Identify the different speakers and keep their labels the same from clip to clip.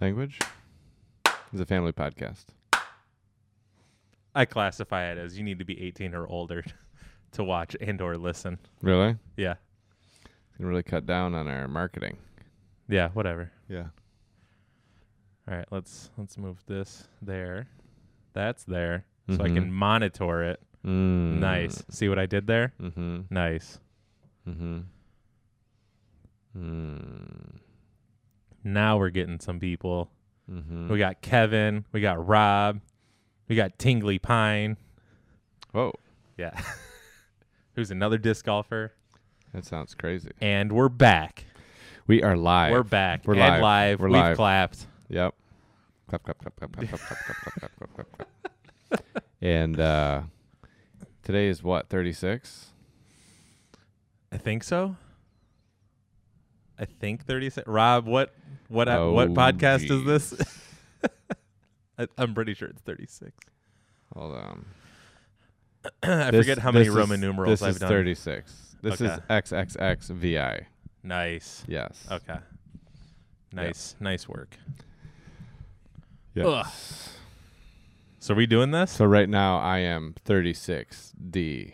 Speaker 1: Language is a family podcast.
Speaker 2: I classify it as you need to be 18 or older to watch and or listen.
Speaker 1: Really?
Speaker 2: Yeah.
Speaker 1: Can really cut down on our marketing.
Speaker 2: Yeah, whatever.
Speaker 1: Yeah.
Speaker 2: All right, let's let's move this there. That's there so I can
Speaker 1: Mhm.
Speaker 2: monitor it.
Speaker 1: Mm.
Speaker 2: Nice. See what I did there?
Speaker 1: Mm-hmm.
Speaker 2: Nice.
Speaker 1: Mm-hmm. Mm.
Speaker 2: Now we're getting some people.
Speaker 1: Mm-hmm.
Speaker 2: We got Kevin, we got Rob, we got Tingly Pine,
Speaker 1: Whoa,
Speaker 2: who's another disc golfer,
Speaker 1: that sounds crazy.
Speaker 2: and we're back.
Speaker 1: We are live.
Speaker 2: We're back.
Speaker 1: We're
Speaker 2: and
Speaker 1: live.
Speaker 2: live.
Speaker 1: We're
Speaker 2: We've
Speaker 1: live.
Speaker 2: clapped.
Speaker 1: Yep. Clap, clap, clap, clap, clap, clap, clap, clap, clap, clap, clap, clap, clap. And uh, today is what, 36?
Speaker 2: I think so. I think 36. Rob, what what
Speaker 1: Oh,
Speaker 2: what podcast
Speaker 1: geez.
Speaker 2: is this? I, I'm pretty sure it's 36.
Speaker 1: Hold on.
Speaker 2: I
Speaker 1: This-
Speaker 2: forget how many
Speaker 1: this
Speaker 2: Roman
Speaker 1: is-
Speaker 2: numerals
Speaker 1: this
Speaker 2: I've
Speaker 1: is
Speaker 2: done.
Speaker 1: 36. This is
Speaker 2: Okay.
Speaker 1: XXXVI.
Speaker 2: Nice.
Speaker 1: Yes.
Speaker 2: Okay. Nice. Nice work.
Speaker 1: Yes.
Speaker 2: So are we doing this?
Speaker 1: So right now I am 36D.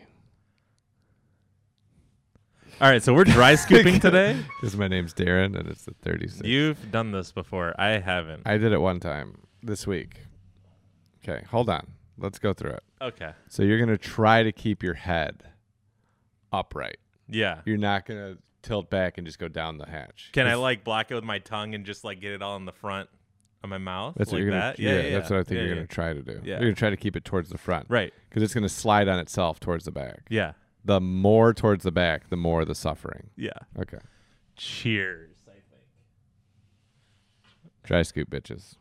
Speaker 2: All right, so we're dry scooping today.
Speaker 1: Because my name's Darren and it's the 36.
Speaker 2: You've done this before. I haven't.
Speaker 1: I did it one time this week. Okay, hold on. Let's go through it.
Speaker 2: Okay.
Speaker 1: So you're going to try to keep your head upright.
Speaker 2: Yeah.
Speaker 1: You're not going to tilt back and just go down the hatch.
Speaker 2: Can I
Speaker 1: That's-
Speaker 2: like block it with my tongue and just like get it all in the front of my mouth?
Speaker 1: That's
Speaker 2: like
Speaker 1: what you're gonna.
Speaker 2: that?
Speaker 1: Yeah, that's what I think
Speaker 2: Yeah,
Speaker 1: you're
Speaker 2: yeah.
Speaker 1: gonna try to do.
Speaker 2: Yeah.
Speaker 1: You're gonna try to keep it towards the front,
Speaker 2: Right.
Speaker 1: Because it's gonna slide on itself towards the back.
Speaker 2: Yeah.
Speaker 1: The more towards the back, the more the suffering.
Speaker 2: Yeah.
Speaker 1: Okay.
Speaker 2: Cheers, I think.
Speaker 1: Dry scoop, bitches.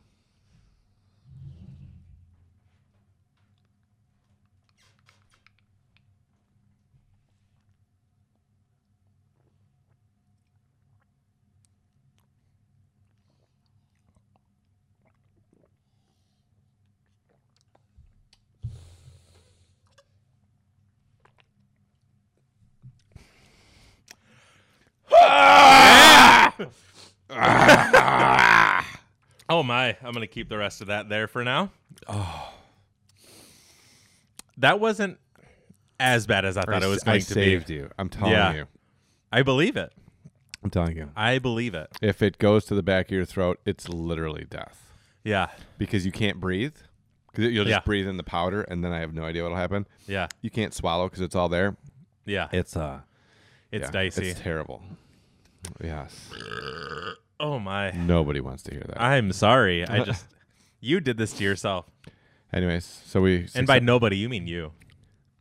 Speaker 2: Oh my, I'm gonna keep the rest of that there for now. Oh. That wasn't as bad as I thought it was going
Speaker 1: I
Speaker 2: to
Speaker 1: saved
Speaker 2: be.
Speaker 1: you. I'm telling
Speaker 2: Yeah.
Speaker 1: you.
Speaker 2: I believe it.
Speaker 1: I'm telling you.
Speaker 2: I believe it.
Speaker 1: If it goes to the back of your throat, it's literally death
Speaker 2: Yeah.
Speaker 1: because you can't breathe. Because you'll just
Speaker 2: Yeah.
Speaker 1: breathe in the powder, and then I have no idea what'll happen.
Speaker 2: Yeah.
Speaker 1: You can't swallow because it's all there.
Speaker 2: Yeah.
Speaker 1: It's uh,
Speaker 2: It's
Speaker 1: yeah,
Speaker 2: dicey.
Speaker 1: It's terrible. Yes.
Speaker 2: oh my.
Speaker 1: Nobody wants to hear that.
Speaker 2: I'm sorry. I just you did this to yourself.
Speaker 1: Anyways, so we
Speaker 2: And by nobody you mean you.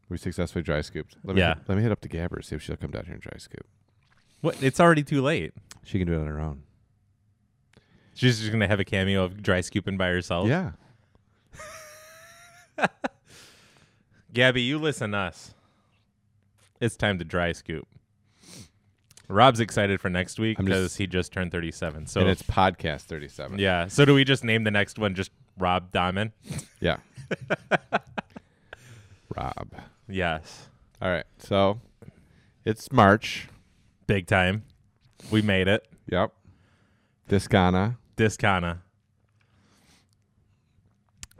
Speaker 1: We successfully dry scooped. Let me
Speaker 2: Yeah.
Speaker 1: let me hit up to Gabber see if she'll come down here and dry scoop.
Speaker 2: What it's already too late.
Speaker 1: She can do it on her own.
Speaker 2: She's just gonna have a cameo of dry scooping by herself.
Speaker 1: Yeah.
Speaker 2: Gabby, you listen us. It's time to dry scoop. Rob's excited for next week
Speaker 1: I'm just-
Speaker 2: because he just turned 37. So
Speaker 1: and it's podcast 37.
Speaker 2: yeah. So do we just name the next one just Rob Diamond?
Speaker 1: Yeah. Rob.
Speaker 2: Yes,
Speaker 1: All right. So it's March.
Speaker 2: big time. We made it.
Speaker 1: Yep. Discana.
Speaker 2: Discana.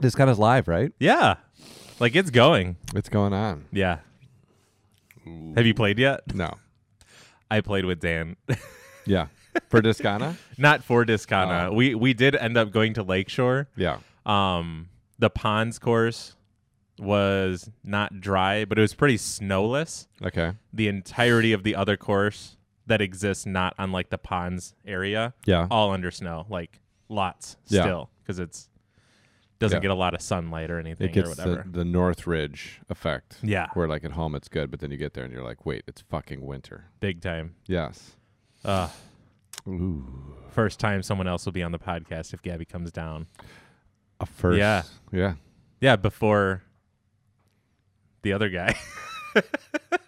Speaker 1: Discana's live, right?
Speaker 2: Yeah, like it's going.
Speaker 1: It's going on.
Speaker 2: Yeah. Have you played yet?
Speaker 1: No.
Speaker 2: I played with Dan.
Speaker 1: Yeah. For Discana?
Speaker 2: Not for
Speaker 1: Oh.
Speaker 2: Discana. we we did end up going to Lakeshore.
Speaker 1: Yeah.
Speaker 2: Um, the ponds course was not dry, but it was pretty snowless.
Speaker 1: Okay.
Speaker 2: The entirety of the other course that exists not on like the ponds area,
Speaker 1: Yeah.
Speaker 2: all under snow, like lots
Speaker 1: Yeah.
Speaker 2: still, because it's doesn't
Speaker 1: Yeah.
Speaker 2: get a lot of sunlight or anything
Speaker 1: It
Speaker 2: or
Speaker 1: gets the,
Speaker 2: whatever.
Speaker 1: the North Ridge effect.
Speaker 2: yeah,
Speaker 1: Where like at home it's good, but then you get there and you're like, wait, it's fucking winter.
Speaker 2: big time.
Speaker 1: Yes.
Speaker 2: Uh,
Speaker 1: Ooh.
Speaker 2: first time someone else will be on the podcast if Gabby comes down.
Speaker 1: A first.
Speaker 2: Yeah.
Speaker 1: Yeah.
Speaker 2: Yeah, before the other guy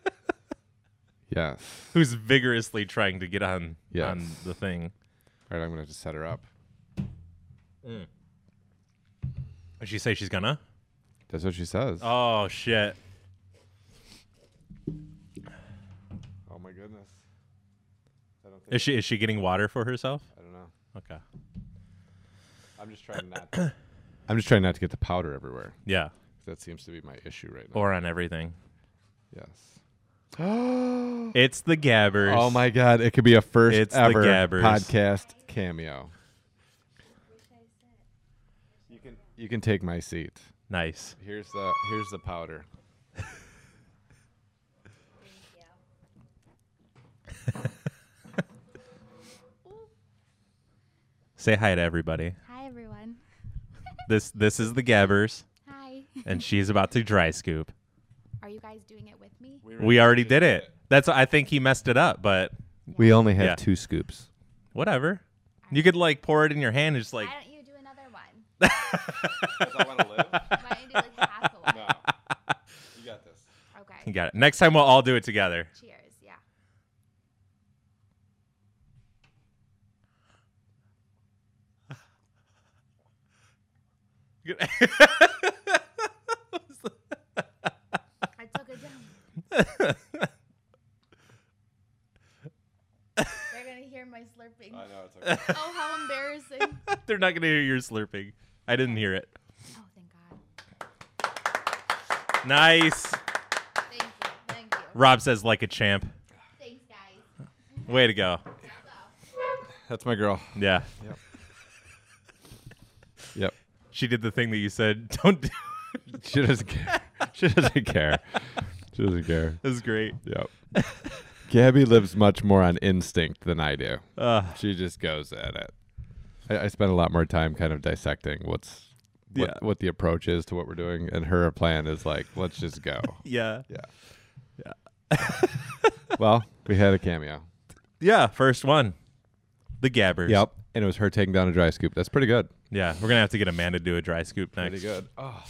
Speaker 1: Yes.
Speaker 2: who's vigorously trying to get on on
Speaker 1: Yes.
Speaker 2: the thing.
Speaker 1: All right, I'm gonna have to set her up.
Speaker 2: Did she say she's gonna?
Speaker 1: That's what she says.
Speaker 2: Oh shit.
Speaker 1: Oh my goodness. I don't think
Speaker 2: Is she is she getting water for herself?
Speaker 1: I don't know.
Speaker 2: Okay.
Speaker 1: I'm just trying not. I'm just trying not to get the powder everywhere.
Speaker 2: Yeah.
Speaker 1: That seems to be my issue right now.
Speaker 2: Or on everything.
Speaker 1: yes. oh
Speaker 2: It's the Gabbers.
Speaker 1: my God! It could be a first
Speaker 2: It's the
Speaker 1: ever
Speaker 2: Gabbers.
Speaker 1: podcast cameo. You can you can take my seat.
Speaker 2: Nice.
Speaker 1: Here's the here's the powder.
Speaker 2: Say hi to everybody.
Speaker 3: Hi, everyone.
Speaker 2: This this is the Gabbers,
Speaker 3: Hi.
Speaker 2: and she's about to dry scoop.
Speaker 3: Are you guys doing it with me?
Speaker 2: We already did it. That's I think he messed it up, but
Speaker 1: We only have
Speaker 2: Yeah.
Speaker 1: two scoops.
Speaker 2: whatever. You could like pour it in your hand and just like
Speaker 3: Why don't you do another one? Why don't you do like half a one?
Speaker 1: You got this.
Speaker 2: you
Speaker 3: Okay.
Speaker 2: got it. Next time we'll all do it together.
Speaker 3: Cheers. Yeah. I took a dump. They're going to hear my slurping.
Speaker 1: know it's okay.
Speaker 3: Oh, how embarrassing. Oh,
Speaker 2: They're not gonna hear your slurping. I didn't hear it.
Speaker 3: thank God.
Speaker 2: Nice.
Speaker 3: Thank you. Thank you.
Speaker 2: Rob says like a champ.
Speaker 3: Thanks, guys.
Speaker 2: Way to go.
Speaker 1: That's my girl.
Speaker 2: Yeah.
Speaker 1: Yep.
Speaker 2: She did the thing that you said. Don't do.
Speaker 1: She doesn't care. She doesn't care. She doesn't care.
Speaker 2: That's great.
Speaker 1: Yep. Gabby lives much more on instinct than I do.
Speaker 2: Uh,
Speaker 1: She just goes at it. I, I spend a lot more time kind of dissecting what's what,
Speaker 2: Yeah.
Speaker 1: what the approach is to what we're doing, and her plan is like, let's just go.
Speaker 2: yeah.
Speaker 1: Yeah. Yeah. well, we had a cameo.
Speaker 2: Yeah. First one. The Gabbers.
Speaker 1: Yep. And it was her taking down a dry scoop. That's pretty good.
Speaker 2: Yeah. We're gonna have to get Amanda to do a dry scoop next.
Speaker 1: Pretty good. Oh,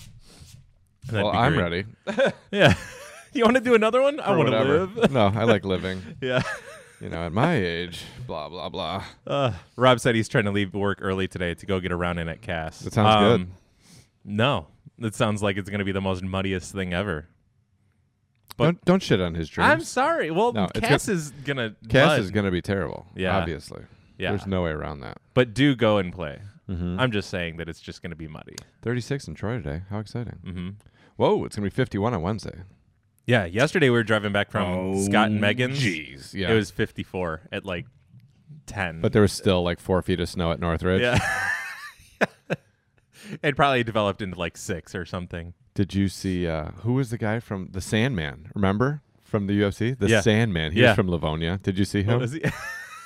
Speaker 2: That'd
Speaker 1: well,
Speaker 2: be
Speaker 1: I'm
Speaker 2: great.
Speaker 1: ready.
Speaker 2: Yeah. you want to do another one? I
Speaker 1: for
Speaker 2: want to
Speaker 1: whatever.
Speaker 2: live.
Speaker 1: no, I like living.
Speaker 2: yeah.
Speaker 1: You know, at my age, blah blah blah.
Speaker 2: Uh, Rob said he's trying to leave work early today to go get a round in at Cass.
Speaker 1: That sounds good.
Speaker 2: good. No, that sounds like it's going to be the most muddiest thing ever. But-
Speaker 1: don't don't shit on his dreams.
Speaker 2: I'm sorry. Well,
Speaker 1: No, it's
Speaker 2: Cass is going to.
Speaker 1: Cass is going to be terrible.
Speaker 2: Yeah.
Speaker 1: Obviously.
Speaker 2: Yeah.
Speaker 1: There's no Mm-hmm. way around that.
Speaker 2: But do go and play. I'm just saying that it's just going to be muddy.
Speaker 1: 36 in Troy today. How exciting.
Speaker 2: hmm
Speaker 1: Whoa, it's going to be 51 on Wednesday.
Speaker 2: Yeah. Yesterday we were driving back from Scott and Megan's.
Speaker 1: Oh, Jeez. Yeah.
Speaker 2: It was 54 at like 10.
Speaker 1: but there was still like four feet of snow at Northridge.
Speaker 2: yeah. it probably developed into like six or something.
Speaker 1: Did you see uh, who was the guy from the Sandman? Remember? From the UFC? The
Speaker 2: Yeah.
Speaker 1: Sandman. He
Speaker 2: Yeah.
Speaker 1: was from Livonia. Did you see
Speaker 2: What
Speaker 1: him?
Speaker 2: was he?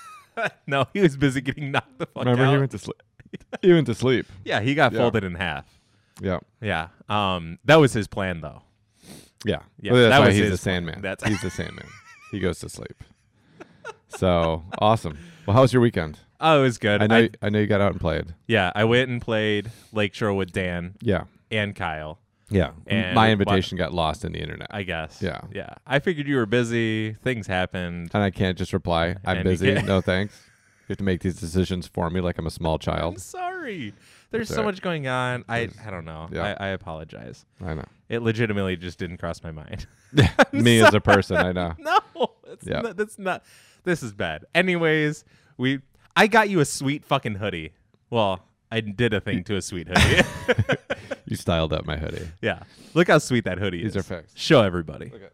Speaker 2: no, he was busy getting knocked the fuck
Speaker 1: Remember
Speaker 2: out.
Speaker 1: he went to sleep. he went to sleep.
Speaker 2: yeah, he got
Speaker 1: Yeah.
Speaker 2: folded in half.
Speaker 1: Yeah.
Speaker 2: Yeah. Um, that was his plan though.
Speaker 1: Yeah.
Speaker 2: Yeah,
Speaker 1: Well, that's
Speaker 2: that
Speaker 1: why
Speaker 2: was
Speaker 1: he's
Speaker 2: his
Speaker 1: the
Speaker 2: plan.
Speaker 1: Sandman.
Speaker 2: That's-
Speaker 1: he's the Sandman. He goes to sleep. So awesome. Well, how was your weekend?
Speaker 2: Oh, it was good.
Speaker 1: I know
Speaker 2: I-
Speaker 1: I, I know you got out and played.
Speaker 2: yeah, I went and played Lakeshore with Dan
Speaker 1: Yeah.
Speaker 2: and Kyle.
Speaker 1: Yeah.
Speaker 2: And
Speaker 1: my
Speaker 2: wha-
Speaker 1: invitation got lost in the internet.
Speaker 2: I guess.
Speaker 1: Yeah.
Speaker 2: Yeah. I figured you were busy. Things happened.
Speaker 1: and I can't just reply, I'm
Speaker 2: And you
Speaker 1: busy.
Speaker 2: can't-
Speaker 1: No thanks. You have to make these decisions for me like I'm a small
Speaker 2: I'm
Speaker 1: child.
Speaker 2: sorry. There's
Speaker 1: That's
Speaker 2: so
Speaker 1: all right.
Speaker 2: much going on. I I don't know.
Speaker 1: Yeah.
Speaker 2: I, I apologize.
Speaker 1: I know.
Speaker 2: It legitimately just didn't cross my mind.
Speaker 1: me as a person, I know.
Speaker 2: No, that's,
Speaker 1: Yeah.
Speaker 2: not, that's not. This is bad. Anyways, we I got you a sweet fucking hoodie. Well, I did a thing to a sweet hoodie.
Speaker 1: You styled up my hoodie.
Speaker 2: yeah, look how sweet that hoodie
Speaker 1: These
Speaker 2: is.
Speaker 1: are fixed.
Speaker 2: Show everybody.
Speaker 1: Look at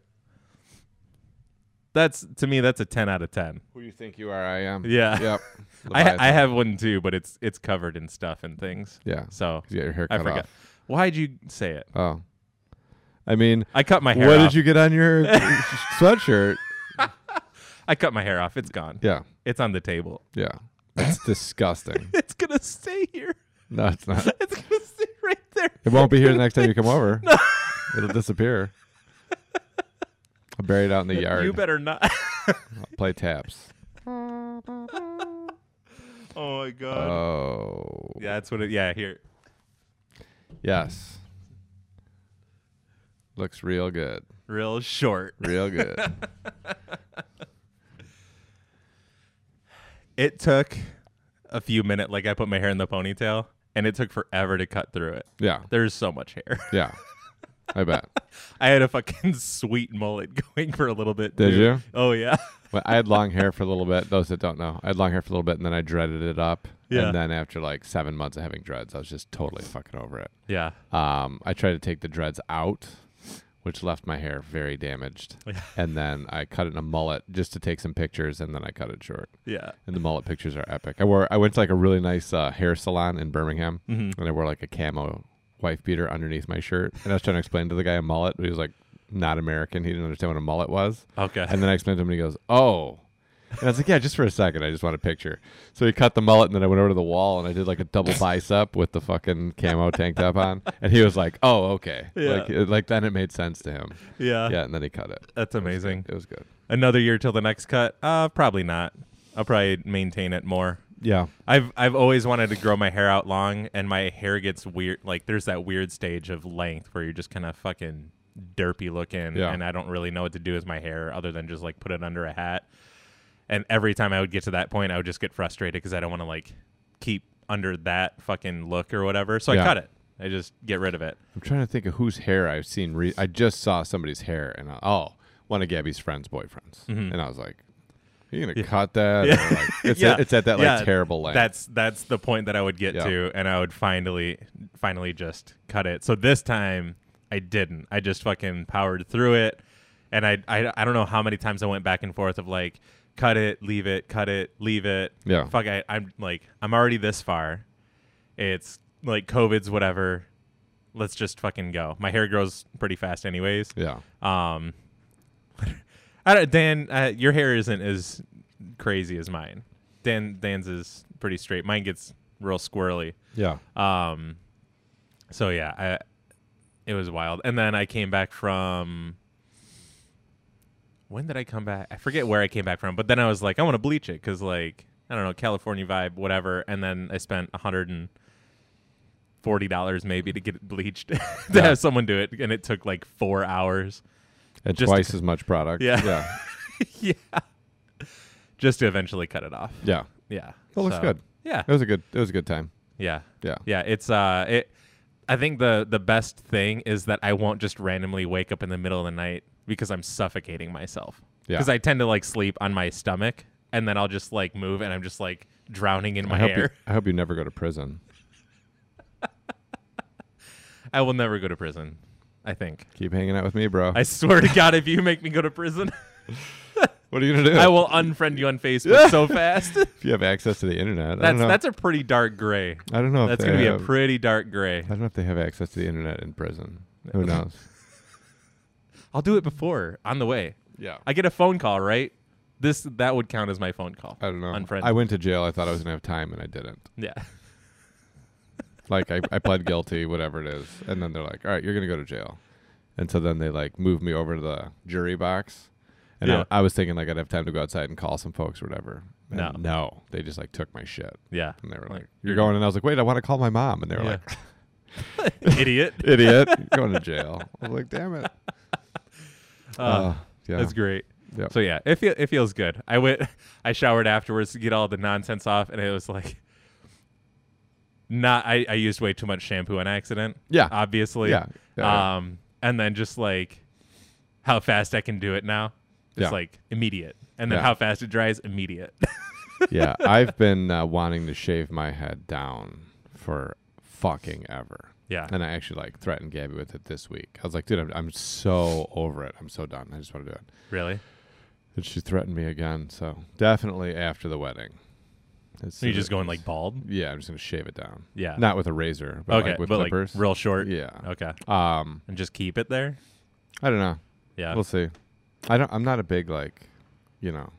Speaker 2: That's to me. That's a ten out of ten.
Speaker 1: who you think you are, I am.
Speaker 2: Yeah.
Speaker 1: Yep. Leviathan.
Speaker 2: I I have one too, but it's it's covered in stuff and things.
Speaker 1: Yeah.
Speaker 2: So
Speaker 1: You got your hair
Speaker 2: I
Speaker 1: cut
Speaker 2: forgot. Why'd you say it?
Speaker 1: off. Oh. I mean,
Speaker 2: I cut my hair.
Speaker 1: what
Speaker 2: off.
Speaker 1: did you get on your sweatshirt?
Speaker 2: I cut my hair off. It's gone.
Speaker 1: Yeah.
Speaker 2: It's on the table.
Speaker 1: Yeah. That's disgusting.
Speaker 2: It's gonna stay here.
Speaker 1: No, it's not.
Speaker 2: It's gonna stay right there.
Speaker 1: It won't be here the next time you come over. It'll disappear. I'll bury it out in the yard.
Speaker 2: You better not.
Speaker 1: I'll play taps.
Speaker 2: oh my
Speaker 1: Uh,
Speaker 2: god.
Speaker 1: Oh.
Speaker 2: Yeah, that's what it. Yeah, here.
Speaker 1: Yes. Looks real good.
Speaker 2: Real short.
Speaker 1: Real good.
Speaker 2: It took a few minutes. Like I put my hair in the ponytail, and it took forever to cut through it.
Speaker 1: yeah.
Speaker 2: There's so much hair.
Speaker 1: Yeah. I bet.
Speaker 2: I had a fucking sweet mullet going for a little bit.
Speaker 1: Did
Speaker 2: too.
Speaker 1: you?
Speaker 2: Oh yeah.
Speaker 1: Well, I had long hair for a little bit. Those that don't know, I had long hair for a little bit, and then I dreaded it up.
Speaker 2: Yeah.
Speaker 1: And then after like seven months of having dreads, I was just totally fucking over it.
Speaker 2: Yeah.
Speaker 1: Um, I tried to take the dreads out, which left my hair very damaged.
Speaker 2: Yeah.
Speaker 1: and then I cut it in a mullet just to take some pictures, and then I cut it short.
Speaker 2: Yeah.
Speaker 1: And the mullet pictures are epic. I wore. I went to like a really nice uh, hair salon in Birmingham,
Speaker 2: Mhm.
Speaker 1: and I wore like a camo wife beater underneath my shirt. And I was trying to explain to the guy a mullet. But he was like not American. He didn't understand what a mullet was.
Speaker 2: Okay.
Speaker 1: And then I explained to him, and he goes, "Oh." And I was like, "Yeah, just for a second. I just want a picture." So he cut the mullet, and then I went over to the wall, and I did like a double bicep with the fucking camo tank top on, and he was like, "Oh, okay."
Speaker 2: Yeah. Uh.
Speaker 1: Like, it- like then it made sense to him.
Speaker 2: yeah.
Speaker 1: yeah, and then he cut it.
Speaker 2: That's amazing.
Speaker 1: It was good.
Speaker 2: Another year till the next cut? Uh, probably not. I'll probably maintain it more.
Speaker 1: Yeah,
Speaker 2: I've I've always wanted to grow my hair out long, and my hair gets weird. Like there's that weird stage of length where you're just kind of fucking derpy looking,
Speaker 1: Yeah.
Speaker 2: and I don't really know what to do with my hair other than just like put it under a hat. And every time I would get to that point, I would just get frustrated because I don't want to like keep under that fucking look or whatever. So
Speaker 1: Yeah.
Speaker 2: I cut it. I just get rid of it.
Speaker 1: I'm trying to think of whose hair I've seen. Re- I just saw somebody's hair, and I, oh, one of Gabby's friends' boyfriends, and I was like, "You gonna cut that?" Or, like, it's,
Speaker 2: Mm-hmm. Yeah.
Speaker 1: it's at that like
Speaker 2: Yeah.
Speaker 1: terrible length.
Speaker 2: That's that's the point that I would get
Speaker 1: Yeah.
Speaker 2: to, and I would finally finally just cut it. So this time I didn't. I just fucking powered through it, and I I, I don't know how many times I went back and forth of like cut it, leave it, cut it, leave it.
Speaker 1: Yeah.
Speaker 2: Fuck. I, I'm like I'm already this far. It's like COVID's whatever. Let's just fucking go. My hair grows pretty fast, anyways.
Speaker 1: yeah.
Speaker 2: Um, I don't, Dan, uh, your hair isn't as crazy as mine. Dan, Dan's is pretty straight. Mine gets real squirrely.
Speaker 1: Yeah.
Speaker 2: Um, so yeah, I, it was wild. And then I came back from. When did I come back? I forget where I came back from, but then I was like, I want to bleach it because, like, I don't know, California vibe, whatever. And then I spent a hundred and forty dollars maybe to get it bleached to
Speaker 1: Yeah.
Speaker 2: have someone do it, and it took like four hours.
Speaker 1: And
Speaker 2: just-
Speaker 1: twice as much product.
Speaker 2: Yeah.
Speaker 1: Yeah.
Speaker 2: yeah. Just to eventually cut it off.
Speaker 1: Yeah.
Speaker 2: Yeah.
Speaker 1: That looks
Speaker 2: So-
Speaker 1: good.
Speaker 2: Yeah.
Speaker 1: It was a good. It was a good time.
Speaker 2: Yeah.
Speaker 1: Yeah.
Speaker 2: Yeah. It's uh it I think the the best thing is that I won't just randomly wake up in the middle of the night because I'm suffocating myself.
Speaker 1: Yeah.
Speaker 2: Because I tend to like sleep on my stomach and then I'll just like move and I'm just like drowning in my
Speaker 1: I hope you.
Speaker 2: hair.
Speaker 1: I hope you never go to prison.
Speaker 2: I will never go to prison. I think.
Speaker 1: Keep hanging out with me, bro.
Speaker 2: I swear to God, if you make me go to prison,
Speaker 1: what are you gonna do?
Speaker 2: I will unfriend you on Facebook so fast.
Speaker 1: if you have access to the internet, I don't
Speaker 2: That's
Speaker 1: know.
Speaker 2: that's a pretty dark gray.
Speaker 1: I don't know. If
Speaker 2: That's
Speaker 1: they
Speaker 2: gonna be a
Speaker 1: have-
Speaker 2: pretty dark gray.
Speaker 1: I don't know if they have access to the internet in prison. Who knows?
Speaker 2: I'll do it before on the way.
Speaker 1: yeah.
Speaker 2: I get a phone call, right? This that would count as my phone call.
Speaker 1: I don't know.
Speaker 2: Unfriend.
Speaker 1: I went to jail. I thought I was gonna have time, and I didn't.
Speaker 2: yeah.
Speaker 1: like I, I pled guilty, whatever it is, and then they're like, "All right, you're gonna go to jail," and so then they like move me over to the jury box, and
Speaker 2: Yeah.
Speaker 1: I, I was thinking like I'd have time to go outside and call some folks or whatever. And
Speaker 2: No.
Speaker 1: no, they just like took my shit,
Speaker 2: Yeah.
Speaker 1: and they were
Speaker 2: Like,
Speaker 1: like, "You're going," and I was like, "Wait, I want to call my mom," and they were
Speaker 2: Yeah.
Speaker 1: like,
Speaker 2: Idiot.
Speaker 1: "Idiot, you're going to jail." I was like, "Damn it."
Speaker 2: Uh,
Speaker 1: Uh, yeah,
Speaker 2: That's great.
Speaker 1: Yep.
Speaker 2: So yeah, it feel, it feels good. I went I showered afterwards to get all the nonsense off and it was like not I, I used way too much shampoo on accident.
Speaker 1: Yeah.
Speaker 2: Obviously.
Speaker 1: Yeah. Yeah, yeah.
Speaker 2: Um and then just like how fast I can do it now. It's
Speaker 1: Yeah.
Speaker 2: like immediate. And then
Speaker 1: Yeah.
Speaker 2: how fast it dries, immediate.
Speaker 1: yeah. I've been uh, wanting to shave my head down for fucking ever.
Speaker 2: yeah.
Speaker 1: And I actually like threatened Gabby with it this week. I was like, dude, I'm, I'm so over it. I'm so done. I just want to do it.
Speaker 2: Really?
Speaker 1: And she threatened me again. So definitely after the wedding. As
Speaker 2: So
Speaker 1: soon
Speaker 2: you're just
Speaker 1: as-
Speaker 2: going like bald?
Speaker 1: Yeah, I'm just gonna shave it down.
Speaker 2: Yeah.
Speaker 1: Not with a razor, but
Speaker 2: okay,
Speaker 1: like with
Speaker 2: but
Speaker 1: clippers.
Speaker 2: like real short.
Speaker 1: yeah.
Speaker 2: Okay.
Speaker 1: Um,
Speaker 2: And just keep it there.
Speaker 1: I don't know.
Speaker 2: Yeah.
Speaker 1: We'll see. I don't. I'm not a big like, you know,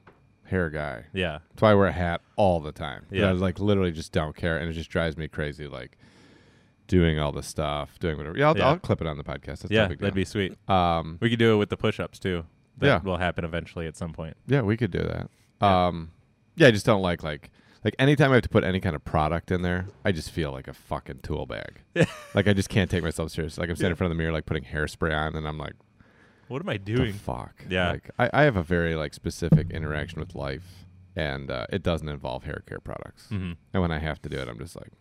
Speaker 1: hair guy.
Speaker 2: yeah.
Speaker 1: That's why I wear a hat all the time. But
Speaker 2: Yeah.
Speaker 1: I like literally just don't care, and it just drives me crazy. Like doing all the stuff, doing whatever. Yeah, I'll,
Speaker 2: Yeah.
Speaker 1: I'll clip it on the podcast. That's no
Speaker 2: yeah.
Speaker 1: big
Speaker 2: That'd
Speaker 1: deal.
Speaker 2: be sweet.
Speaker 1: Um,
Speaker 2: We could do it with the push ups too. That
Speaker 1: Yeah.
Speaker 2: will happen eventually at some point.
Speaker 1: Yeah, we could do that.
Speaker 2: Yeah.
Speaker 1: Um, yeah, I just don't like like like anytime I have to put any kind of product in there, I just feel like a fucking tool bag. like I just can't take myself seriously. Like I'm standing in front of the mirror, like putting hairspray on, and I'm like,
Speaker 2: What am I
Speaker 1: the
Speaker 2: doing?
Speaker 1: fuck.
Speaker 2: Yeah.
Speaker 1: Like I, I have a very like specific interaction with life, and uh, it doesn't involve hair care products.
Speaker 2: Mhm.
Speaker 1: And when I have to do it, I'm just like,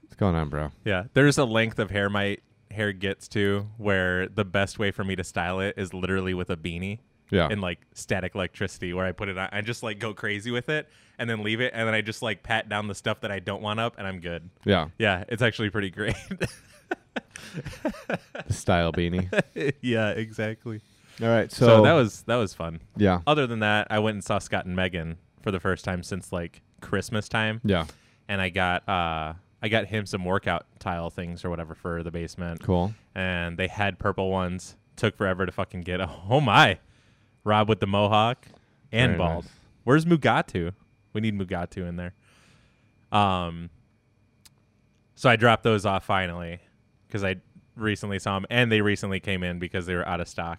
Speaker 1: what's going on, bro?
Speaker 2: Yeah. There's a length of hair my hair gets to where the best way for me to style it is literally with a beanie
Speaker 1: Yeah.
Speaker 2: and like static electricity where I put it on. I just like go crazy with it and then leave it. And then I just like pat down the stuff that I don't want up and I'm good.
Speaker 1: yeah.
Speaker 2: Yeah, it's actually pretty great.
Speaker 1: Style beanie.
Speaker 2: yeah, exactly.
Speaker 1: All right. So,
Speaker 2: So, that was that was fun.
Speaker 1: yeah.
Speaker 2: Other than that, I went and saw Scott and Megan for the first time since like Christmas time.
Speaker 1: Yeah.
Speaker 2: And I got uh I got him some workout tile things or whatever for the basement.
Speaker 1: Cool.
Speaker 2: and they had purple ones. Took forever to fucking get. Oh my, Rob with the mohawk and
Speaker 1: Very
Speaker 2: bald.
Speaker 1: nice.
Speaker 2: Where's Mugatu? We need Mugatu in there. Um, so I dropped those off finally because I recently saw them, and they recently came in because they were out of stock.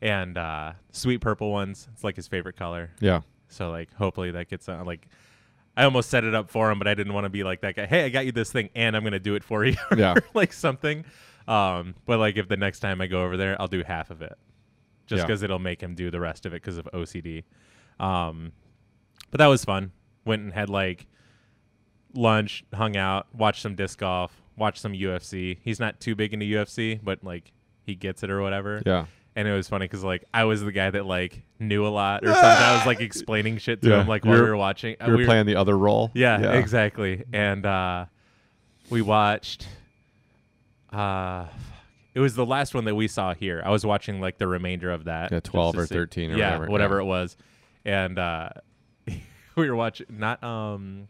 Speaker 2: And uh, sweet purple ones. It's like his favorite color.
Speaker 1: Yeah.
Speaker 2: So like, hopefully that gets on. Like, I almost set it up for him, but I didn't want to be like that guy. Hey, I got you this thing, and I'm gonna do it for you.
Speaker 1: Yeah.
Speaker 2: or, like something. Um, but like if the next time I go over there, I'll do half of it, just
Speaker 1: Yeah.
Speaker 2: because it'll make him do the rest of it because of OCD. Um, but that was fun. Went and had like lunch, hung out, watched some disc golf, watched some UFC. He's not too big into UFC, but like he gets it or whatever.
Speaker 1: Yeah.
Speaker 2: And it was funny because like I was the guy that like knew a lot or something. I was like explaining shit to
Speaker 1: Yeah.
Speaker 2: him like while we
Speaker 1: You're-
Speaker 2: were watching. Uh,
Speaker 1: You were
Speaker 2: we were-
Speaker 1: playing the other role.
Speaker 2: yeah, exactly. And uh, we watched. Uh, fuck. it was the last one that we saw here. I was watching like the remainder of that.
Speaker 1: Yeah,
Speaker 2: just
Speaker 1: 12
Speaker 2: to
Speaker 1: or
Speaker 2: see-
Speaker 1: 13 or
Speaker 2: yeah,
Speaker 1: whatever, yeah.
Speaker 2: it was. And uh, we were watching not um,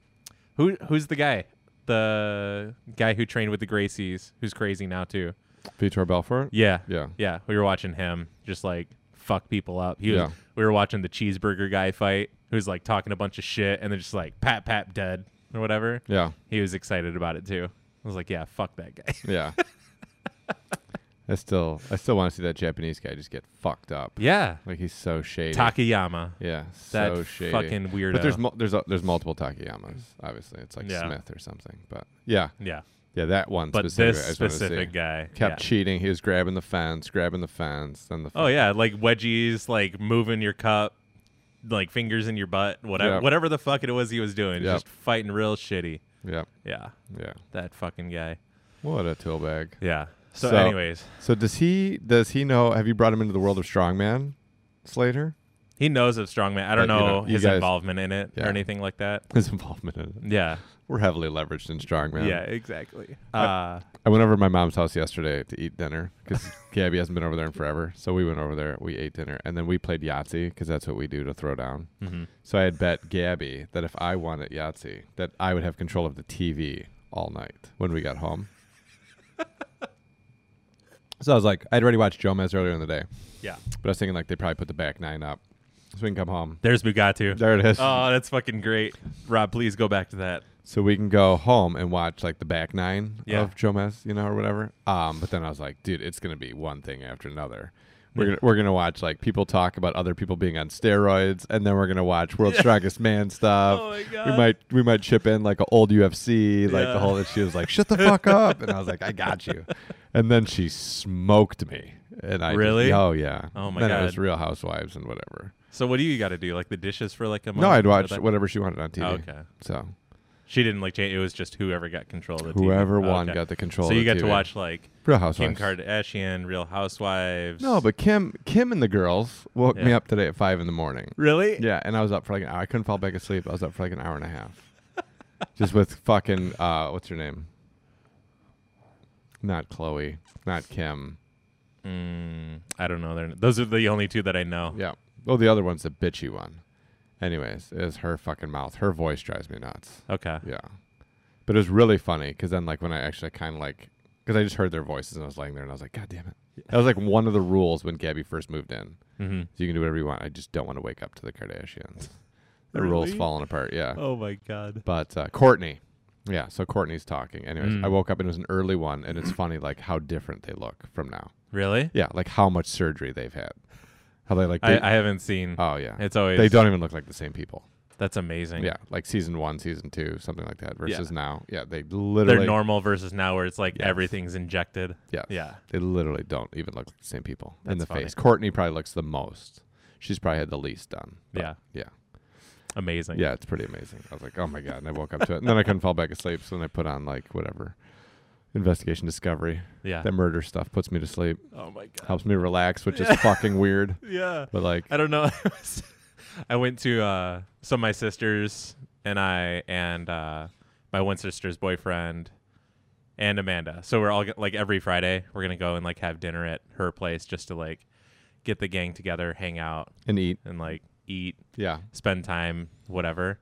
Speaker 2: who who's the guy? The guy who trained with the Gracies, who's crazy now too.
Speaker 1: Vitor Belfort.
Speaker 2: Yeah.
Speaker 1: Yeah.
Speaker 2: Yeah. We were watching him just like fuck people up. He was,
Speaker 1: Yeah.
Speaker 2: we were watching the cheeseburger guy fight who's like talking a bunch of shit and then just like pat pat dead or whatever.
Speaker 1: Yeah.
Speaker 2: He was excited about it too. I was like, yeah, fuck that guy.
Speaker 1: Yeah. I still, I still want to see that Japanese guy just get fucked up.
Speaker 2: yeah.
Speaker 1: Like he's so shady.
Speaker 2: Takayama.
Speaker 1: yeah.
Speaker 2: That
Speaker 1: so shady.
Speaker 2: fucking weirdo.
Speaker 1: But there's mul there's a, there's multiple Takeyamas. Obviously, it's like
Speaker 2: Yeah.
Speaker 1: Smith or something. But yeah,
Speaker 2: yeah.
Speaker 1: yeah, that one.
Speaker 2: But
Speaker 1: specific,
Speaker 2: this
Speaker 1: I just wanted to see.
Speaker 2: specific guy.
Speaker 1: kept
Speaker 2: yeah.
Speaker 1: cheating. He was grabbing the fence, grabbing the fence, then the.
Speaker 2: Oh yeah, like wedgies, like moving your cup, like fingers in your butt, whatever
Speaker 1: Yeah.
Speaker 2: whatever the fuck it was he was doing.
Speaker 1: Yeah.
Speaker 2: Just fighting real shitty.
Speaker 1: yeah,
Speaker 2: Yeah.
Speaker 1: yeah.
Speaker 2: That fucking guy.
Speaker 1: What a tool bag.
Speaker 2: Yeah. so
Speaker 1: So-
Speaker 2: anyways.
Speaker 1: So does he? Does he know? Have you brought him into the world of strongman, Slater?
Speaker 2: He knows of strongman. I don't
Speaker 1: But, you
Speaker 2: know
Speaker 1: know, you
Speaker 2: his
Speaker 1: guys-
Speaker 2: involvement in it
Speaker 1: Yeah.
Speaker 2: or anything like that.
Speaker 1: His involvement in it.
Speaker 2: Yeah.
Speaker 1: We're heavily leveraged in strongman.
Speaker 2: Yeah, exactly. Uh,
Speaker 1: I went over to my mom's house yesterday to eat dinner because Gabby hasn't been over there in forever. So we went over there, we ate dinner, and then we played Yahtzee because that's what we do to throw down.
Speaker 2: mhm.
Speaker 1: So I had bet Gabby that if I won at Yahtzee, that I would have control of the TV all night when we got home. so I was like, I'd already watched Jomez earlier in the day,
Speaker 2: Yeah.
Speaker 1: but I was thinking like they probably put the back nine up, so we can come home.
Speaker 2: There's Bugatu.
Speaker 1: There it is.
Speaker 2: Oh, that's fucking great. Rob, please go back to that.
Speaker 1: so we can go home and watch like the back nine
Speaker 2: Yeah.
Speaker 1: of Jomez, you know, or whatever. Um, but then I was like, dude, it's gonna be one thing after another. We're gonna, we're gonna watch like people talk about other people being on steroids, and then we're gonna watch World's Strongest Man stuff.
Speaker 2: Oh my
Speaker 1: Uh, We
Speaker 2: God.
Speaker 1: might we might chip in like an old UFC, like
Speaker 2: Yeah.
Speaker 1: the whole. And she was like, "Shut the fuck up," and I was like, "I got you." And then she smoked me, and I just-
Speaker 2: Really?
Speaker 1: oh yeah,
Speaker 2: Oh my
Speaker 1: then it was
Speaker 2: God.
Speaker 1: Real Housewives and whatever.
Speaker 2: So what do you got to do? Like the dishes for like a month?
Speaker 1: No, I'd
Speaker 2: or
Speaker 1: watch
Speaker 2: that-
Speaker 1: whatever she wanted on TV.
Speaker 2: Oh, okay.
Speaker 1: So
Speaker 2: She didn't like change. It was just whoever got control of the TV.
Speaker 1: whoever
Speaker 2: Oh,
Speaker 1: won
Speaker 2: okay.
Speaker 1: got the control.
Speaker 2: So
Speaker 1: of
Speaker 2: you
Speaker 1: the
Speaker 2: got to
Speaker 1: TV.
Speaker 2: watch like
Speaker 1: Real Housewives.
Speaker 2: Kim Kardashian, Real Housewives.
Speaker 1: No, but Kim, Kim and the girls woke me
Speaker 2: Yeah.
Speaker 1: up today at five in the morning.
Speaker 2: really?
Speaker 1: Yeah, and I was up for like an hour. I couldn't fall back asleep. I was up for like an hour and a half, just with fucking uh, what's her name? Not Chloe, not Kim.
Speaker 2: Mm, I don't know. They're, those are the only two that I know.
Speaker 1: Yeah. Oh, the other one's the bitchy one. Anyways, it was her fucking mouth. Her voice drives me nuts.
Speaker 2: Okay.
Speaker 1: Yeah, but it was really funny because then like when I actually kind of like because I just heard their voices and I was laying there and I was like, God damn it! That was like one of the rules when Gabby first moved in.
Speaker 2: hmm
Speaker 1: So you can do whatever you want. I just don't want to wake up to the Kardashians. The
Speaker 2: Really?
Speaker 1: rule's falling apart. Yeah.
Speaker 2: Oh my god.
Speaker 1: But uh, Courtney. Yeah. So Courtney's talking. Anyways,
Speaker 2: Mm.
Speaker 1: I woke up and it was an early one. And it's funny, like, how different they look from now.
Speaker 2: Really?
Speaker 1: Yeah. Like, how much surgery they've had. How they, like, they-
Speaker 2: I, I haven't seen.
Speaker 1: oh, yeah.
Speaker 2: It's always
Speaker 1: They don't even look like the same people.
Speaker 2: That's amazing.
Speaker 1: Yeah. Like season one, season two, something like that versus
Speaker 2: Yeah.
Speaker 1: now. Yeah. They
Speaker 2: They're
Speaker 1: literally.
Speaker 2: normal versus now where it's like
Speaker 1: Yes.
Speaker 2: everything's injected.
Speaker 1: Yes.
Speaker 2: Yeah.
Speaker 1: They literally don't even look like the same people in
Speaker 2: That's
Speaker 1: the
Speaker 2: funny.
Speaker 1: face. Courtney probably looks the most. She's probably had the least done. But
Speaker 2: Yeah.
Speaker 1: Yeah.
Speaker 2: Amazing.
Speaker 1: Yeah, it's pretty amazing. I was like, oh my god, and I woke up to it, and then I couldn't fall back asleep. So then I put on like whatever Investigation Discovery.
Speaker 2: Yeah.
Speaker 1: That murder stuff puts me to sleep.
Speaker 2: Oh my god.
Speaker 1: Helps me relax, which is
Speaker 2: Yeah.
Speaker 1: fucking weird.
Speaker 2: Yeah.
Speaker 1: But like,
Speaker 2: I don't know. I went to uh so my sisters and I and uh my one sister's boyfriend and Amanda. So we're all go- like every Friday we're going to go and like have dinner at her place just to like get the gang together, hang out
Speaker 1: and eat.
Speaker 2: and like eat
Speaker 1: Yeah.
Speaker 2: spend time, whatever,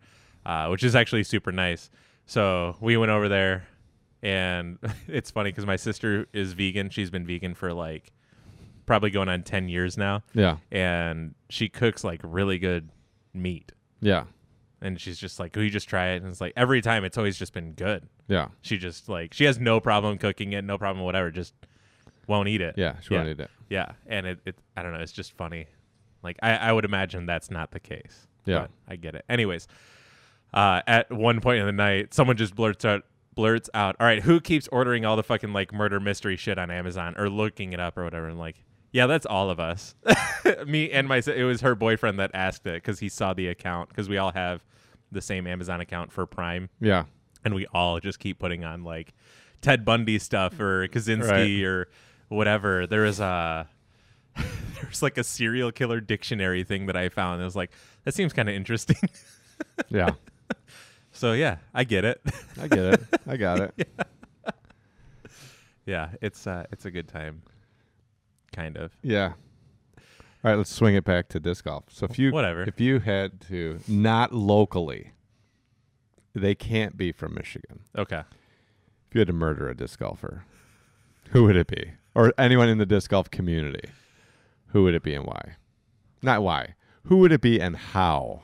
Speaker 2: uh, which is actually super nice. So we went over there, and it's funny because my sister is vegan. She's been vegan for like probably going on 10 years now,
Speaker 1: Yeah.
Speaker 2: and she cooks like really good meat.
Speaker 1: Yeah.
Speaker 2: And she's just like, Will you just try it? And it's like every time it's always just been good.
Speaker 1: Yeah.
Speaker 2: She just like, she has no problem cooking it, no problem, whatever, just won't eat it.
Speaker 1: Yeah. She
Speaker 2: yeah.
Speaker 1: wanted it.
Speaker 2: Yeah, and it, it I don't know, it's just funny. Like I, I would imagine that's not the case.
Speaker 1: Yeah.
Speaker 2: But I get it. Anyways, uh, at one point in the night, someone just blurts out blurts out, All right, who keeps ordering all the fucking like murder mystery shit on Amazon or looking it up or whatever? And like, yeah, that's all of us. Me and my si- it was her boyfriend that asked it because he saw the account because we all have the same Amazon account for Prime
Speaker 1: Yeah.
Speaker 2: and we all just keep putting on like Ted Bundy stuff or Kaczynski
Speaker 1: Right.
Speaker 2: or whatever. There was a there's like a serial killer dictionary thing that I found. It was like that seems kind of interesting.
Speaker 1: Yeah.
Speaker 2: so yeah, I get it.
Speaker 1: I get it. I got it.
Speaker 2: yeah, it's uh, it's a good time, kind of.
Speaker 1: Yeah. All right, let's swing it back to disc golf. So if you
Speaker 2: Whatever.
Speaker 1: if you had to not locally, they can't be from Michigan.
Speaker 2: Okay.
Speaker 1: If you had to murder a disc golfer, who would it be? Or anyone in the disc golf community, who would it be and why? Not why. Who would it be and how?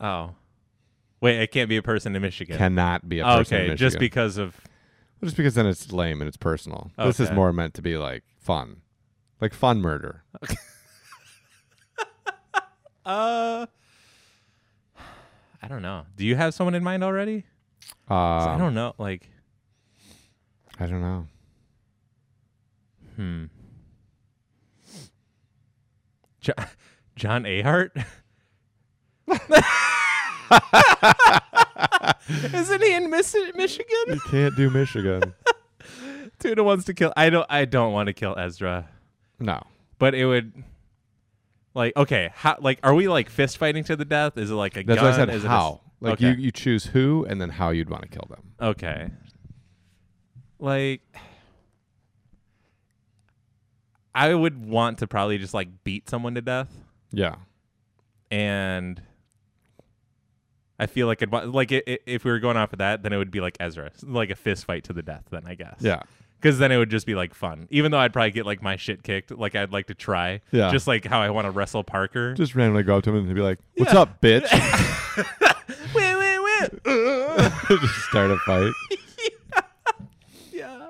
Speaker 2: Oh, wait, it can't be a person in Michigan.
Speaker 1: Cannot be a
Speaker 2: Oh,
Speaker 1: person. in
Speaker 2: okay, just
Speaker 1: Michigan.
Speaker 2: because of
Speaker 1: Well, just because then it's lame and it's personal. This is
Speaker 2: Okay.
Speaker 1: more meant to be like fun, like fun murder.
Speaker 2: uh. I don't know. Do you have someone in mind already?
Speaker 1: Um,
Speaker 2: 'Cause
Speaker 1: I
Speaker 2: Uh,
Speaker 1: don't.
Speaker 2: I don't know. Like,
Speaker 1: I don't know.
Speaker 2: Hmm. Jo- John Ahart? Isn't he in Miss- Michigan?
Speaker 1: You can't do Michigan.
Speaker 2: Tuna wants to kill. I don't. I don't want to kill Ezra,
Speaker 1: no.
Speaker 2: but it would. Like okay, how like are we like fist fighting to the death? Is it like a
Speaker 1: That's
Speaker 2: gun?
Speaker 1: why I said
Speaker 2: Is it a s-
Speaker 1: how. like
Speaker 2: okay.
Speaker 1: you, you choose who and then how you'd want to kill them.
Speaker 2: Okay. Like I would want to probably just like beat someone to death.
Speaker 1: Yeah.
Speaker 2: and I feel like it, like i i if we were going off of that, then it would be like Ezra, like a fist fight to the death. Then I guess,
Speaker 1: Yeah.
Speaker 2: because then it would just be like fun. Even though I'd probably get like my shit kicked, like I'd like to try,
Speaker 1: Yeah.
Speaker 2: just like how I want to wrestle Parker.
Speaker 1: Just randomly go up to him and be like, "What's
Speaker 2: Yeah.
Speaker 1: up, bitch?"
Speaker 2: Wait, wait, wait.
Speaker 1: Just start a fight.
Speaker 2: yeah,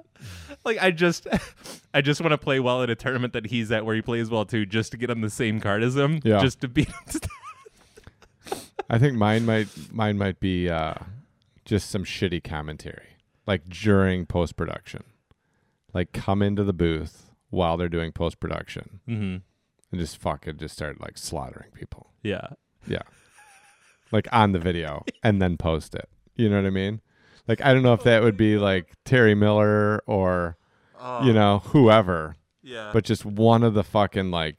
Speaker 2: like I just, I just want to play well at a tournament that he's at where he plays well too, just to get on the same card as him,
Speaker 1: Yeah.
Speaker 2: just to beat him. To death.
Speaker 1: I think mine might mine might be uh, just some shitty commentary, like during post production, like come into the booth while they're doing post production
Speaker 2: mm-hmm.
Speaker 1: and just fucking just start like slaughtering people.
Speaker 2: Yeah,
Speaker 1: Yeah. Like on the video and then post it. You know what I mean? Like I don't know if that would be like Terry Miller or you know, whoever,
Speaker 2: yeah,
Speaker 1: but just one of the fucking like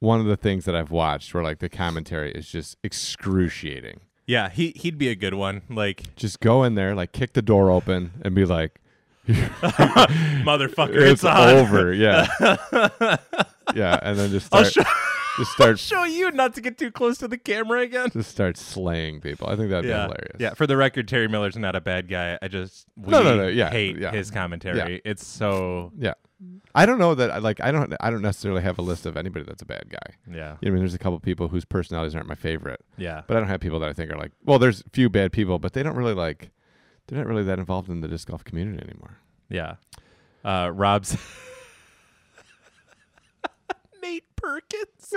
Speaker 1: one of the things that I've watched where like the commentary is just excruciating.
Speaker 2: yeah. He he'd be a good one, like
Speaker 1: Just go in there, like kick the door open and be like
Speaker 2: motherfucker.
Speaker 1: it's,
Speaker 2: It's, on.
Speaker 1: over, yeah. yeah, and then just
Speaker 2: I'll
Speaker 1: start just start
Speaker 2: show you not to get too close to the camera again.
Speaker 1: just start slaying people. I think that'd be hilarious.
Speaker 2: Yeah. For the record, Terry Miller's not a bad guy. I just we
Speaker 1: No, no, no, yeah,
Speaker 2: hate
Speaker 1: yeah.
Speaker 2: his commentary. It's so
Speaker 1: Yeah. I don't know that like I don't I don't necessarily have a list of anybody that's a bad guy.
Speaker 2: yeah,
Speaker 1: You know, I mean there's a couple people whose personalities aren't my favorite,
Speaker 2: yeah,
Speaker 1: but I don't have people that I think are like well, there's a few bad people, but they don't really like they're not really that involved in the disc golf community anymore.
Speaker 2: yeah. Uh, Rob's Nate Perkins.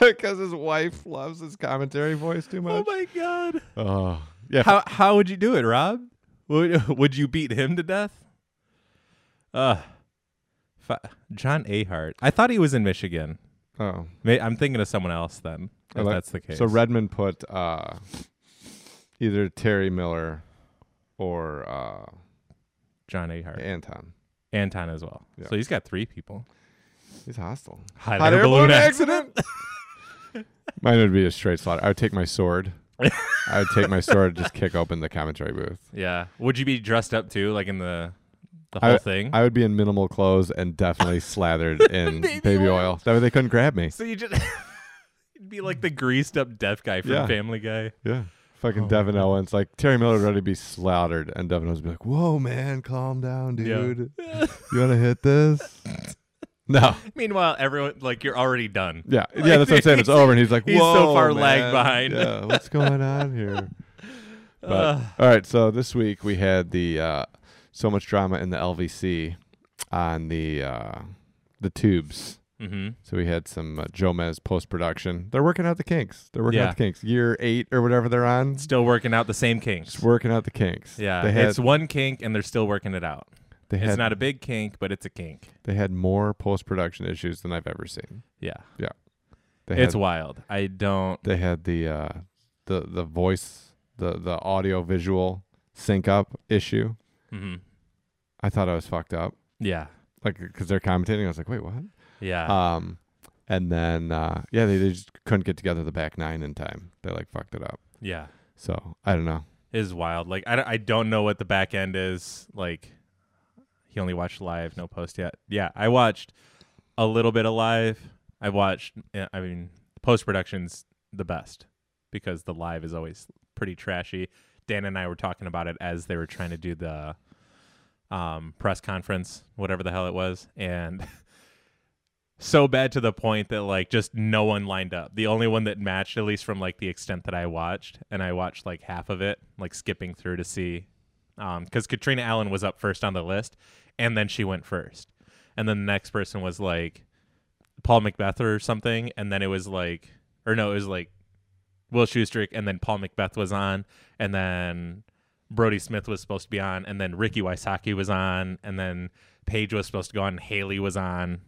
Speaker 1: Because his wife loves his commentary voice too
Speaker 2: Oh
Speaker 1: much.
Speaker 2: my god.
Speaker 1: Oh, yeah.
Speaker 2: How how would you do it, Rob? Would would you beat him to death? Uh, fi- John Ahart. I thought he was in Michigan.
Speaker 1: oh,
Speaker 2: May- I'm thinking of someone else then. If
Speaker 1: I like-
Speaker 2: that's the case.
Speaker 1: so Redmond put uh, either Terry Miller or uh,
Speaker 2: John A. Hart.
Speaker 1: Anton.
Speaker 2: Anton as well.
Speaker 1: Yeah.
Speaker 2: So he's got three people.
Speaker 1: He's hostile.
Speaker 2: Hot,
Speaker 1: Hot
Speaker 2: air
Speaker 1: air balloon
Speaker 2: accident.
Speaker 1: accident. Mine would be a straight slaughter. I would take my sword. I would take my sword and just kick open the commentary booth.
Speaker 2: Yeah. Would you be dressed up too, like in the the
Speaker 1: I-
Speaker 2: whole thing?
Speaker 1: I would be in minimal clothes and definitely slathered in
Speaker 2: Baby
Speaker 1: baby,
Speaker 2: oil.
Speaker 1: oil. That way they couldn't grab me.
Speaker 2: so you just you'd be like the greased up deaf guy from
Speaker 1: Yeah.
Speaker 2: Family Guy.
Speaker 1: Yeah. Fucking
Speaker 2: Oh,
Speaker 1: Devin
Speaker 2: man.
Speaker 1: Owens. Like Terry Miller would already be slaughtered and Devin Owens would be like, Whoa man, calm down,
Speaker 2: Yeah.
Speaker 1: dude. You wanna hit this? no.
Speaker 2: Meanwhile, everyone like you're already done.
Speaker 1: Yeah. yeah, that's what I'm saying. It's over and he's like, Whoa.
Speaker 2: he's so far
Speaker 1: man.
Speaker 2: lagged behind.
Speaker 1: Yeah, what's going on here? But
Speaker 2: Ugh.
Speaker 1: all right, so this week we had the uh, so much drama in the LVC on the uh, the tubes.
Speaker 2: Mhm.
Speaker 1: So we had some uh, Jomez post production. They're working out the kinks. They're working
Speaker 2: Yeah.
Speaker 1: out the kinks. Year eight or whatever they're on,
Speaker 2: Still working out the same kinks.
Speaker 1: just working out the kinks.
Speaker 2: Yeah,
Speaker 1: they had,
Speaker 2: it's one kink and they're still working it out.
Speaker 1: they
Speaker 2: It's
Speaker 1: had,
Speaker 2: not a big kink, but it's a kink.
Speaker 1: they had more post production issues than I've ever seen.
Speaker 2: Yeah,
Speaker 1: They
Speaker 2: it's
Speaker 1: had,
Speaker 2: wild. I don't.
Speaker 1: they had the uh, the the voice the the audio visual sync up issue.
Speaker 2: mhm.
Speaker 1: I thought I was fucked up,
Speaker 2: Yeah,
Speaker 1: like because they're commentating. I was like, wait, what?
Speaker 2: yeah.
Speaker 1: Um, and then uh, yeah, they, they just couldn't get together the back nine in time. They like fucked it up.
Speaker 2: Yeah,
Speaker 1: So I don't know.
Speaker 2: it is wild. Like I, don't- I don't know what the back end is. Like he only watched live, no post yet. Yeah, I watched a little bit of live. I watched. eh, I mean, post production's the best because the live is always pretty trashy. Dan and I were talking about it as they were trying to do the um, press conference, whatever the hell it was, and. So bad to the point that like just no one lined up. The only one that matched, at least from like the extent that I watched, and I watched like half of it, like skipping through to see, because um, Katrina Allen was up first on the list, and then she went first, and then the next person was like Paul Macbeth or something, and then it was like, or no, it was like Will Schustrick, and then Paul Macbeth was on, and then Brody Smith was supposed to be on, and then Ricky Wysocki was on, and then Paige was supposed to go on, Haley was on,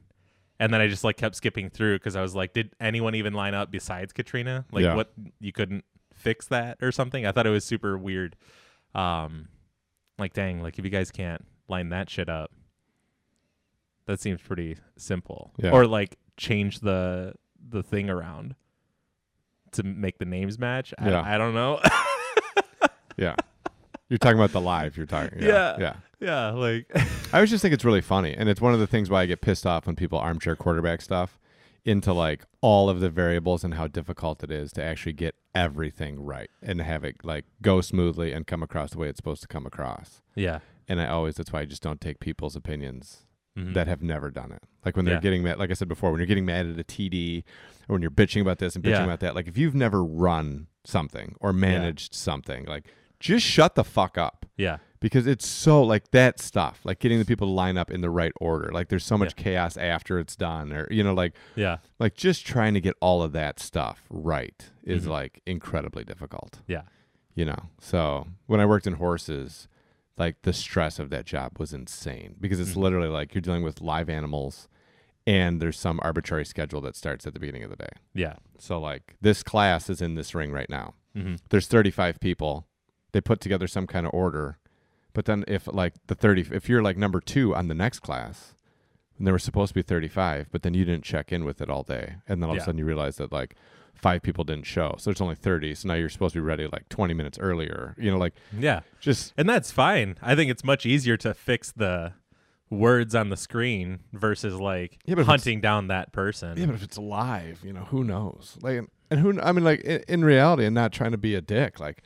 Speaker 2: and then I just like kept skipping through because I was like, did anyone even line up besides Katrina? Like,
Speaker 1: Yeah.
Speaker 2: what you couldn't fix that or something? I thought it was super weird. Um, like, dang, like if you guys can't line that shit up, that seems pretty simple.
Speaker 1: Yeah.
Speaker 2: Or like change the the thing around to make the names match. I,
Speaker 1: Yeah.
Speaker 2: I don't know.
Speaker 1: Yeah. You're talking about the live. You're talking.
Speaker 2: Yeah.
Speaker 1: Yeah. Yeah.
Speaker 2: yeah, like
Speaker 1: I always just think it's really funny. And it's one of the things why I get pissed off when people armchair quarterback stuff into like all of the variables and how difficult it is to actually get everything right and have it like go smoothly and come across the way it's supposed to come across.
Speaker 2: yeah.
Speaker 1: And I always, that's why I just don't take people's opinions
Speaker 2: Mhm.
Speaker 1: that have never done it. Like when they're
Speaker 2: Yeah.
Speaker 1: getting mad, like I said before, when you're getting mad at a TD or when you're bitching about this and bitching
Speaker 2: Yeah.
Speaker 1: about that, like if you've never run something or managed something, like just shut the fuck up
Speaker 2: yeah.
Speaker 1: because it's so like that stuff, like getting the people to line up in the right order. Like there's so much chaos after it's done or, you know, like,
Speaker 2: Yeah.
Speaker 1: like just trying to get all of that stuff right is
Speaker 2: Mhm.
Speaker 1: like incredibly difficult
Speaker 2: Yeah.
Speaker 1: you know so when i worked in horses like the stress of that job was insane because it's
Speaker 2: Mhm.
Speaker 1: literally like you're dealing with live animals and there's some arbitrary schedule that starts at the beginning of the day
Speaker 2: Yeah.
Speaker 1: so like this class is in this ring right now
Speaker 2: Mhm.
Speaker 1: there's 35 people they put together some kind of order but then if like the 30 if you're like number two on the next class and there were supposed to be 35 but then you didn't check in with it all day and then all of
Speaker 2: Yeah.
Speaker 1: a sudden you realize that like five people didn't show so there's only 30 so now you're supposed to be ready like 20 minutes earlier you know like
Speaker 2: Yeah.
Speaker 1: just
Speaker 2: And that's fine. I think it's much easier to fix the words on the screen versus like
Speaker 1: Yeah, but if
Speaker 2: hunting down that person.
Speaker 1: yeah but if it's live you know who knows like and who i mean like in, in reality and not trying to be a dick like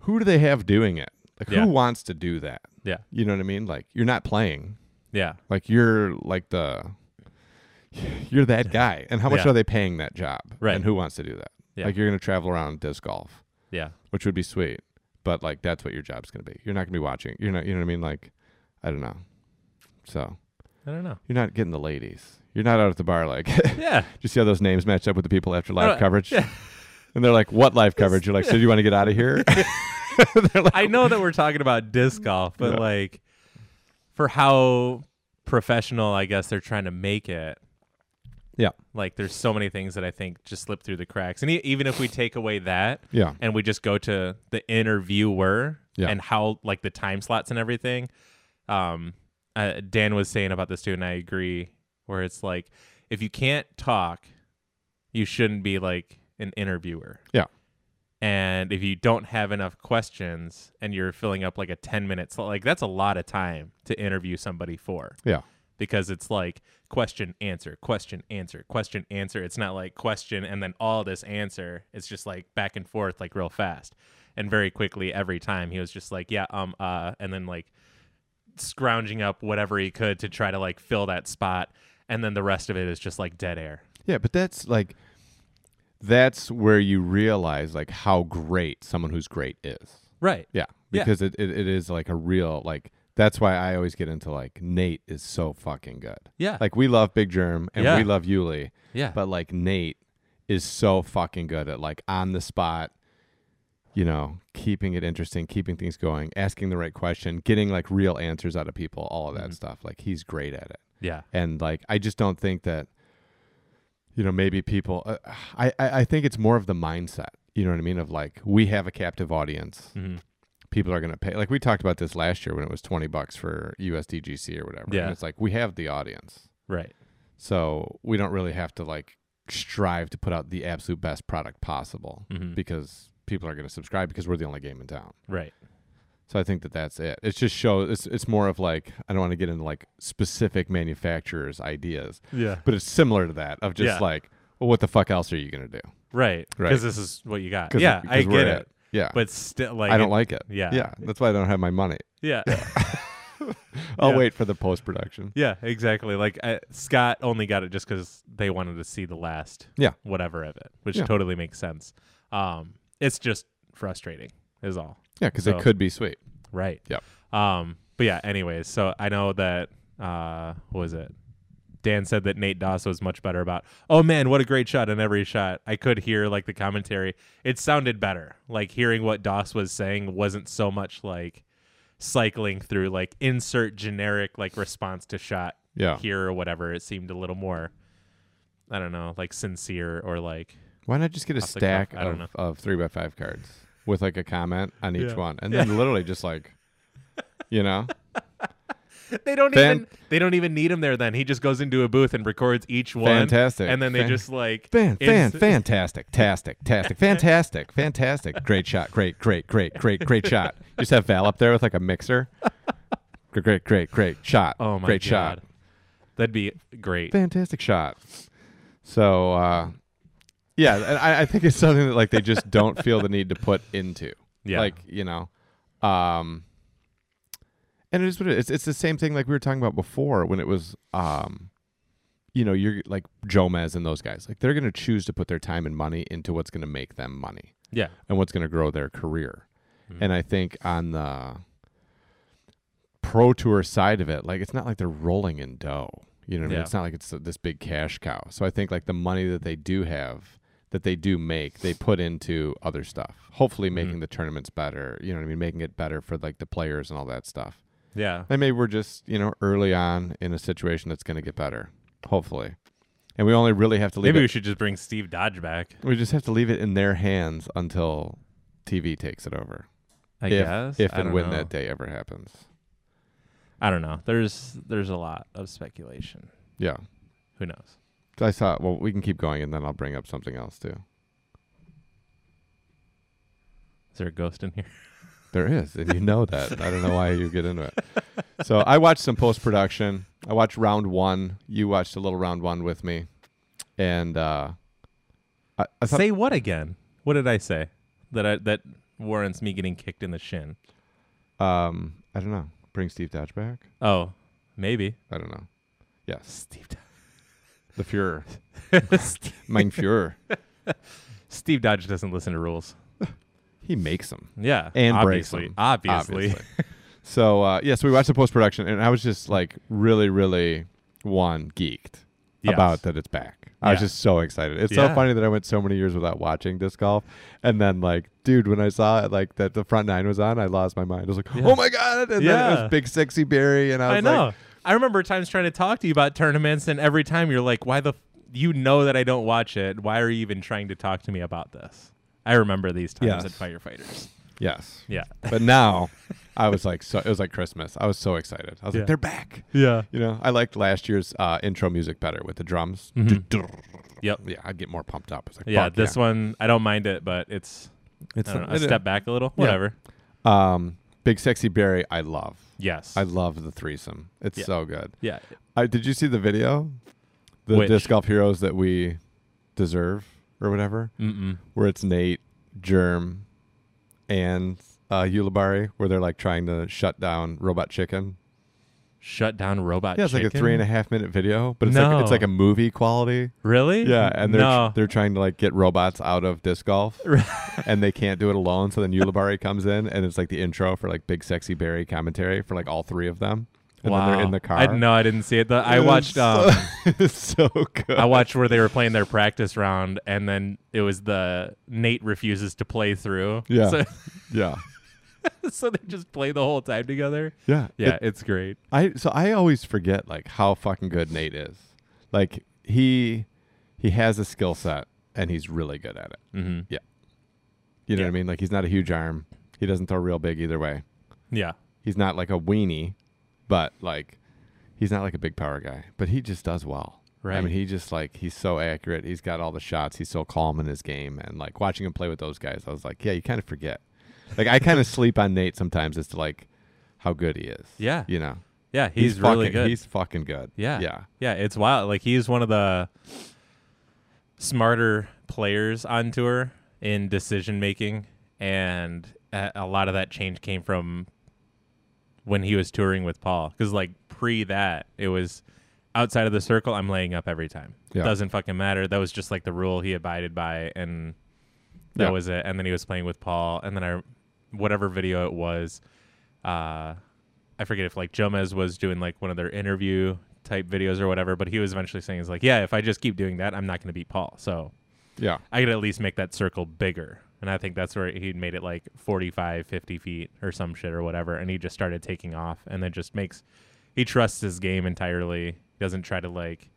Speaker 1: who do they have doing it like
Speaker 2: Yeah.
Speaker 1: who wants to do that
Speaker 2: Yeah.
Speaker 1: you know what i mean like you're not playing
Speaker 2: yeah.
Speaker 1: Like you're like the you're that guy. And how much
Speaker 2: Yeah.
Speaker 1: are they paying that job?
Speaker 2: Right.
Speaker 1: And who wants to do that?
Speaker 2: Yeah.
Speaker 1: Like you're gonna travel around and disc golf,
Speaker 2: Yeah.
Speaker 1: which would be sweet. But like that's what your job's gonna be. You're not gonna be watching. You're not you know what I mean? Like I don't know. So
Speaker 2: I don't know.
Speaker 1: you're not getting the ladies. You're not out at the bar like
Speaker 2: Yeah.
Speaker 1: you see how those names match up with the people after
Speaker 2: I
Speaker 1: live
Speaker 2: don't-
Speaker 1: coverage?
Speaker 2: yeah.
Speaker 1: And they're like, What live coverage? You're like, So do you want to get out of here? They're like,
Speaker 2: I know that we're talking about disc golf, but
Speaker 1: Yeah.
Speaker 2: like for how professional I guess they're trying to make it.
Speaker 1: Yeah.
Speaker 2: Like there's so many things that I think just slip through the cracks. And e- even if we take away that
Speaker 1: Yeah.
Speaker 2: and we just go to the interviewer
Speaker 1: Yeah.
Speaker 2: and how like the time slots and everything, um, uh, Dan was saying about this too, and I agree. Where it's like, if you can't talk, you shouldn't be like an interviewer.
Speaker 1: Yeah.
Speaker 2: And if you don't have enough questions and you're filling up like a 10 minute slot, like that's a lot of time to interview somebody for
Speaker 1: Yeah.
Speaker 2: because it's like question, answer, question, answer, question, answer. It's not like question and then all this answer. It's just like back and forth, like real fast. And very quickly, every time he was just like, yeah, um, uh, and then like scrounging up whatever he could to try to like fill that spot. And then the rest of it is just like dead air.
Speaker 1: Yeah, but that's like that's where you realize like how great someone who's great is.
Speaker 2: Right.
Speaker 1: Yeah.
Speaker 2: Yeah.
Speaker 1: Because It, it, it is like a real like that's why I always get into like Nate is so fucking good.
Speaker 2: Yeah.
Speaker 1: Like we love Big Germ and
Speaker 2: Uh, Yeah.
Speaker 1: we love Yuli,
Speaker 2: yeah.
Speaker 1: but like Nate is so fucking good at like on the spot, you know, keeping it interesting, keeping things going, asking the right question, getting like real answers out of people, all
Speaker 2: Mm-hmm.
Speaker 1: of that stuff. Like he's great at it
Speaker 2: yeah.
Speaker 1: and like i just don't think that you know maybe people uh, I, I i think it's more of the mindset you know what i mean of like we have a captive audience
Speaker 2: Mm-hmm.
Speaker 1: people are going to pay like we talked about this last year when it was 20 bucks for usdgc or whatever
Speaker 2: Yeah.
Speaker 1: and it's like we have the audience
Speaker 2: Right.
Speaker 1: so we don't really have to like strive to put out the absolute best product possible
Speaker 2: Mhm.
Speaker 1: because people are going to subscribe because we're the only game in town
Speaker 2: Right.
Speaker 1: so I think that that's it. It's just show. It's it's more of like I don't want to get into like specific manufacturers' ideas,
Speaker 2: Yeah.
Speaker 1: but it's similar to that of just
Speaker 2: Yeah.
Speaker 1: like, well, what the fuck else are you gonna do?
Speaker 2: Right.
Speaker 1: Right.
Speaker 2: Because this is what you got.
Speaker 1: 'Cause-
Speaker 2: yeah, I
Speaker 1: 'cause we're
Speaker 2: get it.
Speaker 1: Yeah,
Speaker 2: But still, like,
Speaker 1: I
Speaker 2: it-
Speaker 1: don't like it.
Speaker 2: yeah.
Speaker 1: yeah, that's why I don't have my money.
Speaker 2: Yeah.
Speaker 1: I'll
Speaker 2: Yeah.
Speaker 1: wait for the post production.
Speaker 2: yeah. Exactly. Like I, Scott only got it just because they wanted to see the last.
Speaker 1: Yeah.
Speaker 2: Whatever of it, which
Speaker 1: Yeah.
Speaker 2: totally makes sense. Um, it's just frustrating. Is all.
Speaker 1: Yeah, because
Speaker 2: So-
Speaker 1: it could be sweet.
Speaker 2: Right.
Speaker 1: Yep.
Speaker 2: Um. But yeah. Anyways, so I know that. Uh. What was it? Dan said that Nate Doss was much better about. Oh man, what a great shot in every shot. I could hear like the commentary. It sounded better. Like hearing what Doss was saying wasn't so much like cycling through like insert generic like response to shot
Speaker 1: Yeah.
Speaker 2: here or whatever. It seemed a little more. I don't know, like sincere or like
Speaker 1: Why not just get a
Speaker 2: Off the cuff,
Speaker 1: stack
Speaker 2: I don't
Speaker 1: of, of three by five cards with like a comment on each
Speaker 2: Yeah.
Speaker 1: one, and then literally just like, you know,
Speaker 2: they don't
Speaker 1: Fan-
Speaker 2: even they don't even need him there. Then he just goes into a booth and records each one,
Speaker 1: Fantastic.
Speaker 2: and then they
Speaker 1: Fan-
Speaker 2: just like
Speaker 1: fan, fan,
Speaker 2: ins-
Speaker 1: fantastic, tastic, tastic, fantastic, fantastic, great shot, great, great, great, great, great shot. Just have Val up there with like a mixer. Great, great, great, great shot.
Speaker 2: Oh my
Speaker 1: great
Speaker 2: god.
Speaker 1: shot.
Speaker 2: That'd be great.
Speaker 1: fantastic shot. So uh, yeah, and I, I think it's something that like they just don't feel the need to put into.
Speaker 2: Yeah.
Speaker 1: Like you know, um, and it is what it is. It's, it's the same thing like we were talking about before when it was um, you know, you're like Jomez and those guys. Like they're gonna choose to put their time and money into what's gonna make them money
Speaker 2: yeah.
Speaker 1: and what's going to grow their career.
Speaker 2: Mhm.
Speaker 1: And I think on the pro tour side of it, like it's not like they're rolling in dough. You know what I mean?
Speaker 2: Yeah.
Speaker 1: It's not like it's this big cash cow. So I think like the money that they do have, that they do make, they put into other stuff. Hopefully,
Speaker 2: Hmm.
Speaker 1: making the tournaments better. You know what I mean? Making it better for like the players and all that stuff.
Speaker 2: Yeah.
Speaker 1: And maybe we're just you know early on in a situation that's going to get better. Hopefully, and we only really have to leave.
Speaker 2: Maybe
Speaker 1: it-
Speaker 2: we should just bring Steve Dodge back.
Speaker 1: we just have to leave it in their hands until TV takes it over
Speaker 2: I
Speaker 1: if,
Speaker 2: guess.
Speaker 1: if
Speaker 2: I
Speaker 1: and
Speaker 2: don't
Speaker 1: when
Speaker 2: know.
Speaker 1: that day ever happens.
Speaker 2: I don't know. There's there's a lot of speculation.
Speaker 1: Yeah,
Speaker 2: Who knows?
Speaker 1: I saw. Well, we can keep going, and then I'll bring up something else too.
Speaker 2: Is there a ghost in here?
Speaker 1: There is, and you know that. I don't know why you get into it. So I watched some post production. I watched round one. You watched a little round one with me, and uh, I, I thought
Speaker 2: say what again? What did I say? That I that warrants me getting kicked in the shin.
Speaker 1: um, I don't know. Bring Steve Dodge back.
Speaker 2: Oh, maybe.
Speaker 1: I don't know. Yes,
Speaker 2: Steve
Speaker 1: the Fuhrer,
Speaker 2: Dodge. Steve-
Speaker 1: mein Fuhrer.
Speaker 2: Steve Dodge doesn't listen to rules.
Speaker 1: He makes them.
Speaker 2: Yeah.
Speaker 1: And breaks
Speaker 2: obviously.
Speaker 1: them.
Speaker 2: Obviously.
Speaker 1: so uh, yeah, so we watched the post production, and I was just like really, really one geeked
Speaker 2: Yes.
Speaker 1: about that it's back. I was
Speaker 2: Yeah.
Speaker 1: just so excited. It's
Speaker 2: Yeah.
Speaker 1: so funny that I went so many years without watching disc golf, and then like, dude, when I saw it, like that the front nine was on, I lost my mind. I was like,
Speaker 2: Yeah.
Speaker 1: oh my god! And then it
Speaker 2: Yeah.
Speaker 1: was Big Sexy Barry, and I
Speaker 2: I,
Speaker 1: was
Speaker 2: know.
Speaker 1: like,
Speaker 2: I remember times trying to talk to you about tournaments, and every time you're like, "Why the? F- you know that I don't watch it. Why are you even trying to talk to me about this?" I remember these times
Speaker 1: Yes.
Speaker 2: at firefighters.
Speaker 1: Yes.
Speaker 2: Yeah.
Speaker 1: But now I was like, so it was like Christmas. I was so excited. I was
Speaker 2: Yeah.
Speaker 1: like, they're back.
Speaker 2: Yeah.
Speaker 1: You know, I liked last year's uh, intro music better with the drums.
Speaker 2: Yep.
Speaker 1: Yeah, I'd get more pumped up. It's like,
Speaker 2: Mm-hmm. Yeah.
Speaker 1: fuck,
Speaker 2: This one, I don't mind it, but it's,
Speaker 1: It's
Speaker 2: I don't know,
Speaker 1: it-
Speaker 2: a step back a little.
Speaker 1: Yeah.
Speaker 2: Whatever.
Speaker 1: Um, Big Sexy Barry, I love.
Speaker 2: Yes.
Speaker 1: I love the threesome. It's
Speaker 2: Yeah.
Speaker 1: so good.
Speaker 2: yeah.
Speaker 1: I did you see the video? The
Speaker 2: Which?
Speaker 1: disc golf heroes that we deserve or whatever,
Speaker 2: Mm-mm.
Speaker 1: where it's Nate, Germ, and uh, Eulabari, where they're like trying to shut down Robot Chicken.
Speaker 2: Shut down robot.
Speaker 1: Yeah, it's like a
Speaker 2: chicken?
Speaker 1: three and a half minute video, but it's like it's
Speaker 2: No.
Speaker 1: like a movie quality.
Speaker 2: Really?
Speaker 1: Yeah, and they're
Speaker 2: no.
Speaker 1: they're trying to like get robots out of disc golf, and they can't do it alone. So then Eulabari comes in, and it's like the intro for like Big Sexy Barry commentary for like all three of them, and
Speaker 2: wow.
Speaker 1: then they're in the car.
Speaker 2: I, no, I didn't see it. The, I
Speaker 1: It's
Speaker 2: watched.
Speaker 1: so-
Speaker 2: Um,
Speaker 1: it's so good.
Speaker 2: I watched where they were playing their practice round, and then it was the Nate refuses to play through.
Speaker 1: Yeah.
Speaker 2: So,
Speaker 1: yeah,
Speaker 2: so they just play the whole time together.
Speaker 1: yeah,
Speaker 2: Yeah,
Speaker 1: It-
Speaker 2: it's great.
Speaker 1: I so I always forget like how fucking good Nate is. Like he he has a skill set, and he's really good at it.
Speaker 2: Mm-hmm.
Speaker 1: You know
Speaker 2: Yeah.
Speaker 1: what I mean? Like he's not a huge arm. He doesn't throw real big either way.
Speaker 2: Yeah.
Speaker 1: He's not like a weenie, but like he's not like a big power guy. But he just does well. I
Speaker 2: Right.
Speaker 1: mean, he just like he's so accurate. He's got all the shots. He's so calm in his game, and like watching him play with those guys, I was like, yeah, you kind of forget. Like I kind of sleep on Nate sometimes as to like how good he is.
Speaker 2: Yeah.
Speaker 1: You know,
Speaker 2: Yeah, he's, really
Speaker 1: fucking,
Speaker 2: good.
Speaker 1: He's fucking good.
Speaker 2: yeah.
Speaker 1: Yeah.
Speaker 2: Yeah, it's wild. Like he's one of the smarter players on tour in decision making and a a lot of that change came from when he was touring with Paul cuz like pre that it was outside of the circle I'm laying up every time.
Speaker 1: Yeah.
Speaker 2: Doesn't fucking matter. That was just like the rule he abided by and that
Speaker 1: Yeah.
Speaker 2: was it. And then he was playing with Paul and then I whatever video it was uh I forget if like Jomez was doing like one of their interview type videos or whatever, but he was eventually saying he's like, yeah, if I just keep doing that, I'm not going to beat Paul. So
Speaker 1: Yeah.
Speaker 2: I could at least make that circle bigger. And I think that's where he made it like 45, 50 feet or some shit or whatever. And he just started taking off and then just makes, he trusts his game entirely. Doesn't try to like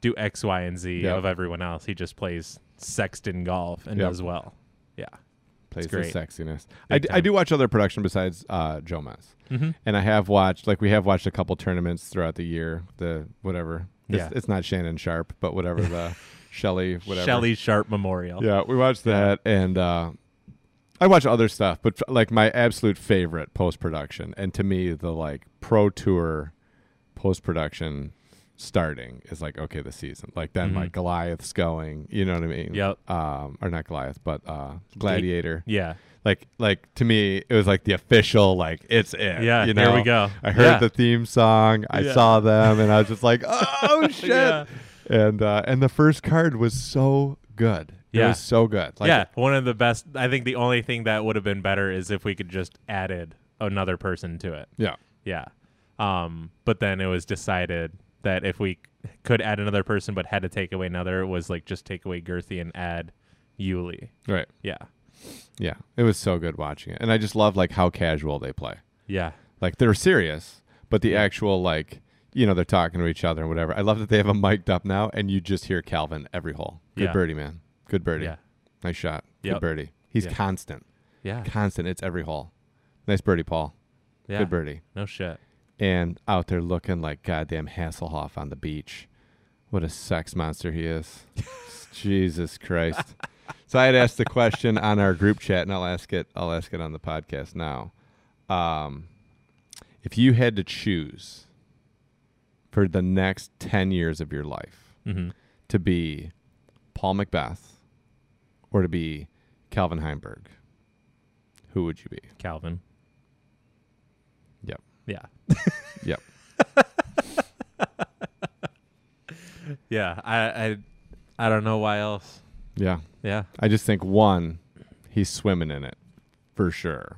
Speaker 2: do X, Y, and Z
Speaker 1: Yep.
Speaker 2: of everyone else. He just plays sexton golf and
Speaker 1: Yep.
Speaker 2: does well. Yeah.
Speaker 1: Plays
Speaker 2: It's
Speaker 1: for
Speaker 2: great.
Speaker 1: sexiness.
Speaker 2: Big
Speaker 1: I, d- I
Speaker 2: time.
Speaker 1: do watch other production besides uh, Jomez.
Speaker 2: Mhm.
Speaker 1: And I have watched, like, we have watched a couple tournaments throughout the year. The whatever. It's,
Speaker 2: Yeah.
Speaker 1: it's not Shannon Sharp, but whatever the Shelly, whatever.
Speaker 2: Shelly Sharp Memorial.
Speaker 1: Yeah, we watched that. And uh, I watch other stuff, but like my absolute favorite post production, and to me, the like pro tour post production starting is like, okay, the season. Like, then
Speaker 2: Mhm.
Speaker 1: like Goliath's going, you know what I mean?
Speaker 2: Yep.
Speaker 1: Um, or not Goliath, but uh, Gladiator
Speaker 2: Yeah.
Speaker 1: like like to me it was like the official like it's it
Speaker 2: Yeah,
Speaker 1: you know
Speaker 2: there we go.
Speaker 1: i heard
Speaker 2: Yeah.
Speaker 1: the theme song i
Speaker 2: Yeah.
Speaker 1: saw them and i was just like oh shit
Speaker 2: Yeah.
Speaker 1: and uh and the first card was so good it
Speaker 2: Yeah.
Speaker 1: was so good like
Speaker 2: yeah, one of the best. I think the only thing that would have been better is if we could just added another person to it.
Speaker 1: yeah
Speaker 2: Yeah. Um, but then it was decided that if we c- could add another person but had to take away another, it was like just take away Girthy and add Yuli.
Speaker 1: right
Speaker 2: Yeah.
Speaker 1: yeah it was so good watching it and i just love like how casual they play
Speaker 2: Yeah.
Speaker 1: like they're serious but the actual like you know they're talking to each other and whatever i love that they have them mic'd up now and you just hear calvin every hole good
Speaker 2: Yeah.
Speaker 1: birdie man good birdie
Speaker 2: Yeah.
Speaker 1: nice shot good
Speaker 2: Yep.
Speaker 1: birdie he's
Speaker 2: Yeah.
Speaker 1: constant
Speaker 2: Yeah.
Speaker 1: constant. It's every hole. Nice birdie, Paul.
Speaker 2: Yeah.
Speaker 1: Good birdie.
Speaker 2: No shit.
Speaker 1: And out there looking like goddamn Hasselhoff on the beach. What a sex monster he is. Jesus Christ. So I had asked the question on our group chat, and I'll ask it. I'll ask it on the podcast now. Um, if you had to choose for the next ten years of your life
Speaker 2: Mm-hmm.
Speaker 1: to be Paul Macbeth or to be Calvin Heinberg, who would you be?
Speaker 2: Calvin.
Speaker 1: Yep.
Speaker 2: Yeah.
Speaker 1: Yep.
Speaker 2: Yeah. I, I, I don't know why else.
Speaker 1: Yeah.
Speaker 2: Yeah.
Speaker 1: I just think one, he's swimming in it for sure.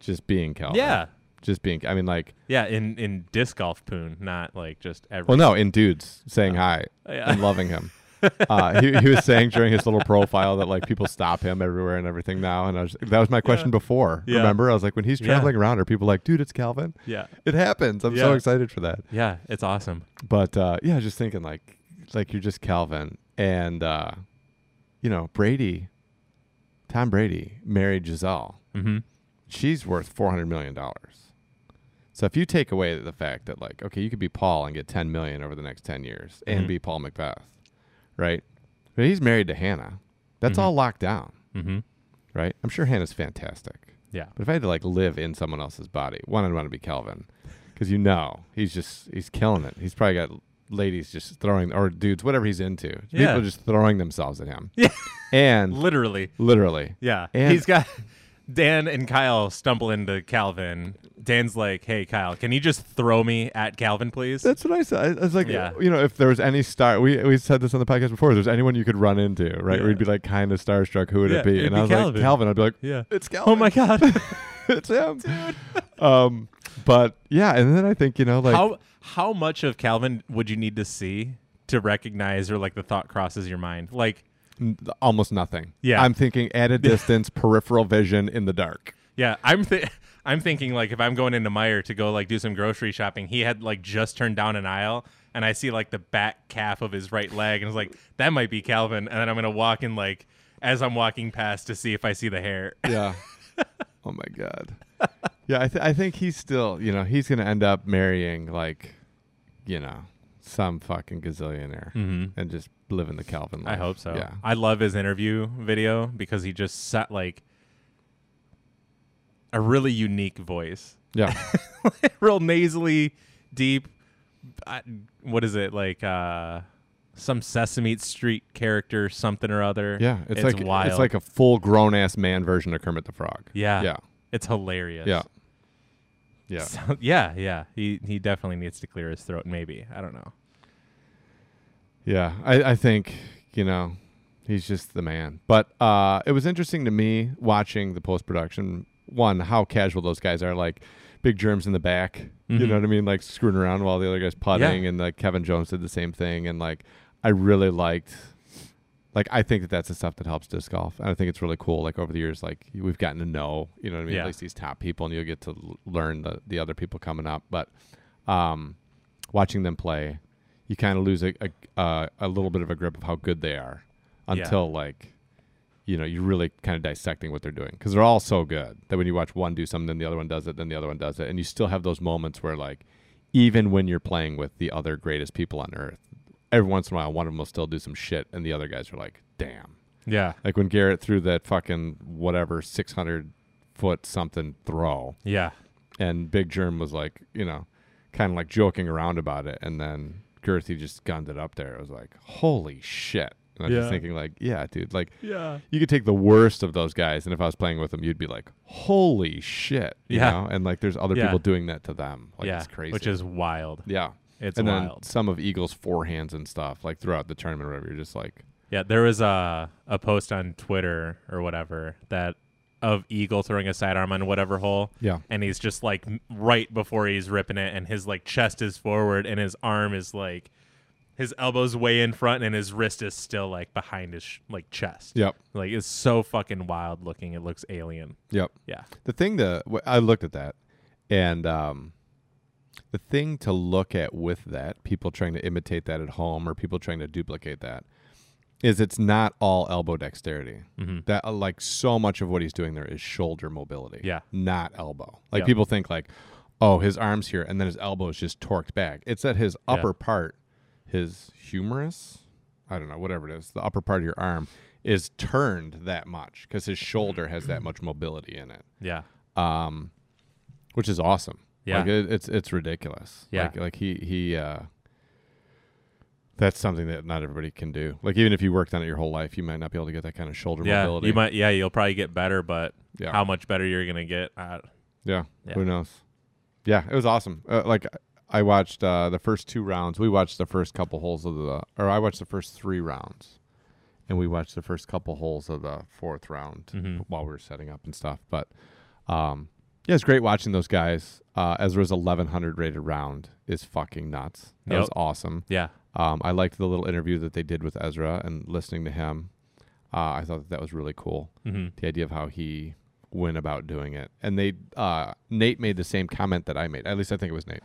Speaker 1: Just being Calvin.
Speaker 2: Yeah.
Speaker 1: Just being. I mean, like,
Speaker 2: Yeah. In, in disc golf poon, not like just every.
Speaker 1: well, no, in dudes saying hi
Speaker 2: Yeah.
Speaker 1: and loving him. Uh, he, he was saying during his little profile that like people stop him everywhere and everything now, and I was that was my question before.
Speaker 2: Yeah.
Speaker 1: Remember, I was like, when he's
Speaker 2: Yeah.
Speaker 1: traveling around, are people like, dude, it's Calvin?
Speaker 2: Yeah.
Speaker 1: It happens. I'm so
Speaker 2: Yeah.
Speaker 1: excited for that.
Speaker 2: Yeah. It's awesome.
Speaker 1: But uh, yeah, just thinking like, like you're just Calvin, and uh, you know Brady, Tom Brady married Giselle.
Speaker 2: Mm-hmm.
Speaker 1: she's worth four hundred million dollars. So if you take away the fact that like, okay, you could be Paul and get ten million over the next ten years and
Speaker 2: Mhm.
Speaker 1: be Paul Macbeth, right? But he's married to Hannah. That's
Speaker 2: Mhm.
Speaker 1: all locked down,
Speaker 2: Mm-hmm.
Speaker 1: right? I'm sure Hannah's fantastic.
Speaker 2: Yeah.
Speaker 1: But if I had to like live in someone else's body, one I'd want to be Kelvin, because you know he's just he's killing it. He's probably got ladies just throwing or dudes whatever he's into.
Speaker 2: Yeah.
Speaker 1: People just throwing themselves at him.
Speaker 2: Yeah.
Speaker 1: and
Speaker 2: Literally.
Speaker 1: literally,
Speaker 2: Yeah.
Speaker 1: And-
Speaker 2: He's got Dan and Kyle stumble into Calvin. Dan's like, "Hey Kyle, can you just throw me at Calvin, please?"
Speaker 1: That's what I said. I was like,
Speaker 2: Yeah.
Speaker 1: you know, if there was any star, we we said this on the podcast before. If there's anyone you could run into, right?
Speaker 2: Yeah.
Speaker 1: We'd be like kind of starstruck. Who would
Speaker 2: Yeah,
Speaker 1: it be?
Speaker 2: it'd
Speaker 1: And
Speaker 2: be
Speaker 1: I was
Speaker 2: Calvin.
Speaker 1: like, Calvin. I'd be like,
Speaker 2: yeah.
Speaker 1: it's Calvin.
Speaker 2: Oh my god.
Speaker 1: it's him, dude. um, but yeah, and then I think you know, like,
Speaker 2: how how much of Calvin would you need to see to recognize or like the thought crosses your mind? Like,
Speaker 1: n- almost nothing.
Speaker 2: Yeah.
Speaker 1: I'm thinking at a distance, peripheral vision in the dark.
Speaker 2: yeah, I'm th- I'm thinking like if I'm going into Meyer to go like do some grocery shopping, he had like just turned down an aisle and I see like the back calf of his right leg and it's like that might be Calvin and then I'm going to walk in like as I'm walking past to see if I see the hair.
Speaker 1: Yeah. oh my god. Yeah, I, th- I think he's still, you know, he's gonna end up marrying like, you know, some fucking gazillionaire
Speaker 2: Mhm.
Speaker 1: and just living the Calvin
Speaker 2: I
Speaker 1: life.
Speaker 2: hope so.
Speaker 1: Yeah.
Speaker 2: I love his interview video because he just set like a really unique voice.
Speaker 1: Yeah.
Speaker 2: real nasally, deep. I, what is it like? Uh, some Sesame Street character, something or other.
Speaker 1: Yeah, it's, like
Speaker 2: wild.
Speaker 1: it's like a full grown ass man version of Kermit the Frog.
Speaker 2: yeah,
Speaker 1: yeah,
Speaker 2: it's hilarious.
Speaker 1: yeah, yeah.
Speaker 2: So- yeah, yeah. He he definitely needs to clear his throat. Maybe I don't know.
Speaker 1: Yeah, I, I think you know he's just the man. But uh, it was interesting to me watching the post production. One, how casual those guys are, like big germs in the back. You
Speaker 2: Mhm.
Speaker 1: know what I mean? Like screwing around while the other guys putting, and like Kevin Jones did the same thing. And like I really liked. Like I think that that's the stuff that helps disc golf, and I think it's really cool. Like over the years, like we've gotten to know, you know what I mean,
Speaker 2: Yeah.
Speaker 1: at least these top people, and you'll get to l- learn the the other people coming up. But um, watching them play, you kind of lose a a, uh, a little bit of a grip of how good they are
Speaker 2: Yeah.
Speaker 1: until like you know you're really kind of dissecting what they're doing because they're all so good that when you watch one do something then the other one does it then the other one does it and you still have those moments where like even when you're playing with the other greatest people on earth every once in a while one of them will still do some shit and the other guys are like damn
Speaker 2: Yeah,
Speaker 1: like when garrett threw that fucking whatever 600 foot something throw
Speaker 2: yeah,
Speaker 1: and Big Germ was like, you know, kind of like joking around about it, and then Girthy just gunned it up there. It was like, holy shit! And I was
Speaker 2: Yeah.
Speaker 1: just thinking, like, yeah, dude, like
Speaker 2: yeah.
Speaker 1: you could take the worst of those guys, and if I was playing with them, you'd be like, holy shit, you
Speaker 2: Yeah.
Speaker 1: know? And like, there's other
Speaker 2: Yeah.
Speaker 1: people doing that to them, like
Speaker 2: yeah,
Speaker 1: it's crazy,
Speaker 2: which is wild.
Speaker 1: yeah.
Speaker 2: It's
Speaker 1: and then
Speaker 2: wild.
Speaker 1: some of Eagles' forehands and stuff, like throughout the tournament, or whatever. You're just like,
Speaker 2: Yeah, there was a a post on Twitter or whatever that of Eagle throwing a sidearm on whatever hole.
Speaker 1: Yeah.
Speaker 2: and he's just like m- right before he's ripping it, and his like chest is forward, and his arm is like his elbows way in front, and his wrist is still like behind his sh- like chest.
Speaker 1: yep,
Speaker 2: like it's so fucking wild looking. It looks alien.
Speaker 1: yep.
Speaker 2: Yeah,
Speaker 1: The thing to wh- I looked at that, and um, the thing to look at with that, people trying to imitate that at home or people trying to duplicate that, is it's not all elbow dexterity.
Speaker 2: Mhm.
Speaker 1: That uh, like so much of what he's doing there is shoulder mobility.
Speaker 2: Yeah.
Speaker 1: not elbow. Like
Speaker 2: Yep.
Speaker 1: people think like, oh, his arms here, and then his elbow is just torqued back. It's that his
Speaker 2: Yeah.
Speaker 1: upper part, his humerus, I don't know, whatever it is, the upper part of your arm is turned that much because his shoulder has that much mobility in it
Speaker 2: yeah,
Speaker 1: um, which is awesome.
Speaker 2: Yeah.
Speaker 1: like it, it's it's ridiculous.
Speaker 2: Yeah.
Speaker 1: like, like he he. Uh, that's something that not everybody can do. Like even if you worked on it your whole life, you might not be able to get that kind of shoulder
Speaker 2: yeah.
Speaker 1: mobility.
Speaker 2: You might. Yeah, you'll probably get better, but
Speaker 1: Yeah.
Speaker 2: how much better you're gonna get? Uh,
Speaker 1: Yeah.
Speaker 2: Yeah.
Speaker 1: Who knows? Yeah, it was awesome. Uh, like I watched uh, the first two rounds. We watched the first couple holes of the, or I watched the first three rounds, and we watched the first couple holes of the fourth round
Speaker 2: Mhm.
Speaker 1: while we were setting up and stuff. But um, yeah, it's great watching those guys. Uh, Ezra's eleven hundred rated round is fucking nuts. That was
Speaker 2: Yep.
Speaker 1: awesome.
Speaker 2: yeah,
Speaker 1: Um, I liked the little interview that they did with Ezra and listening to him. Uh, I thought that, that was really cool
Speaker 2: mm-hmm.
Speaker 1: the idea of how he went about doing it. And they uh, Nate made the same comment that I made. At least I think it was Nate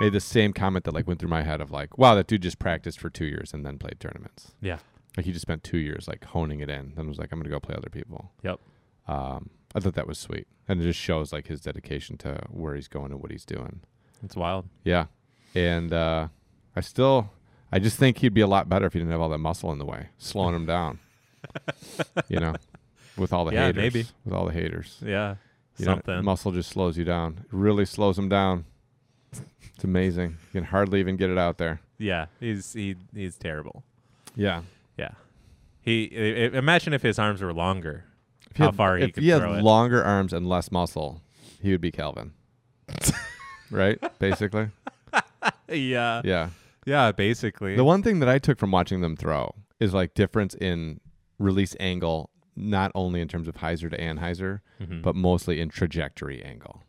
Speaker 1: made the same comment that like went through my head of like, wow, that dude just practiced for two years and then played tournaments.
Speaker 2: yeah,
Speaker 1: Like he just spent two years like honing it in. Then was like, I'm gonna go play other people.
Speaker 2: Yep.
Speaker 1: Um, I I thought that was sweet, and it just shows like his dedication to where he's going and what he's doing.
Speaker 2: It's wild.
Speaker 1: Yeah, and uh, I still, I just think he'd be a lot better if he didn't have all that muscle in the way, slowing him down. you know, with all the
Speaker 2: Yeah,
Speaker 1: haters,
Speaker 2: maybe.
Speaker 1: with all the haters,
Speaker 2: Yeah.
Speaker 1: You know,
Speaker 2: Something.
Speaker 1: muscle just slows you down. It really slows him down. It's amazing. You can hardly even get it out there.
Speaker 2: yeah. He's he he's terrible.
Speaker 1: Yeah.
Speaker 2: Yeah. He i- i- imagine if his arms were longer.
Speaker 1: If
Speaker 2: How far he
Speaker 1: if
Speaker 2: could
Speaker 1: he had
Speaker 2: throw it.
Speaker 1: longer arms and less muscle, he would be Calvin. right? Basically.
Speaker 2: Yeah.
Speaker 1: Yeah.
Speaker 2: Yeah, basically.
Speaker 1: The one thing that I took from watching them throw is like difference in release angle, not only in terms of hyzer to anhyzer,
Speaker 2: Mhm.
Speaker 1: but mostly in trajectory angle.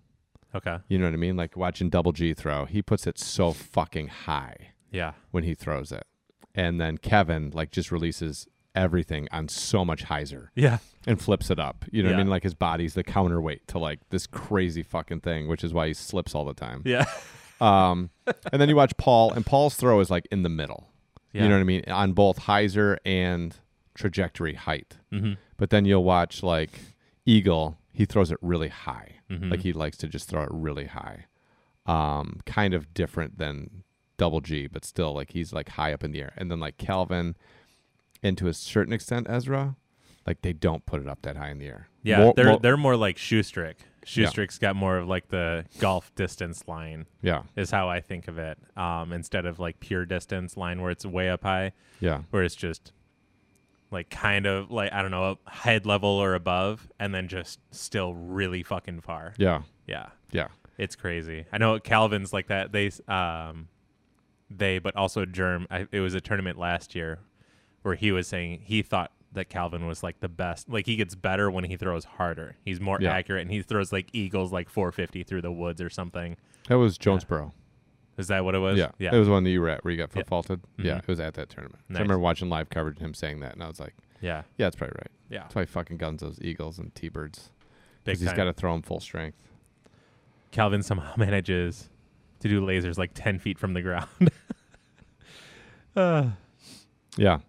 Speaker 2: Okay.
Speaker 1: You know what I mean? Like watching Double G throw, he puts it so fucking high
Speaker 2: Yeah.
Speaker 1: when he throws it. And then Kevin like just releases everything on so much hyzer.
Speaker 2: Yeah.
Speaker 1: and flips it up. You know what
Speaker 2: Yeah.
Speaker 1: I mean? Like his body's the counterweight to like this crazy fucking thing, which is why he slips all the time.
Speaker 2: Yeah.
Speaker 1: Um, and then you watch Paul, and Paul's throw is like in the middle.
Speaker 2: Yeah.
Speaker 1: You know what I mean? On both hyzer and trajectory height.
Speaker 2: Mhm.
Speaker 1: But then you'll watch like Eagle, he throws it really high.
Speaker 2: Mhm.
Speaker 1: Like he likes to just throw it really high. Um, kind of different than Double G, but still like he's like high up in the air. And then like Calvin, and to a certain extent, Ezra, like they don't put it up that high in the air.
Speaker 2: Yeah,
Speaker 1: More-
Speaker 2: they're
Speaker 1: more-
Speaker 2: they're more like shoestrick. Shoestrick's got more of like the golf distance line
Speaker 1: yeah,
Speaker 2: is how I think of it. Um, instead of like pure distance line where it's way up high,
Speaker 1: yeah,
Speaker 2: where it's just like kind of like I don't know head level or above, and then just still really fucking far.
Speaker 1: yeah,
Speaker 2: Yeah,
Speaker 1: yeah,
Speaker 2: it's crazy. I know Calvin's like that. They s- um, they but also Germ. I, it was a tournament last year where he was saying he thought that Calvin was like the best. Like he gets better when he throws harder. He's more
Speaker 1: Yeah.
Speaker 2: accurate and he throws like eagles like 450 through the woods or something.
Speaker 1: That was Jonesboro.
Speaker 2: Is that what it
Speaker 1: Yeah,
Speaker 2: was?
Speaker 1: yeah. It was one that you were at where you got foot faulted. Yeah,
Speaker 2: Mhm.
Speaker 1: it was at that tournament. So
Speaker 2: Nice.
Speaker 1: I remember watching live coverage and him saying that, and I was like,
Speaker 2: yeah,
Speaker 1: yeah, that's probably right.
Speaker 2: yeah.
Speaker 1: That's why he fucking guns those Eagles and T-Birds.
Speaker 2: Big
Speaker 1: Because he's
Speaker 2: time.
Speaker 1: got to throw them full strength.
Speaker 2: Calvin somehow manages to do lasers like 10 feet from the ground. uh,
Speaker 1: Yeah.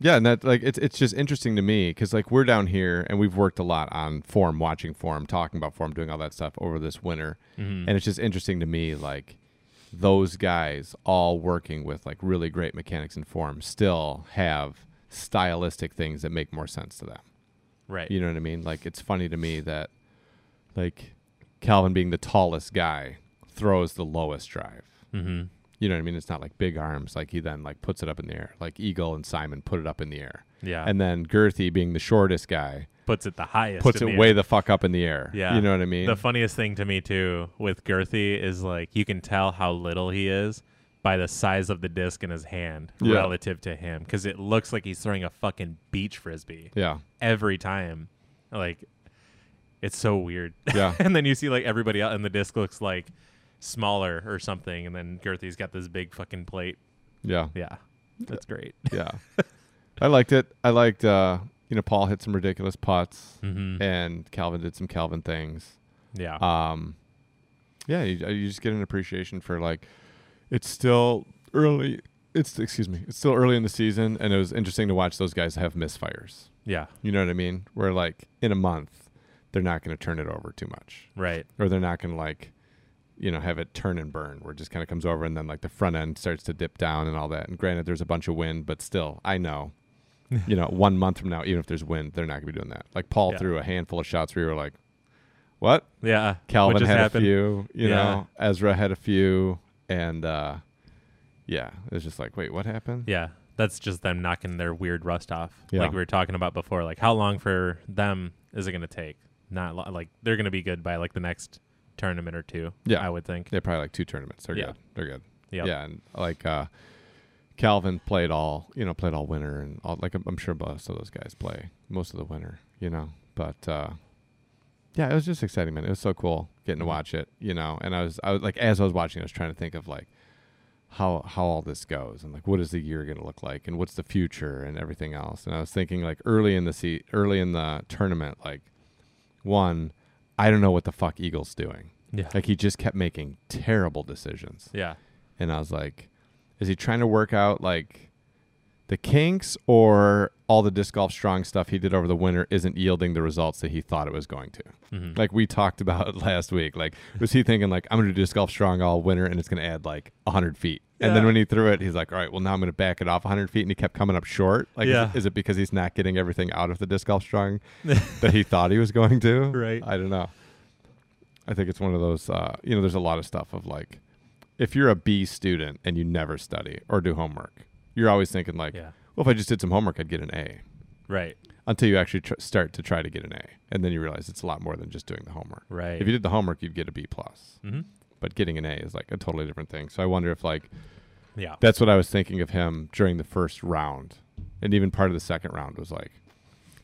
Speaker 1: Yeah, and that like it's it's just interesting to me because like we're down here and we've worked a lot on form, watching form, talking about form, doing all that stuff over this winter,
Speaker 2: mhm.
Speaker 1: and it's just interesting to me like those guys all working with like really great mechanics and form still have stylistic things that make more sense to them.
Speaker 2: right.
Speaker 1: You know what I mean? Like it's funny to me that like Calvin being the tallest guy throws the lowest drive.
Speaker 2: mm-hmm.
Speaker 1: You know what I mean? It's not like big arms. Like he then like puts it up in the air. Like Eagle and Simon put it up in the air.
Speaker 2: Yeah.
Speaker 1: And then Girthy being the shortest guy
Speaker 2: puts it the highest.
Speaker 1: puts
Speaker 2: in
Speaker 1: it
Speaker 2: the
Speaker 1: way
Speaker 2: air.
Speaker 1: the fuck up in the air.
Speaker 2: Yeah.
Speaker 1: You know what I mean?
Speaker 2: The funniest thing to me too with Girthy is like you can tell how little he is by the size of the disc in his hand
Speaker 1: Yeah.
Speaker 2: relative to him because it looks like he's throwing a fucking beach frisbee
Speaker 1: yeah.
Speaker 2: every time. Like it's so weird.
Speaker 1: Yeah.
Speaker 2: and then you see like everybody else and the disc looks like smaller or something and then Girthy's got this big fucking plate.
Speaker 1: Yeah.
Speaker 2: Yeah. That's great.
Speaker 1: Yeah. I liked it. I liked uh you know, Paul hit some ridiculous putts
Speaker 2: Mm-hmm.
Speaker 1: and Calvin did some Calvin things.
Speaker 2: Yeah.
Speaker 1: um yeah you, you just get an appreciation for like it's still early it's excuse me it's still early in the season and it was interesting to watch those guys have misfires
Speaker 2: yeah.
Speaker 1: you know what i mean where like in a month they're not going to turn it over too much
Speaker 2: Right.
Speaker 1: or they're not going to like you know have it turn and burn where it just kind of comes over and then like the front end starts to dip down and all that and granted there's a bunch of wind but still i know you know one month from now even if there's wind they're not going to be doing that like paul
Speaker 2: Yeah.
Speaker 1: threw a handful of shots where you were like what
Speaker 2: Yeah. What
Speaker 1: Calvin
Speaker 2: just
Speaker 1: had
Speaker 2: happened?
Speaker 1: a few, you
Speaker 2: Yeah.
Speaker 1: know, Ezra had a few, and uh, yeah, it's just like, wait, what happened?
Speaker 2: Yeah, that's just them knocking their weird rust off,
Speaker 1: Yeah.
Speaker 2: like we were talking about before. Like, how long for them is it going to take? Not lo- like they're going to be good by like the next tournament or two.
Speaker 1: Yeah.
Speaker 2: I would think.
Speaker 1: They're probably like two tournaments. They're
Speaker 2: Yeah.
Speaker 1: good. They're good.
Speaker 2: Yep.
Speaker 1: Yeah, and like uh, Calvin played all, you know, played all winter, and all like I'm, I'm sure most of those guys play most of the winter, you know. But uh, yeah, it was just exciting, man. It was so cool getting to
Speaker 2: Mhm.
Speaker 1: watch it, you know. And I was, I was like, as I was watching, I was trying to think of like how how all this goes and like what is the year going to look like and what's the future and everything else. And I was thinking like early in the se- early in the tournament, like one, I don't know what the fuck Eagles doing.
Speaker 2: Yeah.
Speaker 1: Like he just kept making terrible decisions
Speaker 2: yeah.
Speaker 1: and I was like, is he trying to work out like the kinks or all the disc golf strong stuff he did over the winter isn't yielding the results that he thought it was going to.
Speaker 2: Mm-hmm.
Speaker 1: Like we talked about last week. Like was he thinking like I'm gonna do disc golf strong all winter and it's gonna add like hundred feet. And then
Speaker 2: Yeah.
Speaker 1: when he threw it, he's like, all right, well now I'm gonna back it off hundred feet and he kept coming up short. Like is
Speaker 2: Yeah.
Speaker 1: it- is it because he's not getting everything out of the disc golf strong that he thought he was going to?
Speaker 2: Right.
Speaker 1: I don't know. I think it's one of those uh, you know, there's a lot of stuff of like if you're a B student and you never study or do homework, you're always thinking like,
Speaker 2: Yeah.
Speaker 1: well, if I just did some homework, I'd get an A.
Speaker 2: Right.
Speaker 1: Until you actually tr- start to try to get an A, and then you realize it's a lot more than just doing the homework.
Speaker 2: Right.
Speaker 1: If you did the homework, you'd get a B plus,
Speaker 2: mm-hmm.
Speaker 1: but getting an A is like a totally different thing. So I wonder if like
Speaker 2: Yeah.
Speaker 1: that's what I was thinking of him during the first round, and even part of the second round was like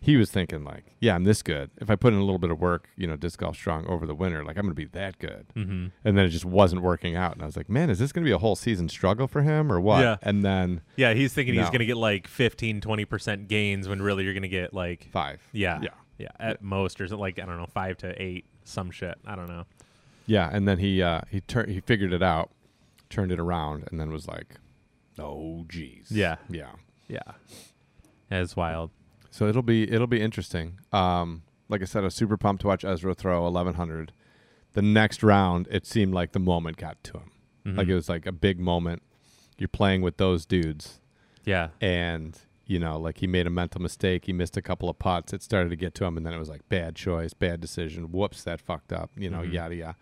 Speaker 1: he was thinking like, yeah, I'm this good. If I put in a little bit of work, you know, disc golf strong over the winter, like I'm gonna be that good
Speaker 2: mm-hmm.
Speaker 1: and then it just wasn't working out. And I was like, man, is this going to be a whole season struggle for him or what?
Speaker 2: Yeah.
Speaker 1: And then
Speaker 2: Yeah, he's thinking he's
Speaker 1: No.
Speaker 2: going to get like 15, 20% gains when really you're going to get like,
Speaker 1: five.
Speaker 2: yeah,
Speaker 1: Yeah.
Speaker 2: yeah, at most, or something like, I don't know, five to eight, some shit. I don't know.
Speaker 1: Yeah. And then he uh, he turned he figured it out, turned it around, and then was like, oh geez.
Speaker 2: Yeah.
Speaker 1: Yeah.
Speaker 2: Yeah. It's wild.
Speaker 1: So it'll be it'll be interesting. Um, like I said, I was super pumped to watch Ezra throw eleven hundred. The next round, it seemed like the moment got to him.
Speaker 2: Mhm.
Speaker 1: Like it was like a big moment. You're playing with those dudes.
Speaker 2: yeah.
Speaker 1: and you know like he made a mental mistake he missed a couple of putts it started to get to him and then it was like bad choice bad decision whoops that fucked up you know
Speaker 2: Mhm.
Speaker 1: yada yada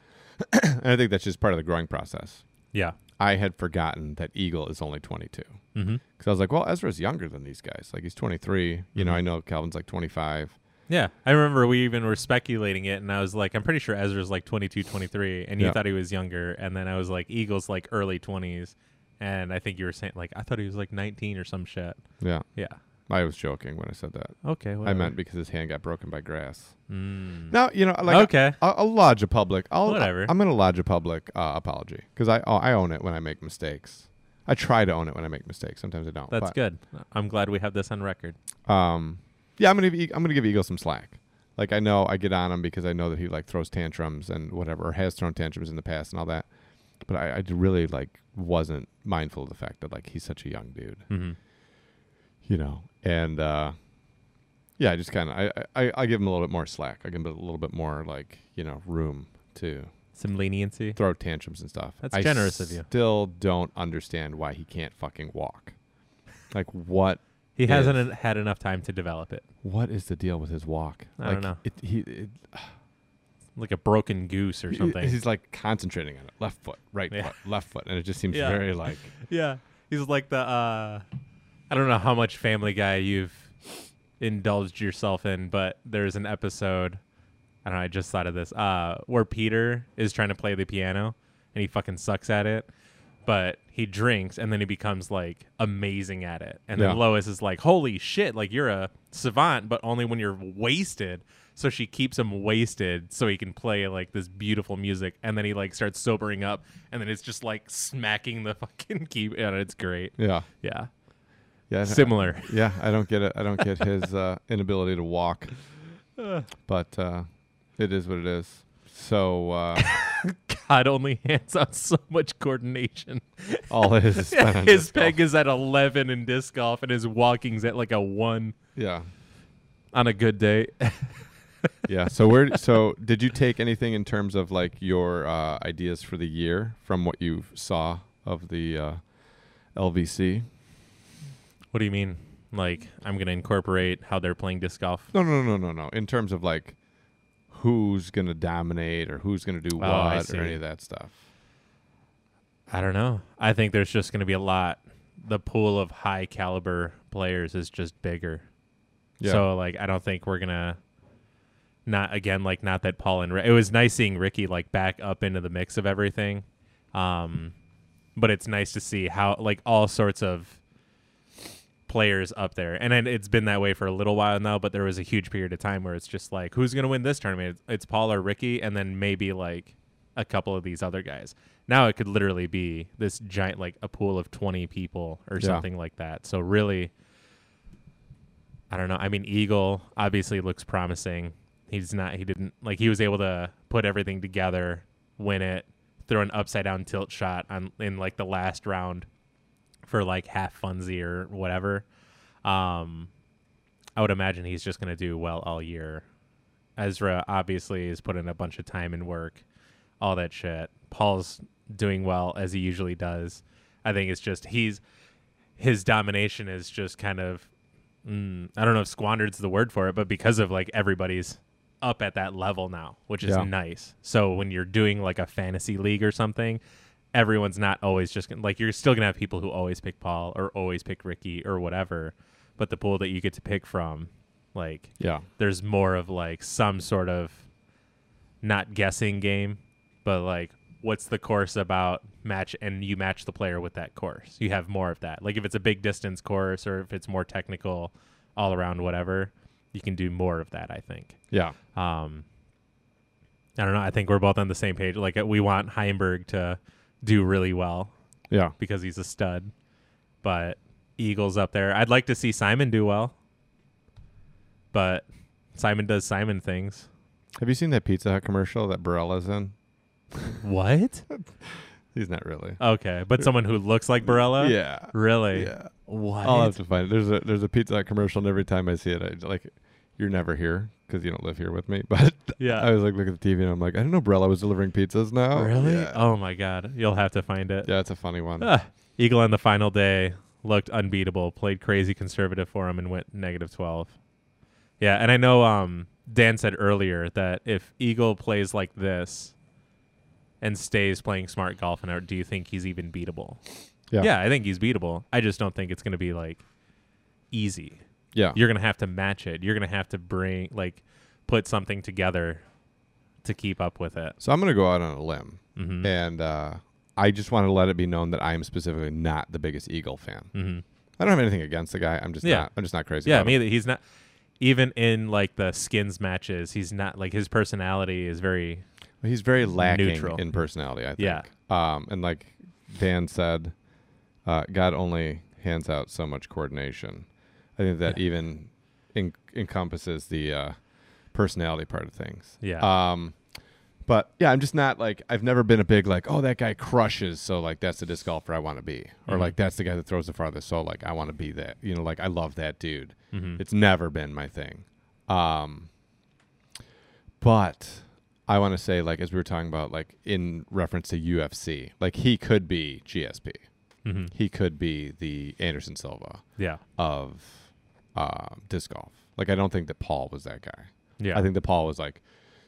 Speaker 1: and i think that's just part of the growing process
Speaker 2: Yeah.
Speaker 1: i had forgotten that eagle is only 22
Speaker 2: Mm-hmm.
Speaker 1: because i was like well ezra's younger than these guys like he's 23 you know i know calvin's like 25
Speaker 2: Yeah. I remember we even were speculating it, and I was like, I'm pretty sure Ezra's like 22, 23, and you
Speaker 1: Yeah.
Speaker 2: thought he was younger. And then I was like, Eagle's like early 20s. And I think you were saying, like, I thought he was like 19 or some shit.
Speaker 1: yeah
Speaker 2: Yeah.
Speaker 1: i was joking when i said that
Speaker 2: Okay.
Speaker 1: i
Speaker 2: whatever.
Speaker 1: meant because his hand got broken by grass
Speaker 2: Mm.
Speaker 1: now you know like uh,
Speaker 2: okay.
Speaker 1: I'll, I'll lodge a public. I'll,
Speaker 2: Whatever.
Speaker 1: I'm gonna lodge a public uh, apology because I I own it when I make mistakes. I try to own it when I make mistakes. Sometimes I don't.
Speaker 2: That's
Speaker 1: but,
Speaker 2: good. I'm glad we have this on record.
Speaker 1: Um, yeah, I'm gonna be, I'm gonna give Eagle some slack. Like I know I get on him because I know that he like throws tantrums and whatever, or has thrown tantrums in the past and all that. But I, I really like wasn't mindful of the fact that like he's such a young dude
Speaker 2: Mm-hmm.
Speaker 1: you know and uh yeah i just kind of I, I i give him a little bit more slack i give him a little bit more like you know room to
Speaker 2: Some leniency.
Speaker 1: throw tantrums and stuff
Speaker 2: That's
Speaker 1: I
Speaker 2: generous of you.
Speaker 1: still don't understand why he can't fucking walk like what
Speaker 2: He
Speaker 1: It
Speaker 2: hasn't
Speaker 1: is.
Speaker 2: en- had enough time to develop it.
Speaker 1: what is the deal with his walk
Speaker 2: I don't
Speaker 1: like
Speaker 2: know.
Speaker 1: it, he it,
Speaker 2: Like a broken goose or
Speaker 1: he-
Speaker 2: something.
Speaker 1: he's like concentrating on it left foot right
Speaker 2: Yeah.
Speaker 1: foot left foot and it just seems
Speaker 2: Yeah.
Speaker 1: very like
Speaker 2: yeah. He's like the uh I don't know how much family guy you've indulged yourself in, but there's an episode I don't know, I just thought of this. Uh where Peter is trying to play the piano and he fucking sucks at it. But he drinks and then he becomes like amazing at it. And then
Speaker 1: Yeah.
Speaker 2: Lois is like, Holy shit, like you're a savant, but only when you're wasted. So she keeps him wasted so he can play like this beautiful music. And then he like starts sobering up and then it's just like smacking the fucking key. And it's great.
Speaker 1: yeah
Speaker 2: Yeah.
Speaker 1: yeah I don't-
Speaker 2: Similar.
Speaker 1: yeah i don't get it i don't get his uh inability to walk but uh it is what it is so uh
Speaker 2: God only hands out so much coordination.
Speaker 1: all it is is spent on
Speaker 2: his
Speaker 1: disc golf.
Speaker 2: peg is at 11 in disc golf and his walking's at like a 1
Speaker 1: yeah
Speaker 2: on a good day.
Speaker 1: yeah so where so did you take anything in terms of like your uh ideas for the year from what you saw of the uh lvc
Speaker 2: what do you mean? Like, I'm going to incorporate how they're playing disc golf.
Speaker 1: no no no no no in terms of like who's gonna dominate or who's gonna do
Speaker 2: Oh,
Speaker 1: what
Speaker 2: I see.
Speaker 1: or any of that stuff
Speaker 2: I don't know. I think there's just going to be a lot. The pool of high caliber players is just bigger.
Speaker 1: yeah
Speaker 2: So like I don't think we're gonna not again like not that Paul and Ri- it was nice seeing Ricky like back up into the mix of everything, um, but it's nice to see how like all sorts of players up there, and then it's been that way for a little while now. But there was a huge period of time where it's just like who's gonna win this tournament? It's, it's Paul or Ricky, and then maybe like a couple of these other guys. Now it could literally be this giant like a pool of twenty people or
Speaker 1: Yeah.
Speaker 2: something like that. So really. I don't know. I mean, Eagle obviously looks promising. He's not. He didn't like. He was able to put everything together, win it, throw an upside down tilt shot on in like the last round for like half funsy or whatever. Um, I would imagine he's just going to do well all year. Ezra obviously is putting a bunch of time and work, all that shit. Paul's doing well as he usually does. I think it's just he's his domination is just kind of mm, I don't know if squandered's the word for it, but because of like everybody's up at that level now, which is
Speaker 1: Yeah.
Speaker 2: nice. So when you're doing like a fantasy league or something, everyone's not always just gonna, like you're still gonna have people who always pick Paul or always pick Ricky or whatever, but the pool that you get to pick from, like
Speaker 1: Yeah.
Speaker 2: there's more of like some sort of not guessing game, but like what's the course about match and you match the player with that course. You have more of that. Like if it's a big distance course or if it's more technical all around whatever, you can do more of that, I think.
Speaker 1: Yeah.
Speaker 2: Um I don't know, I think we're both on the same page. Like uh, we want Heimberg to do really well
Speaker 1: Yeah.
Speaker 2: because he's a stud. But Eagles up there. I'd like to see Simon do well. But Simon does Simon things.
Speaker 1: Have you seen that Pizza Hut commercial that Barella's in?
Speaker 2: What?
Speaker 1: He's not really.
Speaker 2: Okay, but someone who looks like Barella?
Speaker 1: yeah.
Speaker 2: Really?
Speaker 1: Yeah.
Speaker 2: What?
Speaker 1: I'll have to find it. There's a there's a Pizza Hut commercial, and every time I see it, I like you're never here because you don't live here with me. But
Speaker 2: Yeah.
Speaker 1: I was like looking at the TV, and I'm like, I didn't know Brella was delivering pizzas now.
Speaker 2: really?
Speaker 1: Yeah.
Speaker 2: Oh my god. You'll have to find it.
Speaker 1: Yeah, it's a funny one.
Speaker 2: Ah, Eagle on the final day looked unbeatable, played crazy conservative for him and went negative 12. Yeah, and I know um, Dan said earlier that if Eagle plays like this and stays playing smart golf, and do you think he's even beatable?
Speaker 1: Yeah.
Speaker 2: yeah, I think he's beatable. I just don't think it's going to be like easy.
Speaker 1: yeah.
Speaker 2: You're going to have to match it. You're going to have to bring like put something together to keep up with it.
Speaker 1: So I'm gonna go out on a limb,
Speaker 2: Mm-hmm.
Speaker 1: and uh, I just want to let it be known that I'm specifically not the biggest Eagle fan.
Speaker 2: Mm-hmm.
Speaker 1: I don't have anything against the guy. I'm just
Speaker 2: Yeah.
Speaker 1: not. I'm just not crazy.
Speaker 2: Yeah,
Speaker 1: about
Speaker 2: me
Speaker 1: him.
Speaker 2: either. He's not even in like the skins matches. He's not like his personality is very
Speaker 1: He's very lacking
Speaker 2: Neutral.
Speaker 1: in personality. I think.
Speaker 2: Yeah.
Speaker 1: Um, and like Dan said, uh, God only hands out so much coordination. I think that even en- encompasses the uh, personality part of things.
Speaker 2: yeah.
Speaker 1: Um, but yeah, I'm just not like I've never been a big like oh that guy crushes so like that's the disc golfer I want to be or
Speaker 2: Mhm.
Speaker 1: like that's the guy that throws the farthest so like I want to be that you know like I love that dude.
Speaker 2: Mhm.
Speaker 1: It's never been my thing. Um, but I want to say like as we were talking about like in reference to UFC like he could be GSP
Speaker 2: Mhm.
Speaker 1: he could be the Anderson Silva
Speaker 2: Yeah.
Speaker 1: of uh, disc golf. Like I don't think that Paul was that guy.
Speaker 2: Yeah.
Speaker 1: I think that Paul was like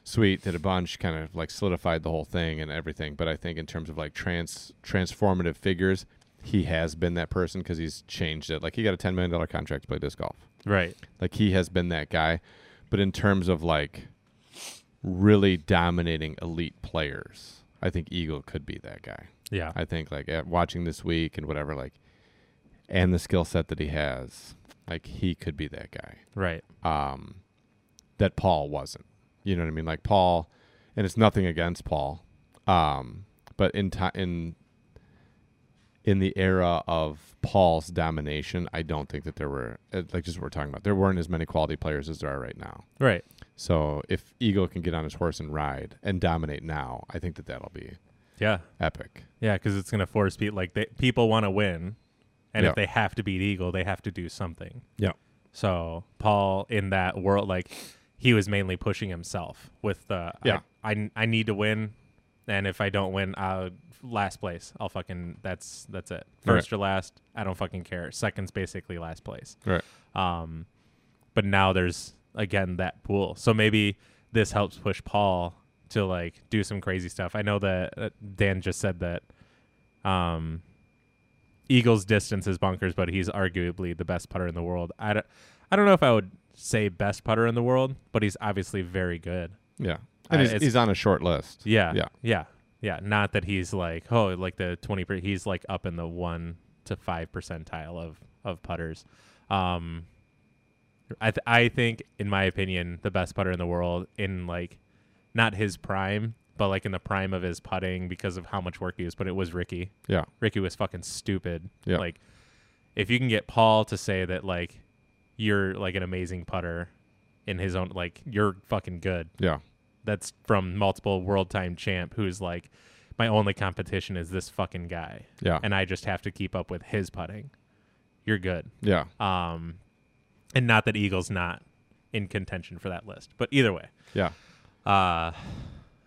Speaker 1: sweet, did a bunch, kind of like solidified the whole thing and everything. But I think in terms of like trans transformative figures, he has been that person because he's changed it. Like he got a ten million dollar contract to play disc golf.
Speaker 2: right.
Speaker 1: Like he has been that guy. But in terms of like really dominating elite players, I think Eagle could be that guy.
Speaker 2: Yeah.
Speaker 1: I think like at watching this week and whatever, like, and the skill set that he has, like he could be that guy.
Speaker 2: Right.
Speaker 1: Um, that Paul wasn't. You know what I mean? Like Paul, and it's nothing against Paul, um, but in time in in the era of Paul's domination, I don't think that there were uh, like just what we're talking about. There weren't as many quality players as there are right now.
Speaker 2: Right.
Speaker 1: So if Eagle can get on his horse and ride and dominate now, I think that that'll be
Speaker 2: Yeah.
Speaker 1: epic.
Speaker 2: Yeah, cuz it's going to force people like they, people want to win. And
Speaker 1: Yeah.
Speaker 2: if they have to beat Eagle, they have to do something.
Speaker 1: Yeah.
Speaker 2: So, Paul in that world like he was mainly pushing himself with the
Speaker 1: Yeah.
Speaker 2: I, I I need to win and if I don't win, I'll last place. I'll fucking that's that's it.
Speaker 1: Right.
Speaker 2: First or last, I don't fucking care. Second's basically last place.
Speaker 1: Right.
Speaker 2: Um, but now there's again that pool. So maybe this helps push Paul to like do some crazy stuff. I know that uh, Dan just said that um, Eagles distance is bonkers, but he's arguably the best putter in the world. I don't, I don't know if I would say best putter in the world, but he's obviously very good.
Speaker 1: Yeah. And
Speaker 2: Uh,
Speaker 1: he's,
Speaker 2: it's-
Speaker 1: he's on a short list.
Speaker 2: Yeah.
Speaker 1: Yeah.
Speaker 2: Yeah. Yeah. Not that he's like, oh, like the 20, per- he's like up in the one to five percentile of, of putters. Um, I, th- I think, in my opinion, the best putter in the world in like not his prime, but like in the prime of his putting because of how much work he was put, it was Ricky.
Speaker 1: Yeah.
Speaker 2: Ricky was fucking stupid.
Speaker 1: Yeah.
Speaker 2: Like, if you can get Paul to say that, like, you're like an amazing putter in his own, like, you're fucking good,
Speaker 1: Yeah.
Speaker 2: that's from multiple world time champ who's like my only competition is this fucking guy
Speaker 1: Yeah.
Speaker 2: and i just have to keep up with his putting you're good
Speaker 1: yeah.
Speaker 2: um and not that Eagles not in contention for that list. But either way,
Speaker 1: Yeah.
Speaker 2: uh,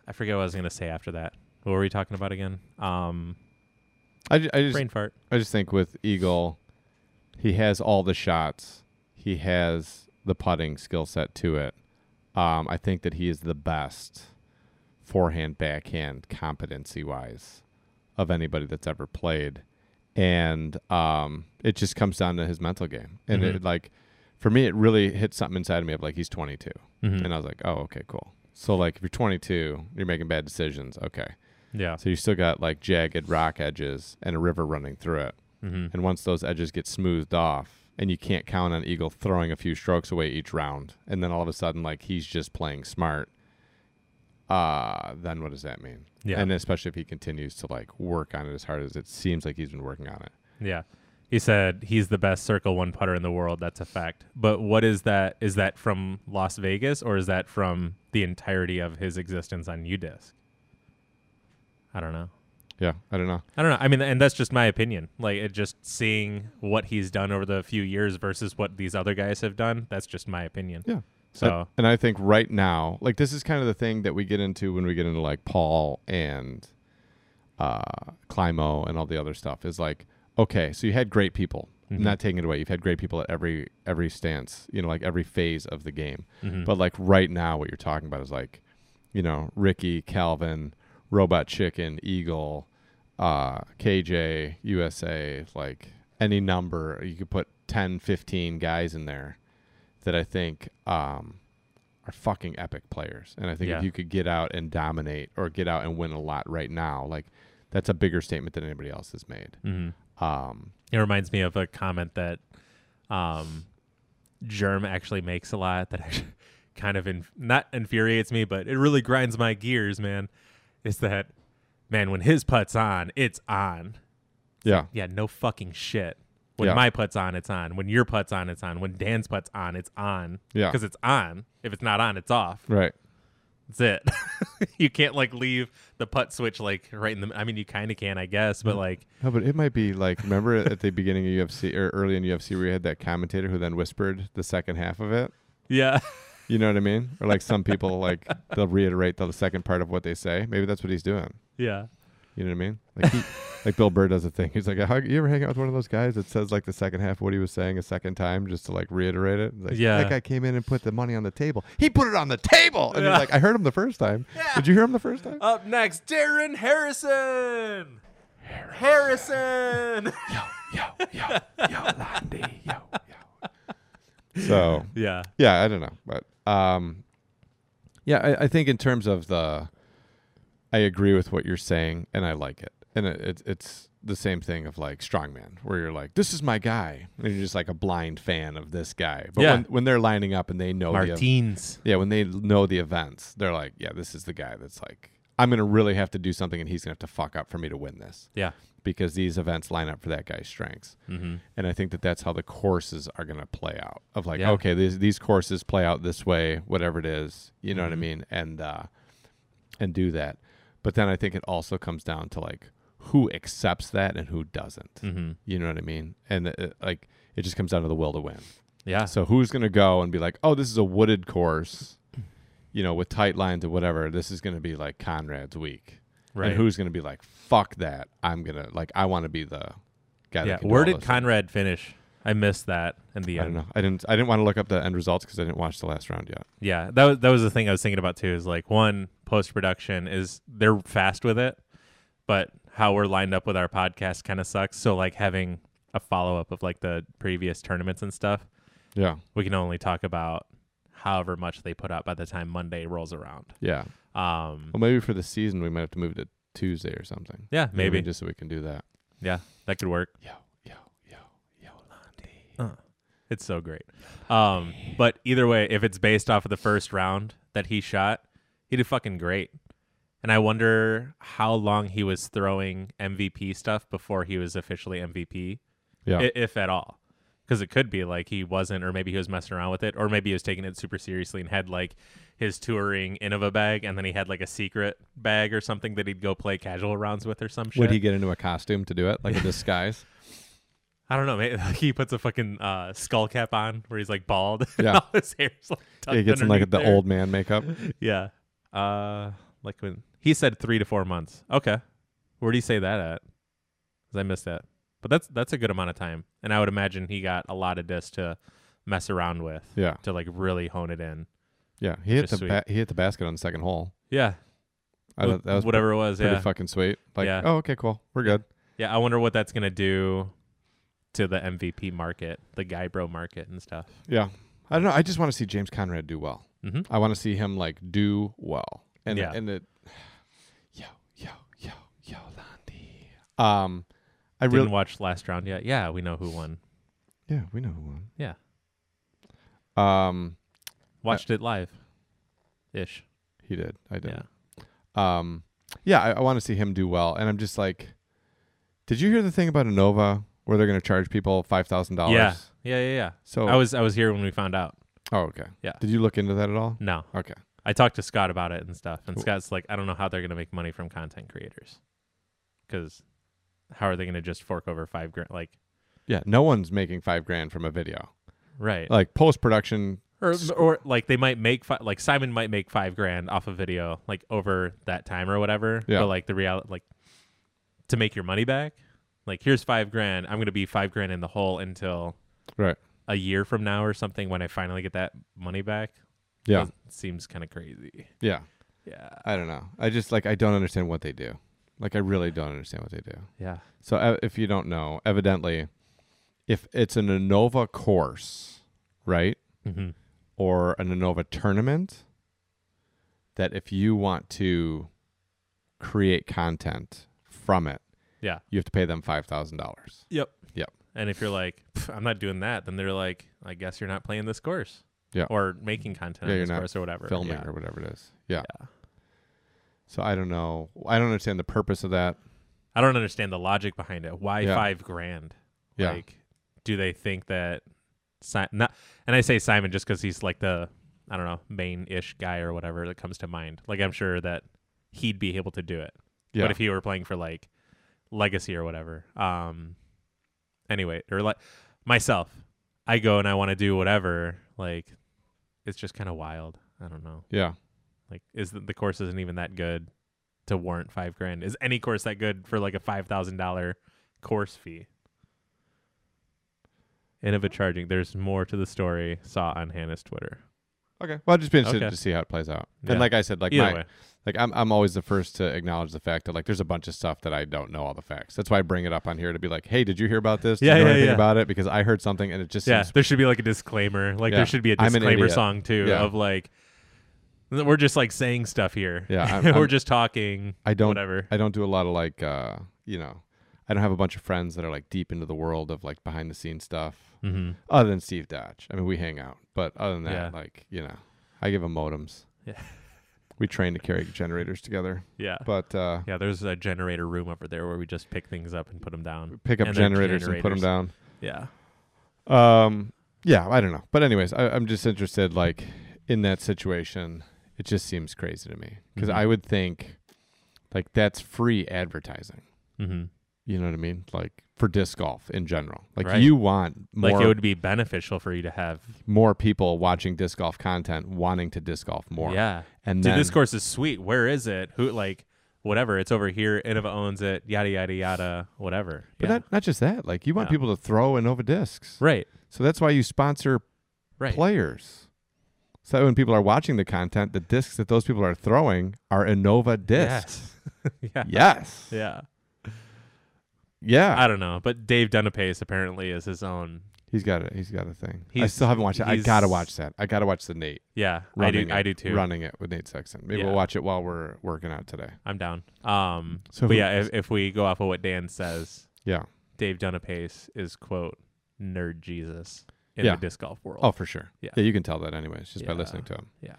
Speaker 2: I forget what I was gonna say after that. What were we talking about again? Um,
Speaker 1: I, ju- I just
Speaker 2: brain fart.
Speaker 1: I just think with Eagle, he has all the shots. He has the putting skill set to it. Um, I think that he is the best forehand, backhand, competency wise of anybody that's ever played. And um, it just comes down to his mental game. And
Speaker 2: Mhm.
Speaker 1: it, like, for me, it really hit something inside of me of like, he's 22.
Speaker 2: Mhm.
Speaker 1: And I was like, oh, okay, cool. So, like, if you're 22, you're making bad decisions. Okay.
Speaker 2: Yeah.
Speaker 1: So you still got like jagged rock edges and a river running through it.
Speaker 2: Mm-hmm.
Speaker 1: And once those edges get smoothed off, and you can't count on Eagle throwing a few strokes away each round, and then all of a sudden, like he's just playing smart. Uh, then what does that mean?
Speaker 2: Yeah.
Speaker 1: And especially if he continues to like work on it as hard as it seems like he's been working on it.
Speaker 2: Yeah. He said he's the best circle one putter in the world. That's a fact. But what is that? Is that from Las Vegas or is that from the entirety of his existence on UDisc? I don't know.
Speaker 1: Yeah, I don't know.
Speaker 2: I don't know. I mean, and that's just my opinion. Like, it just seeing what he's done over the few years versus what these other guys have done. That's just my opinion.
Speaker 1: Yeah.
Speaker 2: So,
Speaker 1: and I think right now, like this is kind of the thing that we get into when we get into like Paul and uh Climo and all the other stuff is like, okay, so you had great people.
Speaker 2: Mhm.
Speaker 1: Not taking it away. You've had great people at every every stance, you know, like every phase of the game.
Speaker 2: mhm.
Speaker 1: But like right now what you're talking about is like, you know, Ricky, Calvin, Robot Chicken, Eagle, uh KJ, USA, like any number, you could put 10, 15 guys in there that I think um, are fucking epic players. And I think
Speaker 2: Yeah.
Speaker 1: if you could get out and dominate or get out and win a lot right now, like that's a bigger statement than anybody else has made.
Speaker 2: Mhm.
Speaker 1: Um,
Speaker 2: It reminds me of a comment that um, Germ actually makes a lot that actually kind of inf- not infuriates me, but it really grinds my gears, man. Is that man when his putt's on, it's on.
Speaker 1: yeah,
Speaker 2: Yeah, no fucking shit. When
Speaker 1: Yeah.
Speaker 2: my putt's on, it's on. When your putt's on, it's on. When Dan's putt's on, it's on.
Speaker 1: Yeah.
Speaker 2: because it's on. If it's not on, it's off.
Speaker 1: right.
Speaker 2: That's it. you can't like leave the putt switch like right in the. I mean, you kind of can, I guess,
Speaker 1: Mm-hmm.
Speaker 2: but like
Speaker 1: No, but it might be like remember at the beginning of UFC or early in UFC where you had that commentator who then whispered the second half of it.
Speaker 2: yeah.
Speaker 1: You know what I mean? Or like some people like they'll reiterate the second part of what they say. Maybe that's what he's doing.
Speaker 2: Yeah.
Speaker 1: You know what I mean? Like, he, like Bill Burr does a thing. He's like, "How- "You ever hang out with one of those guys that says like the second half of what he was saying a second time just to like reiterate it?" He's Like,
Speaker 2: Yeah.
Speaker 1: That guy came in and put the money on the table. He put it on the table, and
Speaker 2: Yeah.
Speaker 1: he's like, "I heard him the first time.
Speaker 2: Yeah.
Speaker 1: Did you hear him the first time?"
Speaker 2: Up next, Darren Harrison. Harrison.
Speaker 1: yo, yo, yo, Landy, yo, yo. So
Speaker 2: yeah.
Speaker 1: yeah, I don't know, but um, yeah, I, I think in terms of the, I agree with what you're saying, and I like it, and it, it, it's the same thing of like strongman, where you're like, this is my guy, and you're just like a blind fan of this guy, but
Speaker 2: Yeah.
Speaker 1: when, when they're lining up and they know the ev-
Speaker 2: Martins.
Speaker 1: yeah, when they know the events, they're like, yeah, this is the guy that's like, I'm gonna really have to do something, and he's gonna have to fuck up for me to win this
Speaker 2: Yeah.
Speaker 1: because these events line up for that guy's strengths.
Speaker 2: Mm-hmm.
Speaker 1: And I think that that's how the courses are going to play out of like,
Speaker 2: Yeah.
Speaker 1: okay, these, these courses play out this way, whatever it is, you know what I
Speaker 2: Mm-hmm.
Speaker 1: mean? And, uh, and do that. But then I think it also comes down to like who accepts that and who doesn't,
Speaker 2: Mm-hmm.
Speaker 1: you know what I mean? And uh, like, it just comes down to the will to win.
Speaker 2: Yeah.
Speaker 1: So who's going to go and be like, oh, this is a wooded course, you know, with tight lines or whatever. This is going to be like Conrad's week.
Speaker 2: Right.
Speaker 1: And who's going to be like, fuck that. I'm going to like, I want to be the guy.
Speaker 2: yeah.
Speaker 1: That can do
Speaker 2: Where
Speaker 1: all
Speaker 2: did
Speaker 1: those things."
Speaker 2: Conrad finish? I missed that in the
Speaker 1: I
Speaker 2: end.
Speaker 1: don't know. I didn't. I didn't want to look up the end results because I didn't watch the last round yet.
Speaker 2: Yeah, that was that was the thing I was thinking about too. Is like one post production is they're fast with it, but how we're lined up with our podcast kind of sucks. So like having a follow up of like the previous tournaments and stuff,
Speaker 1: Yeah,
Speaker 2: we can only talk about however much they put out by the time Monday rolls around.
Speaker 1: yeah.
Speaker 2: Um,
Speaker 1: Well, maybe for the season we might have to move it to Tuesday or something.
Speaker 2: yeah,
Speaker 1: You know what I
Speaker 2: maybe.
Speaker 1: mean? just so we can do that.
Speaker 2: yeah, that could work.
Speaker 1: Yo, yo, yo, yo, Landy.
Speaker 2: It's so great. Um, but either way, if it's based off of the first round that he shot, he did fucking great. And I wonder how long he was throwing MVP stuff before he was officially MVP,
Speaker 1: Yeah,
Speaker 2: i- if at all. Because it could be like he wasn't, or maybe he was messing around with it, or maybe he was taking it super seriously and had like his touring Innova bag, and then he had like a secret bag or something that he'd go play casual rounds with or some shit.
Speaker 1: would he get into a costume to do it, like a disguise?
Speaker 2: I don't know. Maybe, he puts a fucking uh, skull cap on where he's like bald. and
Speaker 1: Yeah.
Speaker 2: all his hair's like tucked
Speaker 1: It gets in like
Speaker 2: underneath
Speaker 1: the
Speaker 2: there.
Speaker 1: old man makeup.
Speaker 2: Yeah. Uh, like when he said three to four months. Okay. Where do you say that at? 'Cause I missed that. But that's that's a good amount of time, and I would imagine he got a lot of discs to mess around with
Speaker 1: Yeah,
Speaker 2: to like really hone it in.
Speaker 1: yeah. He hit
Speaker 2: Which is
Speaker 1: the ba- he hit the basket on the second hole.
Speaker 2: Yeah.
Speaker 1: I
Speaker 2: Wh-
Speaker 1: thought that was pre-
Speaker 2: whatever it was.
Speaker 1: pretty
Speaker 2: Yeah.
Speaker 1: fucking sweet. Like,
Speaker 2: Yeah.
Speaker 1: oh, okay, cool, we're good.
Speaker 2: Yeah. I wonder what that's gonna do to the MVP market, the guy bro market, and stuff.
Speaker 1: Yeah, I don't know. I just want to see James Conrad do well.
Speaker 2: Mm-hmm.
Speaker 1: I want to see him like do well. And
Speaker 2: Yeah.
Speaker 1: and it, yo yo yo yo Landy. Um, I
Speaker 2: Didn't
Speaker 1: really
Speaker 2: watch last round yet. Yeah, we know who won.
Speaker 1: yeah, we know who won.
Speaker 2: Yeah.
Speaker 1: Um,
Speaker 2: Watched it live, ish.
Speaker 1: he did. I did.
Speaker 2: Yeah.
Speaker 1: Um, yeah, I, I want to see him do well. And I'm just like, did you hear the thing about Innova where they're going to charge people five thousand
Speaker 2: Yeah.
Speaker 1: dollars?
Speaker 2: Yeah. Yeah. Yeah.
Speaker 1: So
Speaker 2: I was I was here when we found out.
Speaker 1: Oh, okay.
Speaker 2: Yeah.
Speaker 1: Did you look into that at all?
Speaker 2: No,
Speaker 1: Okay.
Speaker 2: I talked to Scott about it and stuff, and
Speaker 1: Cool.
Speaker 2: Scott's like, I don't know how they're gonna make money from content creators, because how are they gonna just fork over five grand? Like,
Speaker 1: Yeah. No one's making five grand from a video.
Speaker 2: right?
Speaker 1: Like post production.
Speaker 2: or or like they might make fi- like Simon might make five grand off a video like over that time or whatever.
Speaker 1: Yeah.
Speaker 2: But like the reality, like to make your money back, like here's five grand. I'm gonna be five grand in the hole until
Speaker 1: Right.
Speaker 2: a year from now or something when I finally get that money back.
Speaker 1: Yeah.
Speaker 2: Doesn't- seems kind of crazy.
Speaker 1: Yeah.
Speaker 2: Yeah.
Speaker 1: I don't know. I just like I don't understand what they do. Like I really don't understand what they do.
Speaker 2: Yeah.
Speaker 1: So uh, if you don't know, evidently, if it's an Innova course, right,
Speaker 2: Mm-hmm.
Speaker 1: or an Innova tournament, that if you want to create content from it,
Speaker 2: Yeah.
Speaker 1: you have to pay them five thousand dollars.
Speaker 2: Yep.
Speaker 1: Yep.
Speaker 2: And if you're like, "Pff, I'm not doing that, then they're like, I guess you're not playing this course.
Speaker 1: Yeah.
Speaker 2: Or making content
Speaker 1: Yeah,
Speaker 2: on
Speaker 1: you're
Speaker 2: this
Speaker 1: not
Speaker 2: course or whatever.
Speaker 1: filming
Speaker 2: Yeah.
Speaker 1: or whatever it is. Yeah.
Speaker 2: Yeah.
Speaker 1: So I don't know. I don't understand the purpose of that.
Speaker 2: I don't understand the logic behind it. Why
Speaker 1: Yeah.
Speaker 2: five grand?
Speaker 1: Yeah.
Speaker 2: Like, do they think that? Si- not, and I say Simon just because he's like the I don't know main ish guy or whatever that comes to mind. Like I'm sure that he'd be able to do it.
Speaker 1: yeah.
Speaker 2: But if he were playing for like Legacy or whatever, um, anyway, or like myself, I go and I want to do whatever. Like, it's just kind of wild. I don't know.
Speaker 1: yeah.
Speaker 2: Like, is the, the course isn't even that good to warrant five grand? Is any course that good for like a five thousand dollar course fee? Innova charging. There's more to the story. Saw on Hannah's Twitter.
Speaker 1: Okay. Well, I'd just be interested
Speaker 2: Okay.
Speaker 1: to see how it plays out.
Speaker 2: Yeah.
Speaker 1: And like I said, like
Speaker 2: Either
Speaker 1: my,
Speaker 2: way,
Speaker 1: like I'm I'm always the first to acknowledge the fact that like there's a bunch of stuff that I don't know all the facts. That's why I bring it up on here to be like, hey, did you hear about this? Did
Speaker 2: Yeah,
Speaker 1: you know
Speaker 2: yeah,
Speaker 1: anything
Speaker 2: yeah.
Speaker 1: about it? Because I heard something and it just
Speaker 2: yeah.
Speaker 1: seems
Speaker 2: There should be like a disclaimer. Like
Speaker 1: Yeah.
Speaker 2: there should be a
Speaker 1: I'm an
Speaker 2: disclaimer
Speaker 1: idiot.
Speaker 2: song too
Speaker 1: Yeah.
Speaker 2: of like th- we're just like saying stuff here.
Speaker 1: Yeah, I'm-
Speaker 2: we're
Speaker 1: I'm-
Speaker 2: just talking.
Speaker 1: I don't
Speaker 2: whatever.
Speaker 1: I don't do a lot of like uh you know I don't have a bunch of friends that are like deep into the world of like behind the scenes stuff.
Speaker 2: mm-hmm.
Speaker 1: Other than Steve Dodge. I mean we hang out. But other than that,
Speaker 2: Yeah.
Speaker 1: like, you know, I give him modems.
Speaker 2: Yeah.
Speaker 1: we train to carry generators together.
Speaker 2: Yeah.
Speaker 1: But uh
Speaker 2: yeah. There's a generator room over there where we just pick things up and put them down.
Speaker 1: pick up
Speaker 2: And they're
Speaker 1: generators, and put them
Speaker 2: generators.
Speaker 1: down.
Speaker 2: Yeah.
Speaker 1: Um, yeah, I don't know. But anyways, I, I'm just interested, like in that situation, it just seems crazy to me because
Speaker 2: Mhm.
Speaker 1: I would think, like that's free advertising.
Speaker 2: Mm-hmm.
Speaker 1: You know what I mean? Like for disc golf in general, like
Speaker 2: Right.
Speaker 1: you want more
Speaker 2: Like it would be beneficial for you to have
Speaker 1: more people watching disc golf content, wanting to disc golf more.
Speaker 2: Yeah.
Speaker 1: and
Speaker 2: Dude,
Speaker 1: then
Speaker 2: this course is sweet. Where is it? Who like whatever? It's over here. Innova owns it. Yada yada yada. Whatever.
Speaker 1: but
Speaker 2: yeah.
Speaker 1: not not just that. Like you want
Speaker 2: Yeah.
Speaker 1: people to throw Innova discs,
Speaker 2: right.
Speaker 1: so that's why you sponsor
Speaker 2: Right.
Speaker 1: players. So that when people are watching the content, the discs that those people are throwing are Innova discs.
Speaker 2: Yes. yeah.
Speaker 1: Yes.
Speaker 2: Yeah.
Speaker 1: Yeah.
Speaker 2: I don't know, but Dave Dunapace apparently is his own.
Speaker 1: he's got it. He's got a thing. I
Speaker 2: He's-
Speaker 1: still haven't watched it. I gotta
Speaker 2: he's-
Speaker 1: watch that. I gotta watch the Nate.
Speaker 2: Yeah, I do.
Speaker 1: Running
Speaker 2: I
Speaker 1: it-
Speaker 2: do too.
Speaker 1: Running it with Nate Sexton. Maybe
Speaker 2: Yeah.
Speaker 1: we'll watch it while we're working out today.
Speaker 2: I'm down. Um,
Speaker 1: So
Speaker 2: but
Speaker 1: who-
Speaker 2: yeah, if, if we go off of what Dan says,
Speaker 1: Yeah.
Speaker 2: Dave Dunapace is quote nerd Jesus in
Speaker 1: Yeah.
Speaker 2: the disc golf world.
Speaker 1: Oh, for sure.
Speaker 2: Yeah.
Speaker 1: Yeah. You can tell that anyways, just by
Speaker 2: Yeah.
Speaker 1: listening to him.
Speaker 2: yeah,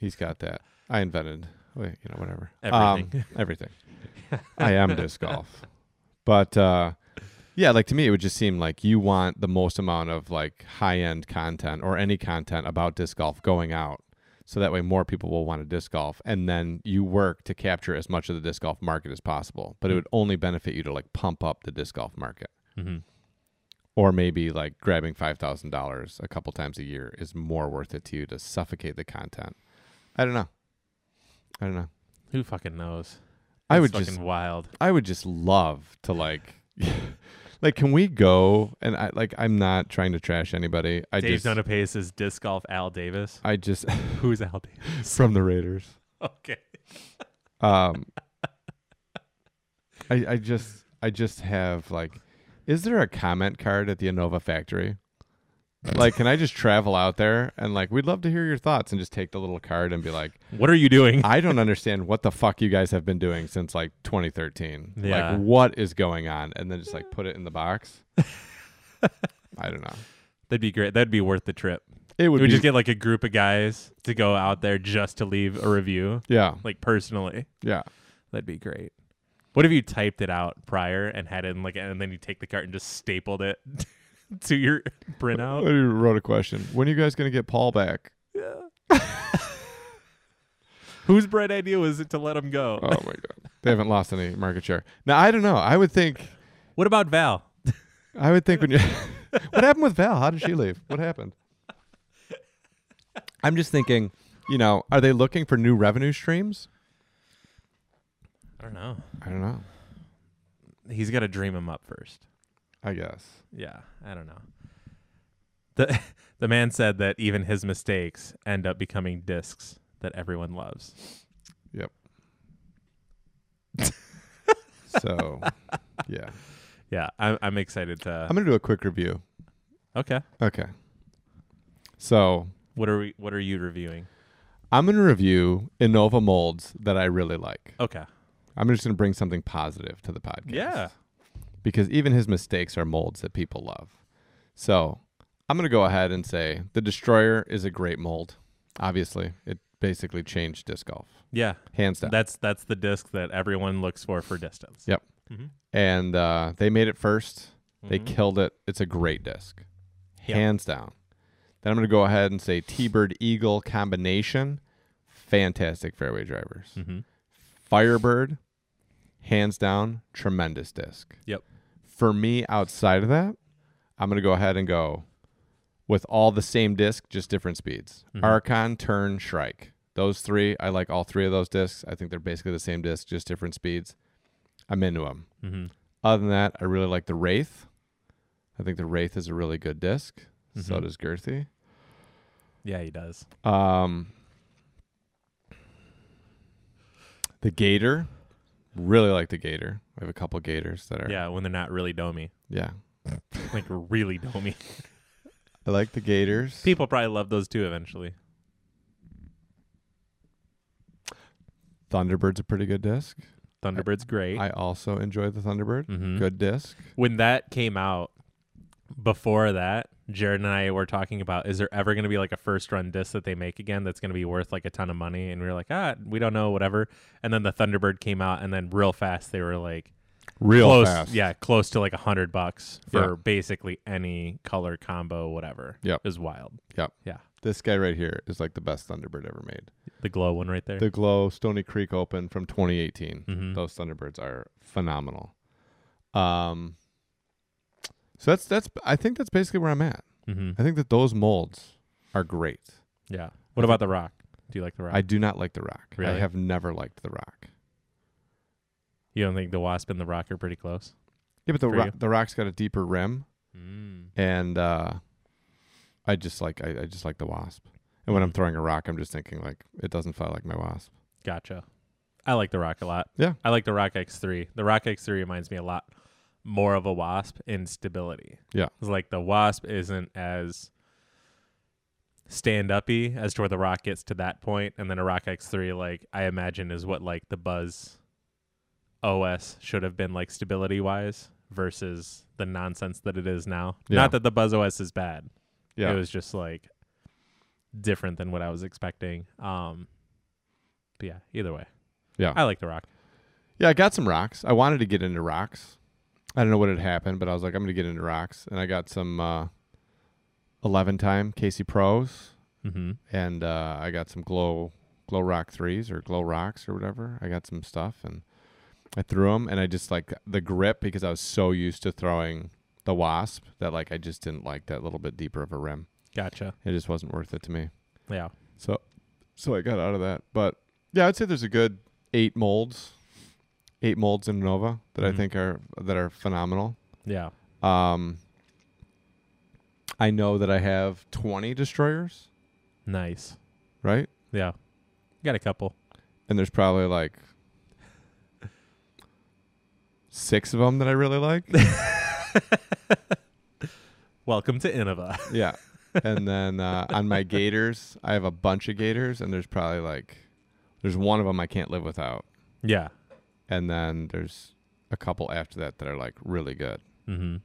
Speaker 1: He's got that. I invented. Wait, you know, whatever. Um,
Speaker 2: everything.
Speaker 1: everything. I am disc golf. But uh yeah, like to me it would just seem like you want the most amount of like high end content or any content about disc golf going out. so that way more people will want to disc golf and then you work to capture as much of the disc golf market as possible but it would only benefit you to like pump up the disc golf market
Speaker 2: Mhm.
Speaker 1: or maybe like grabbing $5000 a couple times a year is more worth it to you to suffocate the content i don't know i don't know
Speaker 2: Who fucking knows?
Speaker 1: i
Speaker 2: That's
Speaker 1: would
Speaker 2: fucking
Speaker 1: just
Speaker 2: wild.
Speaker 1: I would just love to like like can we go and I like I'm not trying to trash anybody. I
Speaker 2: Dave
Speaker 1: just
Speaker 2: Dona Pace is disc golf Al Davis.
Speaker 1: I just
Speaker 2: Who's Al Davis?
Speaker 1: from the Raiders.
Speaker 2: Okay.
Speaker 1: Um I I just I just have like is there a comment card at the Innova factory? like can I just travel out there and like we'd love to hear your thoughts and just take the little card and be like
Speaker 2: What are you doing?
Speaker 1: I don't understand what the fuck you guys have been doing since like 2013.
Speaker 2: Yeah.
Speaker 1: Like what is going on? And then just like put it in the box. I don't know.
Speaker 2: That'd be great. That'd be worth the trip.
Speaker 1: It would
Speaker 2: we
Speaker 1: be,
Speaker 2: just get like a group of guys to go out there just to leave a review,
Speaker 1: yeah,
Speaker 2: like personally.
Speaker 1: yeah.
Speaker 2: That'd be great. What if you typed it out prior and had it in like, and then you take the cart and just stapled it to your
Speaker 1: I
Speaker 2: printout?
Speaker 1: wrote a question. When are you guys gonna get Paul back?
Speaker 2: Whose bright idea was it to let him go?
Speaker 1: Oh my god, they haven't lost any market share. Now I don't know. I would think.
Speaker 2: What about Val?
Speaker 1: I would think when you. what happened with Val? How did she leave? What happened? I'm just thinking. You know, are they looking for new revenue streams?
Speaker 2: I don't know.
Speaker 1: I don't know.
Speaker 2: He's got to dream him up first.
Speaker 1: I guess.
Speaker 2: Yeah, I don't know. The the man said that even his mistakes end up becoming discs that everyone loves.
Speaker 1: So, yeah.
Speaker 2: Yeah, I'm I'm excited to
Speaker 1: I'm gonna do a quick review.
Speaker 2: Okay.
Speaker 1: Okay. So
Speaker 2: What are we what are you reviewing?
Speaker 1: I'm going to review Innova molds that I really like.
Speaker 2: Okay.
Speaker 1: I'm just going to bring something positive to the podcast.
Speaker 2: Yeah.
Speaker 1: Because even his mistakes are molds that people love. So I'm going to go ahead and say The Destroyer is a great mold. Obviously, it basically changed disc golf,
Speaker 2: Yeah.
Speaker 1: hands down.
Speaker 2: That's that's the disc that everyone looks for for distance.
Speaker 1: Yep.
Speaker 2: hmm
Speaker 1: and uh, they made it 1st They
Speaker 2: Mhm.
Speaker 1: killed it. It's a great disc,
Speaker 2: Yeah.
Speaker 1: hands down. Then I'm going to go ahead and say T Bird Eagle combination, fantastic fairway drivers.
Speaker 2: Mhm.
Speaker 1: Firebird, hands down, tremendous disc.
Speaker 2: Yep.
Speaker 1: For me, outside of that, I'm gonna go ahead and go with all the same disc, just different speeds.
Speaker 2: Mhm.
Speaker 1: Archon, Turn, Shrike. Those three, I like all three of those discs. I think they're basically the same disc, just different speeds. I'm into them.
Speaker 2: Mhm.
Speaker 1: Other than that, I really like the Wraith. I think the Wraith is a really good disk So
Speaker 2: Mhm.
Speaker 1: does Girthy.
Speaker 2: Yeah, he does.
Speaker 1: Um, the gator, really like the gator. We have a couple gators that are
Speaker 2: Yeah, when they're not really domey.
Speaker 1: yeah.
Speaker 2: Like really domey.
Speaker 1: I like the gators.
Speaker 2: People probably love those too eventually.
Speaker 1: Thunderbird's a pretty good disc.
Speaker 2: Thunderbird's great.
Speaker 1: I also enjoy the Thunderbird.
Speaker 2: Mhm.
Speaker 1: Good disc.
Speaker 2: when that came out before that jared and i were talking about is there ever going to be like a first run disc that they make again that's going to be worth like a ton of money and we were like ah we don't know whatever and then the thunderbird came out and then real fast they were like
Speaker 1: Real
Speaker 2: close
Speaker 1: fast.
Speaker 2: yeah close to like a hundred bucks for
Speaker 1: Yeah.
Speaker 2: basically any color combo whatever
Speaker 1: Yep.
Speaker 2: is wild
Speaker 1: Yep.
Speaker 2: yeah
Speaker 1: This guy right here is like the best Thunderbird ever made.
Speaker 2: the glow one right there
Speaker 1: The Glow Stony Creek Open from 2018.
Speaker 2: Mhm.
Speaker 1: Those Thunderbirds are phenomenal. Um, so that's that's I think that's basically where I'm at.
Speaker 2: hmm
Speaker 1: I think that those molds are great.
Speaker 2: yeah what about the rock do you like the rock
Speaker 1: I do not like The Rock. I
Speaker 2: Really?
Speaker 1: have never liked The Rock.
Speaker 2: you don't think the wasp and the rock are pretty close
Speaker 1: Yeah, but The,
Speaker 2: For
Speaker 1: Ro-
Speaker 2: you?
Speaker 1: the Rock's got a deeper rim,
Speaker 2: mm.
Speaker 1: and uh, I just like I, I just like the wasp. And when I'm throwing a rock, I'm just thinking like it doesn't fly like my wasp.
Speaker 2: Gotcha. I like the Rock a lot.
Speaker 1: Yeah.
Speaker 2: I like the Rock X3. The Rock X3 reminds me a lot more of a Wasp in stability.
Speaker 1: Yeah.
Speaker 2: It's like the Wasp isn't as stand uppy as to where the Rock gets to that point, and then a Rock X3, like I imagine, is what like the Buzz OS should have been like stability wise versus the nonsense that it is now.
Speaker 1: Yeah.
Speaker 2: Not that the Buzz OS is bad.
Speaker 1: Yeah,
Speaker 2: It was just like different than what I was expecting. Um but yeah, either way.
Speaker 1: Yeah.
Speaker 2: I like the rock.
Speaker 1: yeah. I got some rocks. I wanted to get into rocks. I don't know what had happened, but I was like, I'm gonna get into rocks, and I got some uh, 11 time Casey Pros.
Speaker 2: Mm-hmm.
Speaker 1: and uh, I got some glow glow rock threes or glow rocks or whatever. I got some stuff and I threw them and I just like the grip because I was so used to throwing the wasp that like I just didn't like that little bit deeper of a rim.
Speaker 2: Gotcha.
Speaker 1: It just wasn't worth it to me.
Speaker 2: Yeah.
Speaker 1: So so I got out of that. But yeah, I'd say there's a good eight molds, eight molds in Nova that I
Speaker 2: Mhm.
Speaker 1: think are that are phenomenal.
Speaker 2: Yeah.
Speaker 1: Um, I know that I have 20 destroyers,
Speaker 2: Nice.
Speaker 1: right?
Speaker 2: Yeah. Got a couple.
Speaker 1: and there's probably like six of them that I really like.
Speaker 2: Welcome to Innova.
Speaker 1: yeah. And then uh, on my gators, I have a bunch of gators, and there's probably like there's one of them I can't live without,
Speaker 2: yeah.
Speaker 1: and then there's a couple after that that are like really good.
Speaker 2: Mm-hmm.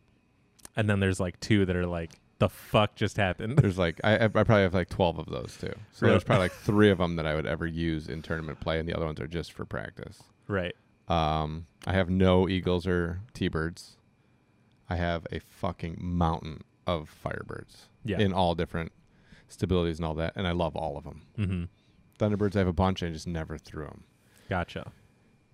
Speaker 2: And then there's like two that are like, the fuck just happened?
Speaker 1: There's like I, I probably have like twelve of those too. So
Speaker 2: Really?
Speaker 1: there's probably like three of them that I would ever use in tournament play, and the other ones are just for practice.
Speaker 2: right.
Speaker 1: Um, I have no eagles or T-birds. I have a fucking mountain of firebirds
Speaker 2: Yeah.
Speaker 1: in all different stabilities and all that, and I love all of them.
Speaker 2: mm-hmm.
Speaker 1: Thunderbirds, I have a bunch. I just never threw them
Speaker 2: Gotcha.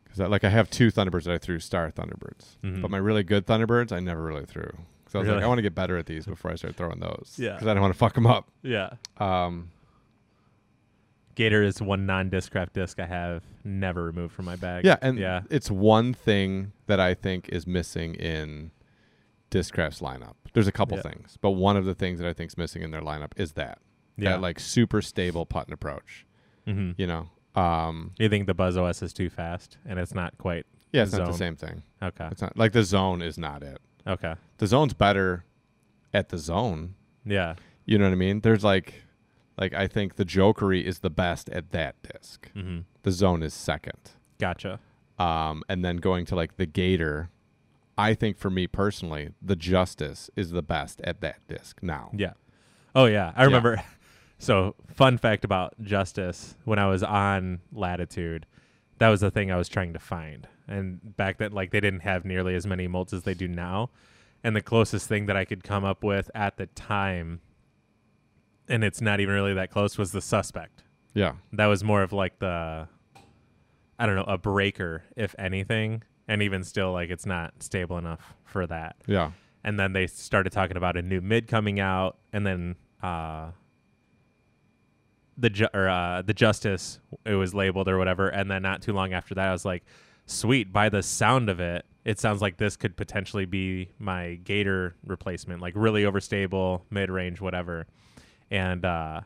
Speaker 1: because, like, I have two Thunderbirds that I threw Star Thunderbirds,
Speaker 2: Mhm.
Speaker 1: but my really good Thunderbirds, I never really threw because I was
Speaker 2: Really?
Speaker 1: like, I want to get better at these before I start throwing those.
Speaker 2: Yeah.
Speaker 1: because I don't want to fuck them up.
Speaker 2: Yeah.
Speaker 1: Um,
Speaker 2: Gator is one non discraft disc I have never removed from my bag.
Speaker 1: yeah, and
Speaker 2: yeah.
Speaker 1: it's one thing that I think is missing in Discraft's lineup. There's a couple
Speaker 2: Yeah.
Speaker 1: things, but one of the things that I think's missing in their lineup is that
Speaker 2: Yeah.
Speaker 1: that like super stable putt and approach.
Speaker 2: mm-hmm.
Speaker 1: You know, um,
Speaker 2: You think the Buzz OS is too fast and it's not quite.
Speaker 1: yeah, it's not
Speaker 2: Zone.
Speaker 1: the same thing.
Speaker 2: Okay.
Speaker 1: It's not like the zone is not it.
Speaker 2: Okay.
Speaker 1: The zone's better at the zone.
Speaker 2: Yeah.
Speaker 1: You know what I mean? There's like, like I think the jokery is the best at that disc.
Speaker 2: Mm-hmm.
Speaker 1: The zone is second.
Speaker 2: Gotcha.
Speaker 1: um, and then going to like the Gator. I think for me personally, the Justice is the best at that disc now.
Speaker 2: Yeah. Oh yeah, I remember. So fun fact about Justice: when I was on Latitude, that was the thing I was trying to find. And back then, like they didn't have nearly as many molds as they do now. And the closest thing that I could come up with at the time, and it's not even really that close, was the suspect.
Speaker 1: Yeah,
Speaker 2: That was more of like the, I don't know, a breaker if anything. And even still, like it's not stable enough for that
Speaker 1: yeah,
Speaker 2: and then they started talking about a new mid coming out, and then uh, the ju- or uh, the Justice it was labeled or whatever, and then not too long after that, I was like, sweet. By the sound of it, it sounds like this could potentially be my Gator replacement, like really overstable, mid range, whatever. And uh,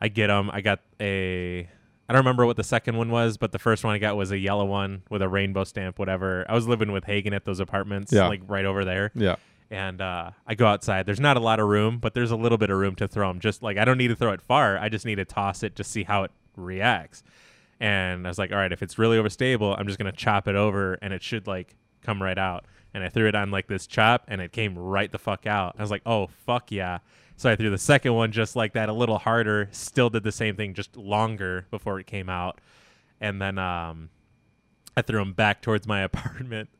Speaker 2: I get them. I got a. I don't remember what the second one was, but the first one I got was a yellow one with a rainbow stamp, whatever. I was living with Hagen at those apartments,
Speaker 1: Yeah.
Speaker 2: like right over there
Speaker 1: yeah,
Speaker 2: and uh, I go outside. There's not a lot of room, but there's a little bit of room to throw them. Just like I don't need to throw it far. I just need to toss it to see how it reacts. And I was like, all right, if it's really overstable, I'm just gonna chop it over, and it should like come right out. And I threw it on like this chop, and it came right the fuck out. I was like, oh fuck yeah. So I threw the second one just like that, a little harder. Still did the same thing, just longer before it came out. And then um, I threw them back towards my apartment.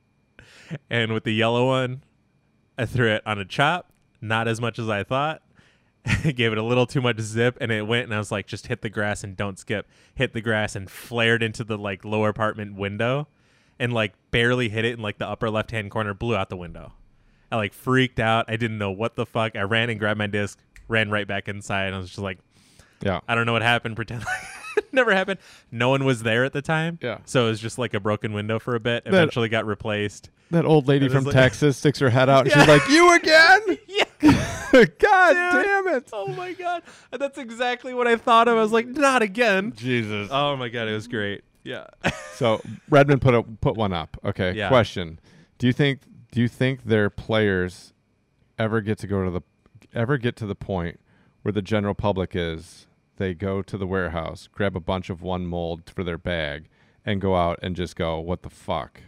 Speaker 2: And with the yellow one, I threw it on a chop, not as much as I thought. Gave it a little too much zip, and it went. And I was like, just hit the grass and don't skip. Hit the grass and flared into the like lower apartment window, and like barely hit it in like the upper left hand corner, blew out the window. I like freaked out. I didn't know what the fuck. I ran and grabbed my disc, ran right back inside, and I was just like,
Speaker 1: yeah,
Speaker 2: I don't know what happened. Pretend like it never happened. No one was there at the time.
Speaker 1: Yeah.
Speaker 2: So it was just like a broken window for a bit. Eventually got replaced.
Speaker 1: That old lady
Speaker 2: It
Speaker 1: from
Speaker 2: was like-
Speaker 1: Texas sticks her head out and she's
Speaker 2: Yeah.
Speaker 1: like, "You again?
Speaker 2: Yeah.
Speaker 1: God
Speaker 2: Dude.
Speaker 1: damn it!"
Speaker 2: Oh my god, that's exactly what I thought of. I was like, not again.
Speaker 1: Jesus.
Speaker 2: Oh my god, it was great. Yeah.
Speaker 1: So Redmond put a, put one up. Okay,
Speaker 2: Yeah.
Speaker 1: question: Do you think do you think their players ever get to go to the ever get to the point where the general public is they go to the warehouse, grab a bunch of one mold for their bag, and go out and just go, "What the fuck?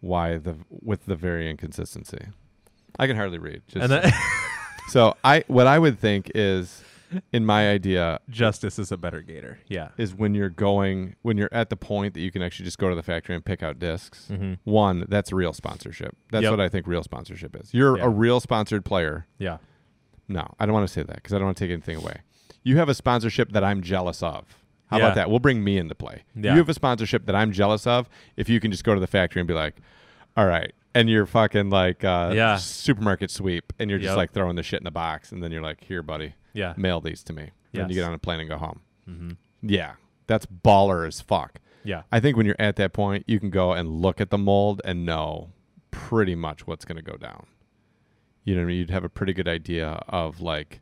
Speaker 1: Why the with the very inconsistency?" I can hardly read. Just,
Speaker 2: and then
Speaker 1: so I what I would think is in my idea
Speaker 2: Justice is a better gator. Yeah.
Speaker 1: is when you're going when you're at the point that you can actually just go to the factory and pick out disks
Speaker 2: Mhm.
Speaker 1: One, that's real sponsorship. That's
Speaker 2: Yep.
Speaker 1: what I think real sponsorship is. You're
Speaker 2: Yeah.
Speaker 1: a real sponsored player.
Speaker 2: Yeah.
Speaker 1: No, I don't want to say that because I don't want to take anything away. you have a sponsorship that I'm jealous of. How
Speaker 2: Yeah.
Speaker 1: about that? We'll bring me into play.
Speaker 2: Yeah.
Speaker 1: You have a sponsorship that I'm jealous of. If you can just go to the factory and be like, all right. And you're fucking like uh,
Speaker 2: Yeah.
Speaker 1: supermarket sweep and you're just
Speaker 2: Yep.
Speaker 1: like throwing the shit in the box. And then you're like, here, buddy,
Speaker 2: Yeah.
Speaker 1: mail these to me. Then you
Speaker 2: Yes.
Speaker 1: get on a plane and go home.
Speaker 2: Mm-hmm.
Speaker 1: Yeah. That's baller as fuck.
Speaker 2: Yeah.
Speaker 1: I think when you're at that point, you can go and look at the mold and know pretty much what's going to go down. You know, what I mean? you'd have a pretty good idea of like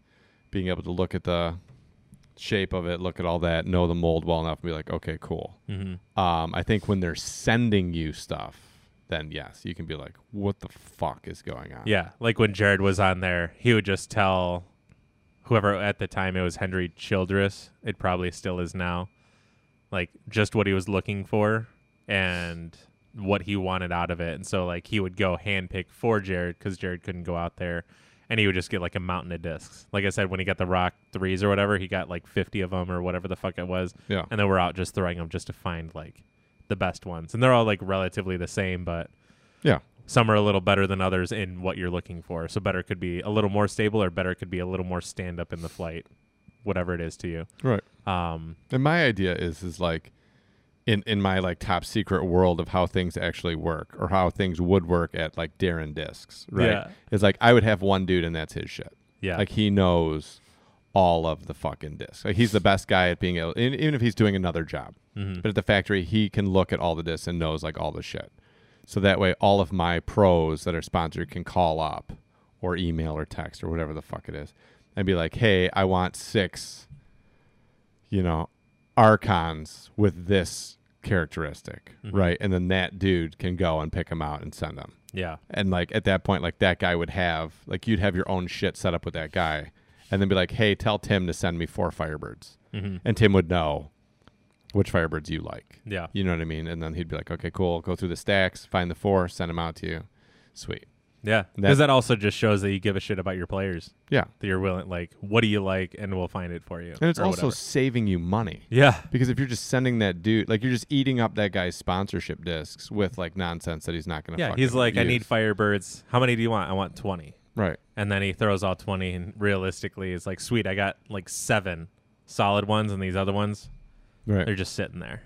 Speaker 1: being able to look at the shape of it, look at all that, know the mold well enough, and be like, okay, cool.
Speaker 2: Mm-hmm.
Speaker 1: Um, I think when they're sending you stuff, then yes, you can be like, what the fuck is going on?
Speaker 2: Yeah, like when Jared was on there, he would just tell whoever at the time it was Henry Childress. It probably still is now. Like just what he was looking for and what he wanted out of it, and so like he would go handpick for Jared because Jared couldn't go out there, and he would just get like a mountain of discs. Like I said, when he got the Rock threes or whatever, he got like fifty of them or whatever the fuck it was,
Speaker 1: Yeah.
Speaker 2: and then we're out just throwing them just to find like the best ones, and they're all like relatively the same, but
Speaker 1: Yeah.
Speaker 2: some are a little better than others in what you're looking for. So better could be a little more stable, or better could be a little more stand up in the flight, whatever it is to you.
Speaker 1: Right.
Speaker 2: Um,
Speaker 1: And my idea is is like in in my like top secret world of how things actually work or how things would work at like Darren Discs, right?
Speaker 2: Yeah.
Speaker 1: It's like I would have one dude and that's his shit.
Speaker 2: yeah,
Speaker 1: Like he knows all of the fucking discs. Like he's the best guy at being able, and even if he's doing another job.
Speaker 2: Mhm.
Speaker 1: But at the factory, he can look at all the discs and knows like all the shit. So that way, all of my pros that are sponsored can call up or email or text or whatever the fuck it is and be like, hey, I want six, you know, archons with this characteristic,
Speaker 2: Mhm.
Speaker 1: right? And then that dude can go and pick them out and send them.
Speaker 2: yeah,
Speaker 1: And like at that point, like that guy would have like you'd have your own shit set up with that guy, and then be like, "Hey, tell Tim to send me four Firebirds,"
Speaker 2: hmm
Speaker 1: and Tim would know which Firebirds you like.
Speaker 2: yeah,
Speaker 1: You know what I mean? And then he'd be like, "Okay, cool. Go through the stacks, find the four, send them out to you. Sweet.
Speaker 2: yeah.
Speaker 1: That-
Speaker 2: Because that also just shows that you give a shit about your players.
Speaker 1: Yeah."
Speaker 2: That you're willing, like, what do you like, and we'll find it for you.
Speaker 1: And it's
Speaker 2: or
Speaker 1: also
Speaker 2: whatever.
Speaker 1: saving you money
Speaker 2: yeah,
Speaker 1: because if you're just sending that dude, like you're just eating up that guy's sponsorship discs with like nonsense that he's not gonna.
Speaker 2: yeah.
Speaker 1: fucking
Speaker 2: He's like, I
Speaker 1: use.
Speaker 2: need Firebirds. How many do you want? I want twenty.
Speaker 1: right.
Speaker 2: and then he throws all 20 and realistically it's like sweet i got like seven solid ones and these other ones they're
Speaker 1: Right.
Speaker 2: just sitting there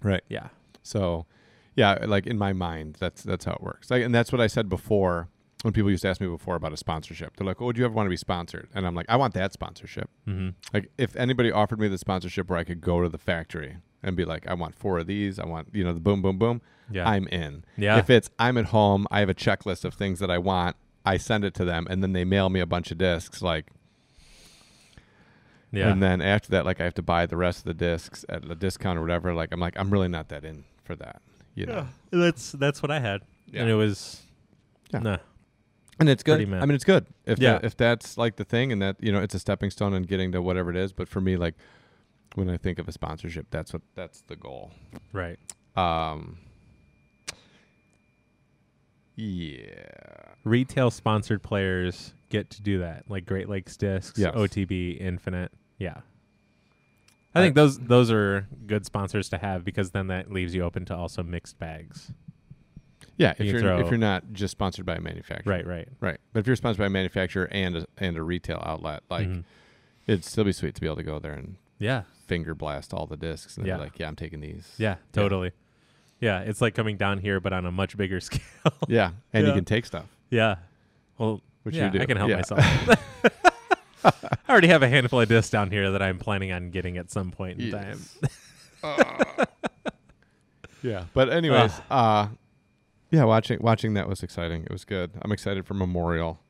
Speaker 1: Right.
Speaker 2: yeah
Speaker 1: So, yeah, like in my mind, that's that's how it works. Like, and that's what I said before when people used to ask me before about a sponsorship. They're like, "Oh, would you ever want to be sponsored?" And I'm like, "I want that sponsorship."
Speaker 2: mm-hmm.
Speaker 1: Like, if anybody offered me the sponsorship where I could go to the factory and be like, "I want four of these," I want you know the boom, boom, boom.
Speaker 2: yeah
Speaker 1: I'm in.
Speaker 2: Yeah.
Speaker 1: If it's I'm at home, I have a checklist of things that I want. I send it to them, and then they mail me a bunch of discs. Like,
Speaker 2: yeah
Speaker 1: and then after that, like I have to buy the rest of the discs at a discount or whatever. Like, I'm like, I'm really not that in for that. You know.
Speaker 2: yeah that's that's what i had
Speaker 1: Yeah.
Speaker 2: and it was
Speaker 1: Yeah.
Speaker 2: nah.
Speaker 1: and it's good.
Speaker 2: Pretty man.
Speaker 1: I mean, it's good if
Speaker 2: Yeah.
Speaker 1: that, if that's like the thing, and that you know, it's a stepping stone in getting to whatever it is. But for me, like when I think of a sponsorship, that's what that's the goal.
Speaker 2: right
Speaker 1: Um, yeah,
Speaker 2: retail sponsored players get to do that like great lakes discs
Speaker 1: Yes.
Speaker 2: otb infinite yeah I think those those are good sponsors to have because then that leaves you open to also mixed bags.
Speaker 1: yeah. If
Speaker 2: You
Speaker 1: you are
Speaker 2: throw-
Speaker 1: if you're not just sponsored by a manufacturer,
Speaker 2: Right, right.
Speaker 1: right. But if you're sponsored by a manufacturer and a, and a retail outlet, like
Speaker 2: Mhm.
Speaker 1: it'd still be sweet to be able to go there and
Speaker 2: yeah.
Speaker 1: finger blast all the discs and then
Speaker 2: Yeah.
Speaker 1: be like, yeah, I'm taking these.
Speaker 2: Yeah, totally. Yeah, it's like coming down here, but on a much bigger scale.
Speaker 1: yeah, and you
Speaker 2: Yeah.
Speaker 1: can take stuff,
Speaker 2: yeah. Well,
Speaker 1: which
Speaker 2: yeah,
Speaker 1: you do.
Speaker 2: I can help
Speaker 1: Yeah.
Speaker 2: myself. I already have a handful of discs down here that I'm planning on getting at some point in time.
Speaker 1: Ah. yeah. But anyways, uh,
Speaker 2: Ah.
Speaker 1: yeah, watching watching that was exciting. It was good. I'm excited for Memorial.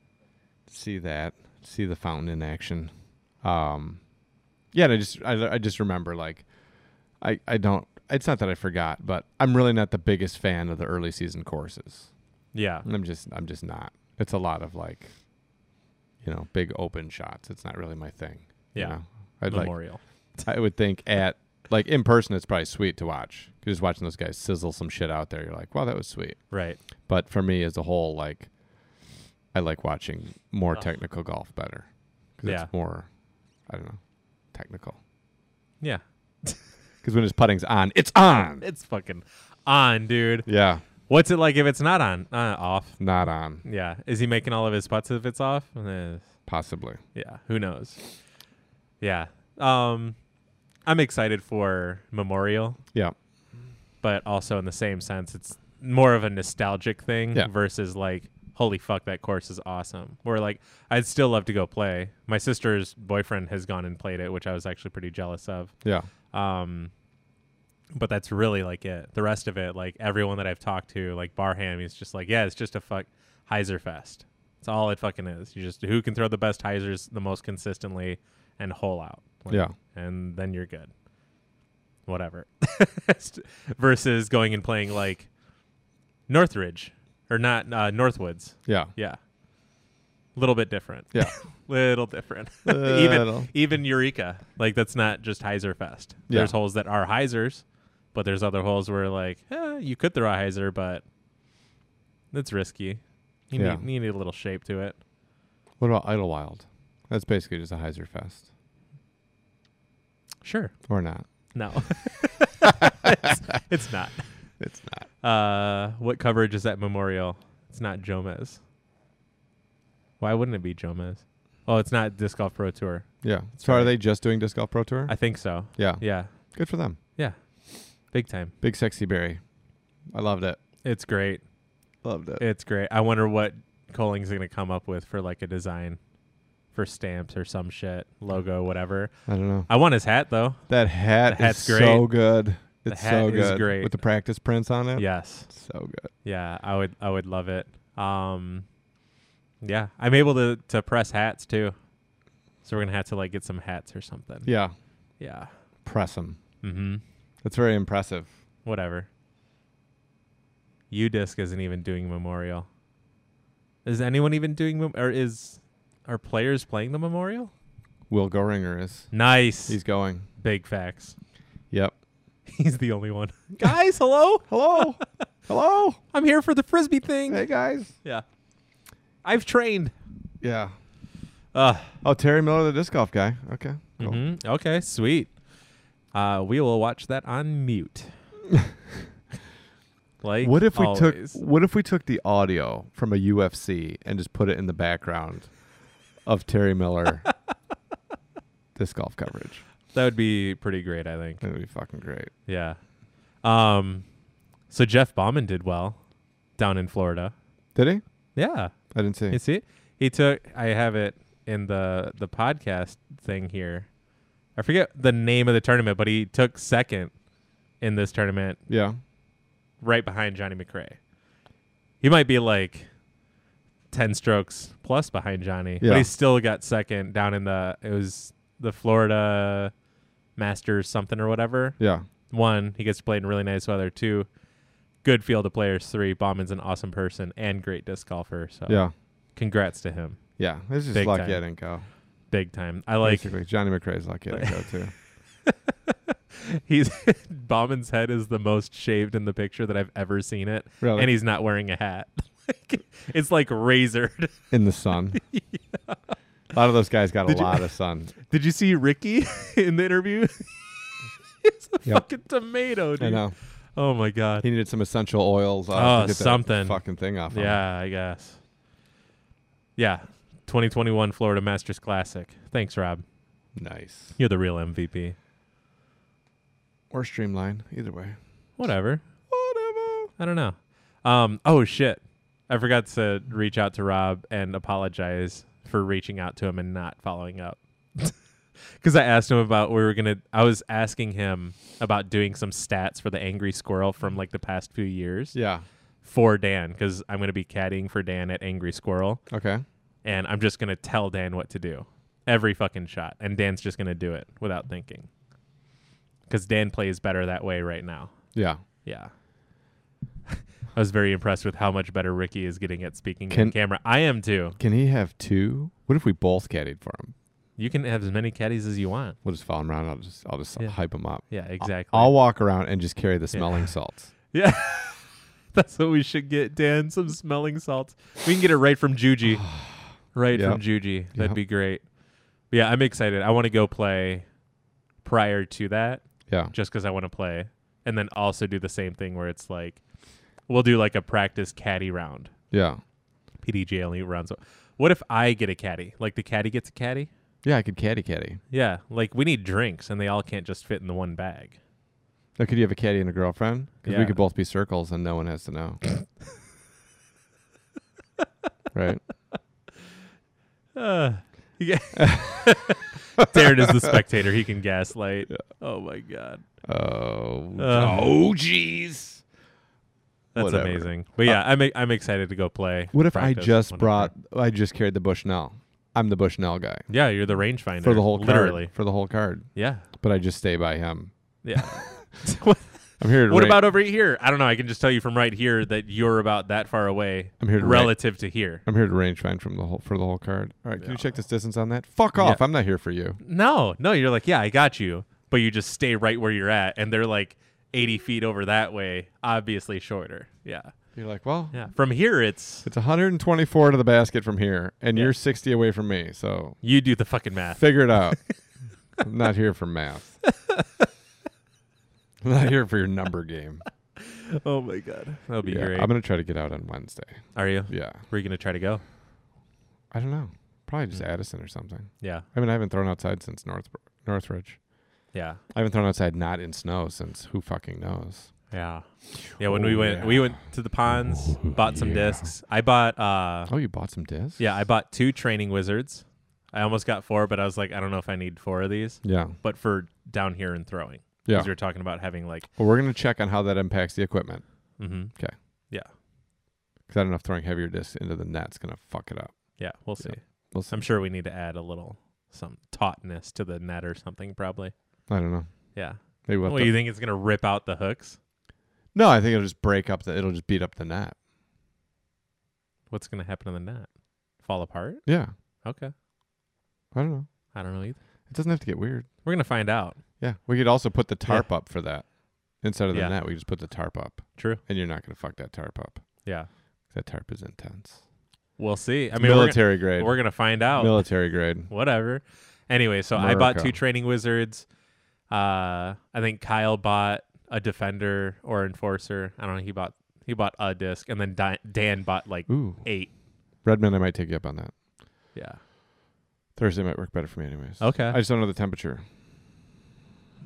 Speaker 1: See that. See the fountain in action. Um yeah, and I just I, I just remember like I I don't it's not that I forgot, but I'm really not the biggest fan of the early season courses.
Speaker 2: Yeah,
Speaker 1: I'm just I'm just not. It's a lot of like you know, big open shots. It's not really my thing. you
Speaker 2: Yeah.
Speaker 1: know? I'd like
Speaker 2: memorial.
Speaker 1: I would think at like in person, it's probably sweet to watch. 'Cause Just watching those guys sizzle some shit out there, you're like, wow, that was sweet.
Speaker 2: Right.
Speaker 1: But for me as a whole, like I like watching more
Speaker 2: Ugh.
Speaker 1: technical golf better. 'Cause
Speaker 2: Yeah.
Speaker 1: it's more, I don't know, technical.
Speaker 2: Yeah,
Speaker 1: Because when his putting's on, it's on.
Speaker 2: it's fucking on, dude.
Speaker 1: Yeah,
Speaker 2: What's it like if it's not on? Uh, off.
Speaker 1: not on,
Speaker 2: Yeah. Is he making all of his putts if it's off? Eh,
Speaker 1: possibly.
Speaker 2: Yeah. Who knows? Yeah. Um, I'm excited for Memorial,
Speaker 1: Yeah.
Speaker 2: but also in the same sense, it's more of a nostalgic thing
Speaker 1: Yeah.
Speaker 2: versus like, holy fuck, that course is awesome. Where like, I'd still love to go play. My sister's boyfriend has gone and played it, which I was actually pretty jealous of.
Speaker 1: Yeah.
Speaker 2: Um, but that's really like it. The rest of it, like everyone that I've talked to, like Barham, he's just like, yeah, it's just a fuck Heiser fest. It's all it fucking is. You just who can throw the best Heisers the most consistently and hole out. Like,
Speaker 1: Yeah.
Speaker 2: and then you're good. Whatever. Versus going and playing like Northridge or not uh, Northwoods.
Speaker 1: Yeah.
Speaker 2: Yeah, a little bit different.
Speaker 1: Yeah.
Speaker 2: little different.
Speaker 1: Little.
Speaker 2: even even Eureka, like that's not just Heiser Fest.
Speaker 1: Yeah.
Speaker 2: There's holes that are Heisers, but there's other holes where like eh, you could throw a Heiser, but that's risky. You,
Speaker 1: Yeah.
Speaker 2: need, you need a little shape to it.
Speaker 1: What about Idlewild? That's basically just a Heiser fest,
Speaker 2: Sure.
Speaker 1: or not?
Speaker 2: No, it's, it's not.
Speaker 1: It's not.
Speaker 2: Uh, what coverage is that Memorial? It's not Jomez. Why wouldn't it be Jomez? Oh, it's not Disc Golf Pro Tour.
Speaker 1: Yeah. So are
Speaker 2: right.
Speaker 1: they just doing disc golf pro tour?
Speaker 2: I think so.
Speaker 1: yeah.
Speaker 2: Yeah,
Speaker 1: Good for them.
Speaker 2: big time.
Speaker 1: Big sexy berry. I loved it.
Speaker 2: It's great.
Speaker 1: Loved it.
Speaker 2: It's great. I wonder what Coling's gonna come up with for like a design for stamps or some shit, logo, whatever.
Speaker 1: I don't know.
Speaker 2: I want his hat though.
Speaker 1: That hat
Speaker 2: The hat's
Speaker 1: is so
Speaker 2: great.
Speaker 1: good.
Speaker 2: The
Speaker 1: It's
Speaker 2: hat
Speaker 1: so
Speaker 2: is
Speaker 1: good.
Speaker 2: great.
Speaker 1: With the practice prints on it.
Speaker 2: Yes.
Speaker 1: So good.
Speaker 2: Yeah, I would I would love it. Um Yeah. I'm able to to press hats too. So we're gonna have to like get some hats or something.
Speaker 1: Yeah.
Speaker 2: Yeah.
Speaker 1: Press them.
Speaker 2: Mm-hmm.
Speaker 1: That's very impressive.
Speaker 2: Whatever. U disc isn't even doing memorial. Is anyone even doing mem- or is are players playing the memorial?
Speaker 1: Will Goringer is.
Speaker 2: Nice.
Speaker 1: He's going.
Speaker 2: Big facts.
Speaker 1: Yep.
Speaker 2: He's the only one. Guys, hello.
Speaker 1: Hello. Hello.
Speaker 2: I'm here for the frisbee thing.
Speaker 1: Hey guys.
Speaker 2: Yeah. I've trained.
Speaker 1: Yeah.
Speaker 2: Uh,
Speaker 1: Oh, Terry Miller, the disc golf guy. Okay. Cool.
Speaker 2: mhm. Okay, sweet. Uh, we will watch that on mute. like
Speaker 1: What if we
Speaker 2: always.
Speaker 1: took What if we took the audio from a UFC and just put it in the background of Terry Miller disc golf coverage?
Speaker 2: that would be pretty great, I think.
Speaker 1: That would be fucking great.
Speaker 2: Yeah. Um so Jeff Bauman did well down in Florida.
Speaker 1: Did he?
Speaker 2: Yeah.
Speaker 1: I didn't see.
Speaker 2: You see, he took. I have it in the the podcast thing here. I forget the name of the tournament, but he took second in this tournament,
Speaker 1: yeah.
Speaker 2: right behind Johnny McRae. He might be like ten strokes plus behind Johnny,
Speaker 1: Yeah.
Speaker 2: but he still got second down in the. It was the Florida Masters something or whatever.
Speaker 1: Yeah.
Speaker 2: One, he gets to play in really nice weather. Two, good field of players. Three, Bauman's an awesome person and great disc golfer. So
Speaker 1: Yeah.
Speaker 2: congrats to him.
Speaker 1: Yeah. It's just
Speaker 2: Big
Speaker 1: lucky
Speaker 2: time.
Speaker 1: I didn't go.
Speaker 2: big time. I like
Speaker 1: Basically, Johnny McRae's lucky I didn't go too.
Speaker 2: he's Bauman's head is the most shaved in the picture that I've ever seen it,
Speaker 1: Really?
Speaker 2: and he's not wearing a hat. like, it's like razored.
Speaker 1: in the sun. A lot of those guys got
Speaker 2: Did
Speaker 1: a
Speaker 2: you-
Speaker 1: lot of sun.
Speaker 2: Did you see Ricky in the interview? it's a
Speaker 1: Yep.
Speaker 2: fucking tomato, dude.
Speaker 1: I know.
Speaker 2: Oh my god.
Speaker 1: He needed some essential oils. uh,
Speaker 2: Oh,
Speaker 1: to get that
Speaker 2: something.
Speaker 1: Fucking thing off. him.
Speaker 2: yeah, I guess. Yeah. 2021 Florida Masters Classic. Thanks, Rob.
Speaker 1: Nice.
Speaker 2: You're the real MVP.
Speaker 1: Or streamline. Either way.
Speaker 2: Whatever.
Speaker 1: Whatever.
Speaker 2: I don't know. Um, oh shit. I forgot to reach out to Rob and apologize for reaching out to him and not following up. Cuz I asked him about we were going to I was asking him about doing some stats for the angry squirrel from like the past few years
Speaker 1: Yeah.
Speaker 2: for Dan cuz I'm going to be caddying for Dan at Angry Squirrel
Speaker 1: Okay.
Speaker 2: and I'm just going to tell Dan what to do every fucking shot and Dan's just going to do it without thinking. Cuz Dan plays better that way right now.
Speaker 1: Yeah.
Speaker 2: Yeah. I was very impressed with how much better Ricky is getting at speaking
Speaker 1: Can-
Speaker 2: in camera. I am too.
Speaker 1: Can he have two? What if we both caddied for him?
Speaker 2: You can have as many caddies as you want.
Speaker 1: We'll just follow him around. I'll just I'll just
Speaker 2: Yeah.
Speaker 1: hype him up.
Speaker 2: Yeah, exactly.
Speaker 1: I'll walk around and just carry the smelling salts.
Speaker 2: yeah. That's what we should get, Dan. Some smelling salts. We can get it right from Juji. Right from
Speaker 1: Yep.
Speaker 2: Juji. That'd
Speaker 1: Yep.
Speaker 2: be great. But yeah, I'm excited. I want to go play prior to that
Speaker 1: Yeah.
Speaker 2: just because I want to play. And then also do the same thing where it's like, we'll do like a practice caddy round.
Speaker 1: Yeah.
Speaker 2: PDJ only runs. What if I get a caddy? Like the caddy gets a caddy?
Speaker 1: Yeah, I could caddy caddy.
Speaker 2: Yeah, like we need drinks, and they all can't just fit in the one bag.
Speaker 1: Now, could you have a caddy and a girlfriend? Because
Speaker 2: Yeah.
Speaker 1: we could both be circles and no one has to know. right?
Speaker 2: Uh, yeah. Darren is the spectator. He can gaslight. Oh my god,
Speaker 1: Oh,
Speaker 2: Uh.
Speaker 1: oh, jeez.
Speaker 2: that's
Speaker 1: Whatever. Uh,
Speaker 2: amazing. But yeah, I'm e, I'm excited to go play.
Speaker 1: What if I
Speaker 2: practice,
Speaker 1: just
Speaker 2: whatever.
Speaker 1: brought? I just carried the Bushnell. I'm the Bushnell guy
Speaker 2: Yeah, you're the rangefinder
Speaker 1: for the whole card.
Speaker 2: Literally.
Speaker 1: for the whole card.
Speaker 2: Yeah,
Speaker 1: But I just stay by him.
Speaker 2: yeah. what
Speaker 1: I'm here. To
Speaker 2: what
Speaker 1: ra-
Speaker 2: about over here? I don't know. I can just tell you from right here that you're about that far away
Speaker 1: I'm here to rank.
Speaker 2: relative to here.
Speaker 1: I'm here to range find from the whole for the whole card. All right, can you check this distance on that? Fuck off! I'm not here for you.
Speaker 2: No, no, you're like, yeah, I got you, but you just stay right where you're at, and they're like 80 feet over that way, obviously shorter. Yeah,
Speaker 1: You're like, well,
Speaker 2: yeah. From here, it's
Speaker 1: it's 124 to the basket from here, and
Speaker 2: Yeah.
Speaker 1: you're 60 away from me. So
Speaker 2: you do the fucking math.
Speaker 1: figure it out. I'm not here for math. I'm not here for your number game.
Speaker 2: Oh my god, that'll be
Speaker 1: Yeah,
Speaker 2: great.
Speaker 1: I'm gonna try to get out on Wednesday.
Speaker 2: Are you?
Speaker 1: Yeah,
Speaker 2: Where you gonna try to go?
Speaker 1: I don't know. Probably just
Speaker 2: Hmm.
Speaker 1: Addison or something.
Speaker 2: Yeah,
Speaker 1: I mean, I haven't thrown outside since North Northridge.
Speaker 2: yeah,
Speaker 1: I haven't thrown outside not in snow since who fucking knows.
Speaker 2: yeah, yeah. When
Speaker 1: Oh,
Speaker 2: we went,
Speaker 1: yeah.
Speaker 2: we went to the ponds,
Speaker 1: Oh,
Speaker 2: bought some
Speaker 1: yeah.
Speaker 2: discs. I bought, uh,
Speaker 1: Oh, you bought some discs?
Speaker 2: yeah, I bought two training wizards. I almost got four, but I was like, I don't know if I need four of these.
Speaker 1: Yeah.
Speaker 2: But for down here and throwing,
Speaker 1: Yeah.
Speaker 2: because we were talking about having like,
Speaker 1: Well, we're gonna check on how that impacts the equipment
Speaker 2: mm-hmm.
Speaker 1: 'Kay.
Speaker 2: yeah,
Speaker 1: because I don't know if throwing heavier discs into the net's gonna fuck it up.
Speaker 2: yeah. We'll see.
Speaker 1: Yeah. We'll see.
Speaker 2: I'm sure we need to add a little some tautness to the net or something, probably.
Speaker 1: I don't know.
Speaker 2: Yeah.
Speaker 1: Maybe we'll
Speaker 2: What
Speaker 1: have
Speaker 2: well,
Speaker 1: to-
Speaker 2: you think it's gonna rip out the hooks?
Speaker 1: no, I think it'll just break up the. It'll just beat up the net.
Speaker 2: What's gonna happen to the net? Fall apart?
Speaker 1: Yeah.
Speaker 2: Okay.
Speaker 1: I don't know.
Speaker 2: I don't know either.
Speaker 1: It doesn't have to get weird.
Speaker 2: We're gonna find out.
Speaker 1: Yeah. We could also put the tarp up for that. Instead of the
Speaker 2: Yeah.
Speaker 1: net, we just put the tarp up,
Speaker 2: True.
Speaker 1: and you're not gonna fuck that tarp up.
Speaker 2: Yeah.
Speaker 1: That tarp is intense.
Speaker 2: We'll see.
Speaker 1: It's
Speaker 2: I mean, we're, gonna-
Speaker 1: military grade.
Speaker 2: we're gonna find out.
Speaker 1: military grade.
Speaker 2: Whatever. Anyway, so I bought two
Speaker 1: America.
Speaker 2: training wizards. Uh, I think Kyle bought a defender or enforcer. I don't know. He bought he bought a disc, and then Di- Dan bought like
Speaker 1: Ooh,
Speaker 2: eight.
Speaker 1: Redmond. I might take you up on that.
Speaker 2: Yeah.
Speaker 1: Thursday might work better for me, anyways.
Speaker 2: Okay. Mm-hmm.
Speaker 1: I just don't know the temperature.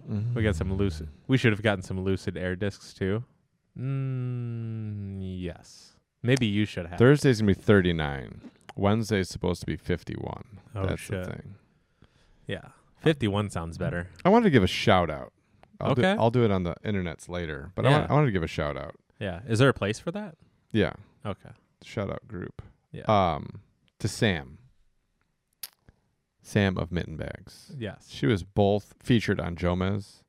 Speaker 2: We got some lucid. We should have gotten some lucid air discs too. Mm, yes. Maybe you should have.
Speaker 1: Thursday's gonna be 39. Wednesday's supposed to be 51.
Speaker 2: Oh,
Speaker 1: That's
Speaker 2: shit.
Speaker 1: the thing.
Speaker 2: yeah. 51 sounds better.
Speaker 1: I wanted to give a shout out. I'll Do,
Speaker 2: Okay.
Speaker 1: I'll do it on the internets later, but I,
Speaker 2: Yeah.
Speaker 1: want, I wanted to give a shout out.
Speaker 2: Yeah. Is there a place for that?
Speaker 1: Yeah,
Speaker 2: Okay.
Speaker 1: shout out group.
Speaker 2: Yeah.
Speaker 1: Um, to Sam. Sam of Mitten Bags.
Speaker 2: yes.
Speaker 1: She was both featured on Jomez,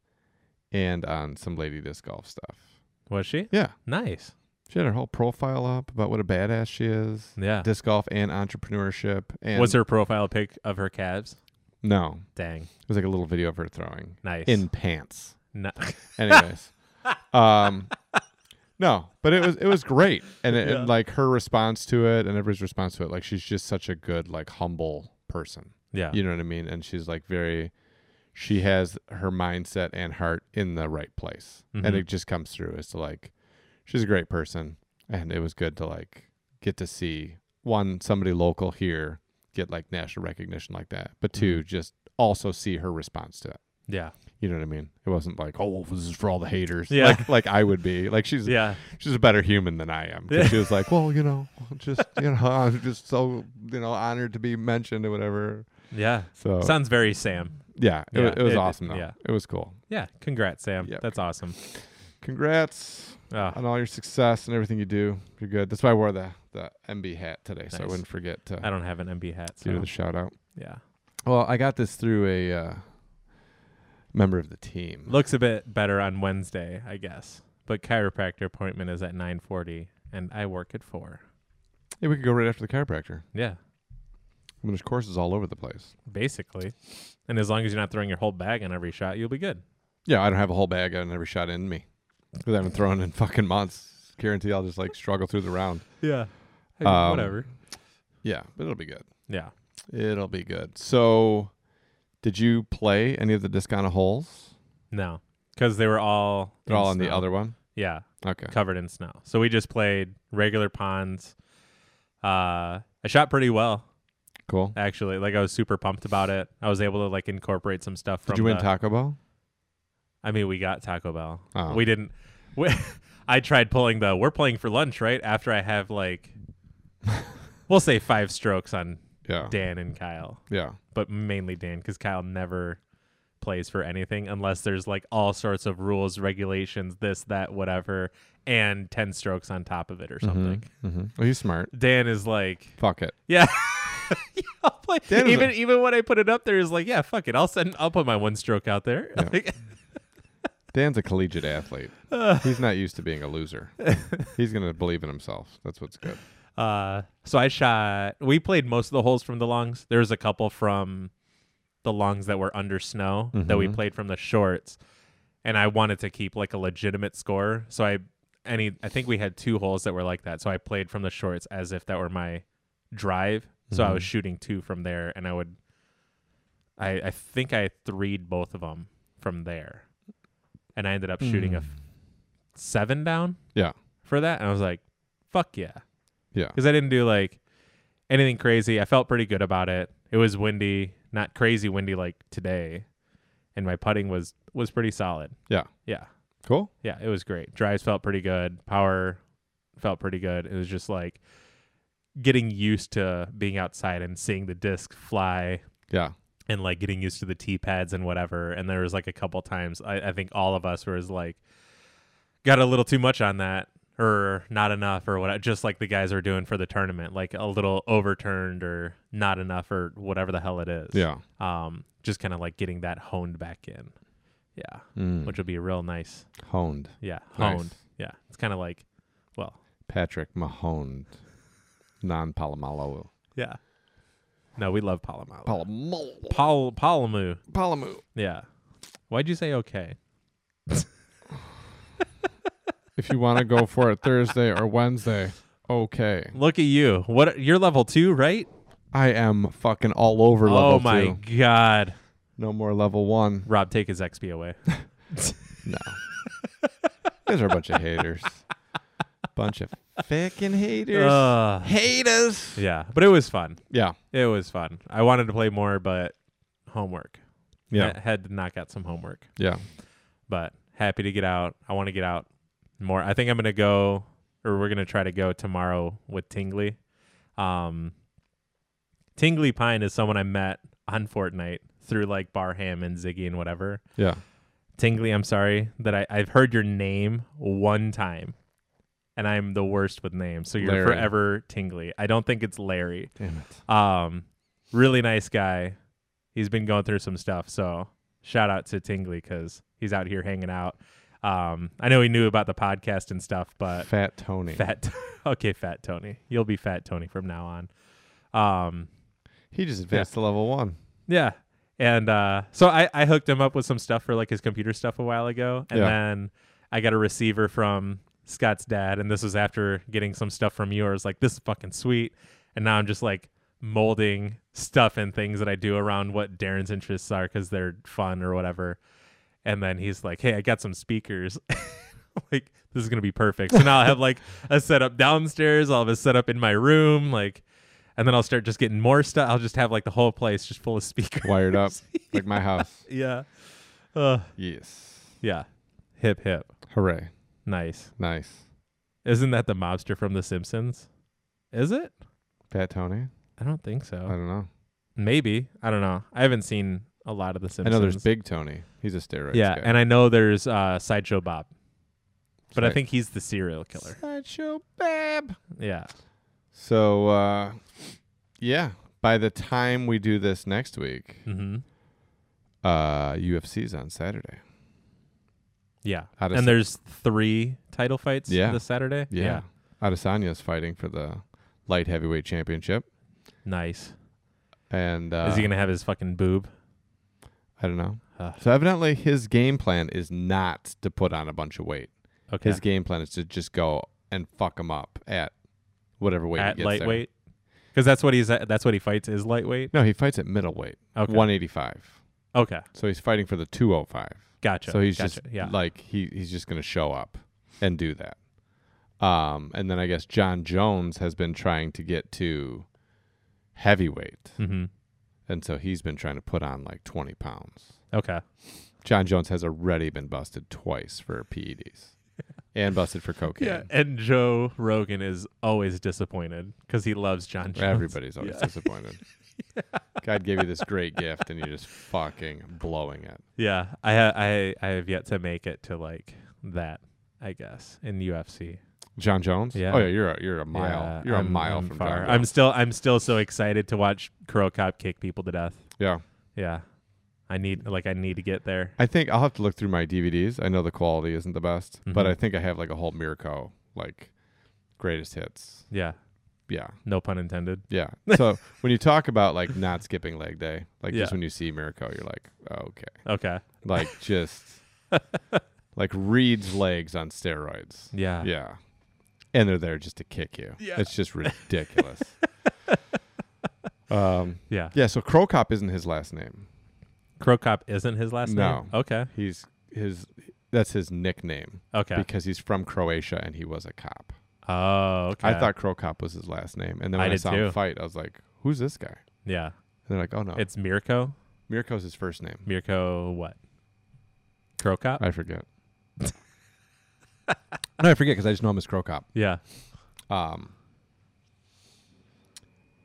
Speaker 1: and on some lady disc golf stuff.
Speaker 2: Was she?
Speaker 1: Yeah,
Speaker 2: Nice.
Speaker 1: she had her whole profile up about what a badass she is.
Speaker 2: Yeah.
Speaker 1: disc golf and entrepreneurship. And
Speaker 2: Was her profile pic of her calves?
Speaker 1: No,
Speaker 2: Dang.
Speaker 1: it was like a little video of her throwing
Speaker 2: Nice.
Speaker 1: in pants.
Speaker 2: Ni-
Speaker 1: Anyways, um, no, but it was it was great, and, it,
Speaker 2: Yeah.
Speaker 1: and like her response to it, and everybody's response to it, like she's just such a good, like humble person.
Speaker 2: yeah.
Speaker 1: You know what I mean? And she's like very, she has her mindset and heart in the right place, and
Speaker 2: Mhm.
Speaker 1: it just comes through as to like, she's a great person, and it was good to like get to see one somebody local here get like national recognition like that, but two
Speaker 2: Mm-hmm.
Speaker 1: just also see her response to it.
Speaker 2: Yeah.
Speaker 1: You know what I mean? It wasn't like, oh, this is for all the haters.
Speaker 2: Yeah.
Speaker 1: Like, like I would be. Like she's
Speaker 2: Yeah.
Speaker 1: she's a better human than I am. 'Cause
Speaker 2: Yeah.
Speaker 1: She was like, well, you know, just you know, I'm just so you know honored to be mentioned or whatever.
Speaker 2: Yeah.
Speaker 1: So
Speaker 2: Sounds very Sam.
Speaker 1: yeah, it, wa-
Speaker 2: Yeah,
Speaker 1: it was
Speaker 2: it-
Speaker 1: awesome though.
Speaker 2: yeah.
Speaker 1: It was cool.
Speaker 2: Yeah. Congrats, Sam.
Speaker 1: Yep.
Speaker 2: That's awesome.
Speaker 1: Congrats
Speaker 2: Ah,
Speaker 1: on all your success and everything you do. You're good. That's why I wore the the MB hat today, so I
Speaker 2: Nice.
Speaker 1: wouldn't forget to
Speaker 2: I don't have an MB hat.
Speaker 1: give you
Speaker 2: So.
Speaker 1: the shout out.
Speaker 2: Yeah.
Speaker 1: Well, I got this through a uh, member of the team.
Speaker 2: looks a bit better on Wednesday, I guess. But chiropractor appointment is at 9:40 and I work at 4.
Speaker 1: Hey, we could go right after the chiropractor.
Speaker 2: Yeah,
Speaker 1: I mean, there's courses all over the place.
Speaker 2: basically. And as long as you're not throwing your whole bag on every shot, you'll be good.
Speaker 1: Yeah, I don't have a whole bag on every shot in me because I haven't thrown in fucking months. Guarantee I'll just like struggle through the round.
Speaker 2: Yeah.
Speaker 1: Um,
Speaker 2: whatever.
Speaker 1: Yeah, but it'll be good.
Speaker 2: Yeah.
Speaker 1: It'll be good. So, did you play any of the discount holes?
Speaker 2: No. Cuz they were all
Speaker 1: They're
Speaker 2: in
Speaker 1: all on the
Speaker 2: snow.
Speaker 1: other one.
Speaker 2: Yeah,
Speaker 1: Okay.
Speaker 2: covered in snow. So we just played regular ponds. Uh I shot pretty well.
Speaker 1: Cool.
Speaker 2: Actually, like I was super pumped about it. I was able to like incorporate some stuff from.
Speaker 1: Did you win
Speaker 2: the-
Speaker 1: Taco Bell?
Speaker 2: I mean, we got Taco Bell.
Speaker 1: Oh.
Speaker 2: We didn't. We, I tried pulling the "We're playing for lunch" right after I have like, we'll say five strokes on
Speaker 1: Yeah.
Speaker 2: Dan and Kyle,
Speaker 1: Yeah.
Speaker 2: but mainly Dan because Kyle never plays for anything unless there's like all sorts of rules, regulations, this, that, whatever, and ten strokes on top of it or something.
Speaker 1: Mm-hmm. Well, he's smart.
Speaker 2: Dan is like,
Speaker 1: Fuck it.
Speaker 2: yeah. Yeah, I'll play-
Speaker 1: Dan is
Speaker 2: even even when I put it up there is like, yeah, fuck it. I'll send I'll put my one stroke out there.
Speaker 1: Yeah.
Speaker 2: Like,
Speaker 1: Dan's a collegiate athlete. he's not used to being a loser. he's gonna believe in himself. That's what's good.
Speaker 2: Uh, so I shot. We played most of the holes from the longs. There was a couple from the longs that were under snow that we
Speaker 1: Mhm.
Speaker 2: played from the shorts, and I wanted to keep like a legitimate score. So I any I think we had two holes that were like that. So I played from the shorts as if that were my drive. So I was
Speaker 1: Mm-hmm.
Speaker 2: shooting two from there, and I would. I I think I threed both of them from there, and I ended up shooting a f- seven down.
Speaker 1: Mm. Yeah.
Speaker 2: For that, and I was like, "Fuck yeah!"
Speaker 1: Yeah.
Speaker 2: because I didn't do like anything crazy. I felt pretty good about it. It was windy, not crazy windy like today, and my putting was was pretty solid.
Speaker 1: Yeah.
Speaker 2: Yeah,
Speaker 1: Cool.
Speaker 2: yeah, it was great. Drives felt pretty good. Power felt pretty good. It was just like getting used to being outside and seeing the disc fly
Speaker 1: Yeah.
Speaker 2: and like getting used to the T pads and whatever. And there was like a couple times I, I think all of us were just, like got a little too much on that or not enough or what just like the guys are doing for the tournament, like a little overturned or not enough or whatever the hell it is.
Speaker 1: Yeah.
Speaker 2: Um just kind of like getting that honed back in. Yeah.
Speaker 1: Mm.
Speaker 2: Which would be a real nice
Speaker 1: Honed.
Speaker 2: yeah.
Speaker 1: Nice.
Speaker 2: Honed. Yeah. It's kinda like well
Speaker 1: Patrick Mahoned. Non Palomalo.
Speaker 2: Yeah. No, we love Palomalu.
Speaker 1: Palomalo.
Speaker 2: Pal Palamu.
Speaker 1: Palamu.
Speaker 2: Yeah. Why'd you say okay?
Speaker 1: If you want to go for it Thursday or Wednesday, okay.
Speaker 2: Look at you. What you're level two, right?
Speaker 1: I am fucking all over level
Speaker 2: oh my
Speaker 1: two.
Speaker 2: god.
Speaker 1: No more level one.
Speaker 2: Rob, take his XP away.
Speaker 1: No. These are a bunch of haters. Bunch of fucking haters.
Speaker 2: Ugh.
Speaker 1: haters.
Speaker 2: yeah. But it was fun.
Speaker 1: Yeah.
Speaker 2: It was fun. I wanted to play more, but homework.
Speaker 1: Yeah.
Speaker 2: I had to knock out some homework.
Speaker 1: Yeah.
Speaker 2: But happy to get out. I want to get out more. I think I'm gonna go or we're gonna try to go tomorrow with Tingley. Um Tingley Pine is someone I met on Fortnite through like Barham and Ziggy and whatever.
Speaker 1: Yeah.
Speaker 2: Tingley, I'm sorry that I, I've heard your name one time, and I'm the worst with names. So you're
Speaker 1: Larry.
Speaker 2: forever Tingley. I don't think it's Larry.
Speaker 1: Damn it.
Speaker 2: Um, really nice guy. He's been going through some stuff. So shout out to Tingley because he's out here hanging out. Um, I know he knew about the podcast and stuff, but
Speaker 1: Fat Tony.
Speaker 2: Uh, fat. okay, Fat Tony. You'll be Fat Tony from now on. Um,
Speaker 1: He just advanced to level one.
Speaker 2: yeah. And uh, so I, I hooked him up with some stuff for like his computer stuff a while ago. And
Speaker 1: Yeah.
Speaker 2: then I got a receiver from Scott's dad. And this was after getting some stuff from yours. Like, this is fucking sweet. And now I'm just like molding stuff and things that I do around what Darren's interests are because they're fun or whatever. And then he's like, hey, I got some speakers. like, this is going to be perfect. So now I have like a setup downstairs, I'll have a setup in my room. Like, and then I'll start just getting more stuff. I'll just have like the whole place just full of speakers.
Speaker 1: Wired up. like my house.
Speaker 2: Yeah. Uh,
Speaker 1: Yes.
Speaker 2: yeah. Hip hip.
Speaker 1: Hooray.
Speaker 2: Nice.
Speaker 1: Nice.
Speaker 2: Isn't that the mobster from The Simpsons? Is it?
Speaker 1: Fat Tony?
Speaker 2: I don't think
Speaker 1: I
Speaker 2: so.
Speaker 1: don't know.
Speaker 2: Maybe. I don't know. I haven't seen a lot of The
Speaker 1: I
Speaker 2: Simpsons.
Speaker 1: know there's Big Tony. He's a steroid.
Speaker 2: Yeah, and I know there's uh, Sideshow Bob, but I
Speaker 1: Right.
Speaker 2: think he's the serial killer.
Speaker 1: Sideshow Bab.
Speaker 2: Yeah.
Speaker 1: So, uh, yeah, by the time we do this next week,
Speaker 2: Mm-hmm.
Speaker 1: uh, UFC's on Saturday.
Speaker 2: Yeah.
Speaker 1: Out of
Speaker 2: And
Speaker 1: Sa-
Speaker 2: there's three title fights
Speaker 1: Yeah.
Speaker 2: this Saturday.
Speaker 1: Yeah. Adesanya's fighting for the light heavyweight championship.
Speaker 2: Nice.
Speaker 1: And uh,
Speaker 2: Is he gonna have his fucking boob?
Speaker 1: I don't know.
Speaker 2: Uh,
Speaker 1: So, evidently, his game plan is not to put on a bunch of weight.
Speaker 2: okay.
Speaker 1: His game plan is to just go and fuck him up at whatever weight
Speaker 2: at
Speaker 1: he gets there.
Speaker 2: lightweight because that's what he's at, that's what he fights is lightweight
Speaker 1: No, he fights at middleweight,
Speaker 2: okay
Speaker 1: 185.
Speaker 2: okay
Speaker 1: So, he's fighting for the 205.
Speaker 2: gotcha
Speaker 1: So he's
Speaker 2: gotcha.
Speaker 1: just
Speaker 2: yeah
Speaker 1: like he he's just going to show up and do that. Um, and then I guess John Jones has been trying to get to heavyweight,
Speaker 2: Mm-hmm.
Speaker 1: and so he's been trying to put on like twenty pounds.
Speaker 2: Okay.
Speaker 1: John Jones has already been busted twice for PEDs and busted for cocaine.
Speaker 2: Yeah. And Joe Rogan is always disappointed because he loves John Jones.
Speaker 1: Everybody's always
Speaker 2: Yeah.
Speaker 1: disappointed. God gave you this great gift, and you're just fucking blowing it.
Speaker 2: Yeah. I ha- I I have yet to make it to like that. I guess in UFC.
Speaker 1: John Jones.
Speaker 2: Yeah.
Speaker 1: Oh yeah, you're a, you're a mile.
Speaker 2: Yeah,
Speaker 1: you're a
Speaker 2: I'm-
Speaker 1: mile
Speaker 2: I'm
Speaker 1: from
Speaker 2: far.
Speaker 1: John.
Speaker 2: I'm
Speaker 1: Jones.
Speaker 2: still I'm still so excited to watch Curl Cop kick people to death.
Speaker 1: yeah.
Speaker 2: Yeah. I need like I need to get there.
Speaker 1: I think I'll have to look through my DVDs. I know the quality isn't the best, but
Speaker 2: Mhm.
Speaker 1: I think I have like a whole Mirko like greatest hits.
Speaker 2: Yeah.
Speaker 1: Yeah.
Speaker 2: No pun intended.
Speaker 1: Yeah. So when you talk about like not skipping leg day, like just
Speaker 2: Yeah.
Speaker 1: when you see Mirko, you're like, oh, okay.
Speaker 2: Okay.
Speaker 1: Like just like Reed's legs on steroids.
Speaker 2: Yeah.
Speaker 1: Yeah. And they're there just to kick you.
Speaker 2: Yeah.
Speaker 1: It's just ridiculous. um
Speaker 2: Yeah.
Speaker 1: yeah, so Crow Cop isn't his last name.
Speaker 2: Crow Cop isn't his last
Speaker 1: No.
Speaker 2: name. Okay.
Speaker 1: He's his that's his nickname
Speaker 2: Okay.
Speaker 1: because he's from Croatia and he was a cop.
Speaker 2: oh, okay.
Speaker 1: I thought Crow Cop was his last name. And then
Speaker 2: I
Speaker 1: when I,
Speaker 2: did
Speaker 1: saw
Speaker 2: too.
Speaker 1: him fight, I was like, who's this guy? And
Speaker 2: Yeah.
Speaker 1: they're like, oh no. It's
Speaker 2: It's Mirko.
Speaker 1: Mirko's his first name.
Speaker 2: Mirko what? Crow Cop?
Speaker 1: I forget. no, I forget because I just know him as Crow Cop.
Speaker 2: yeah.
Speaker 1: Um.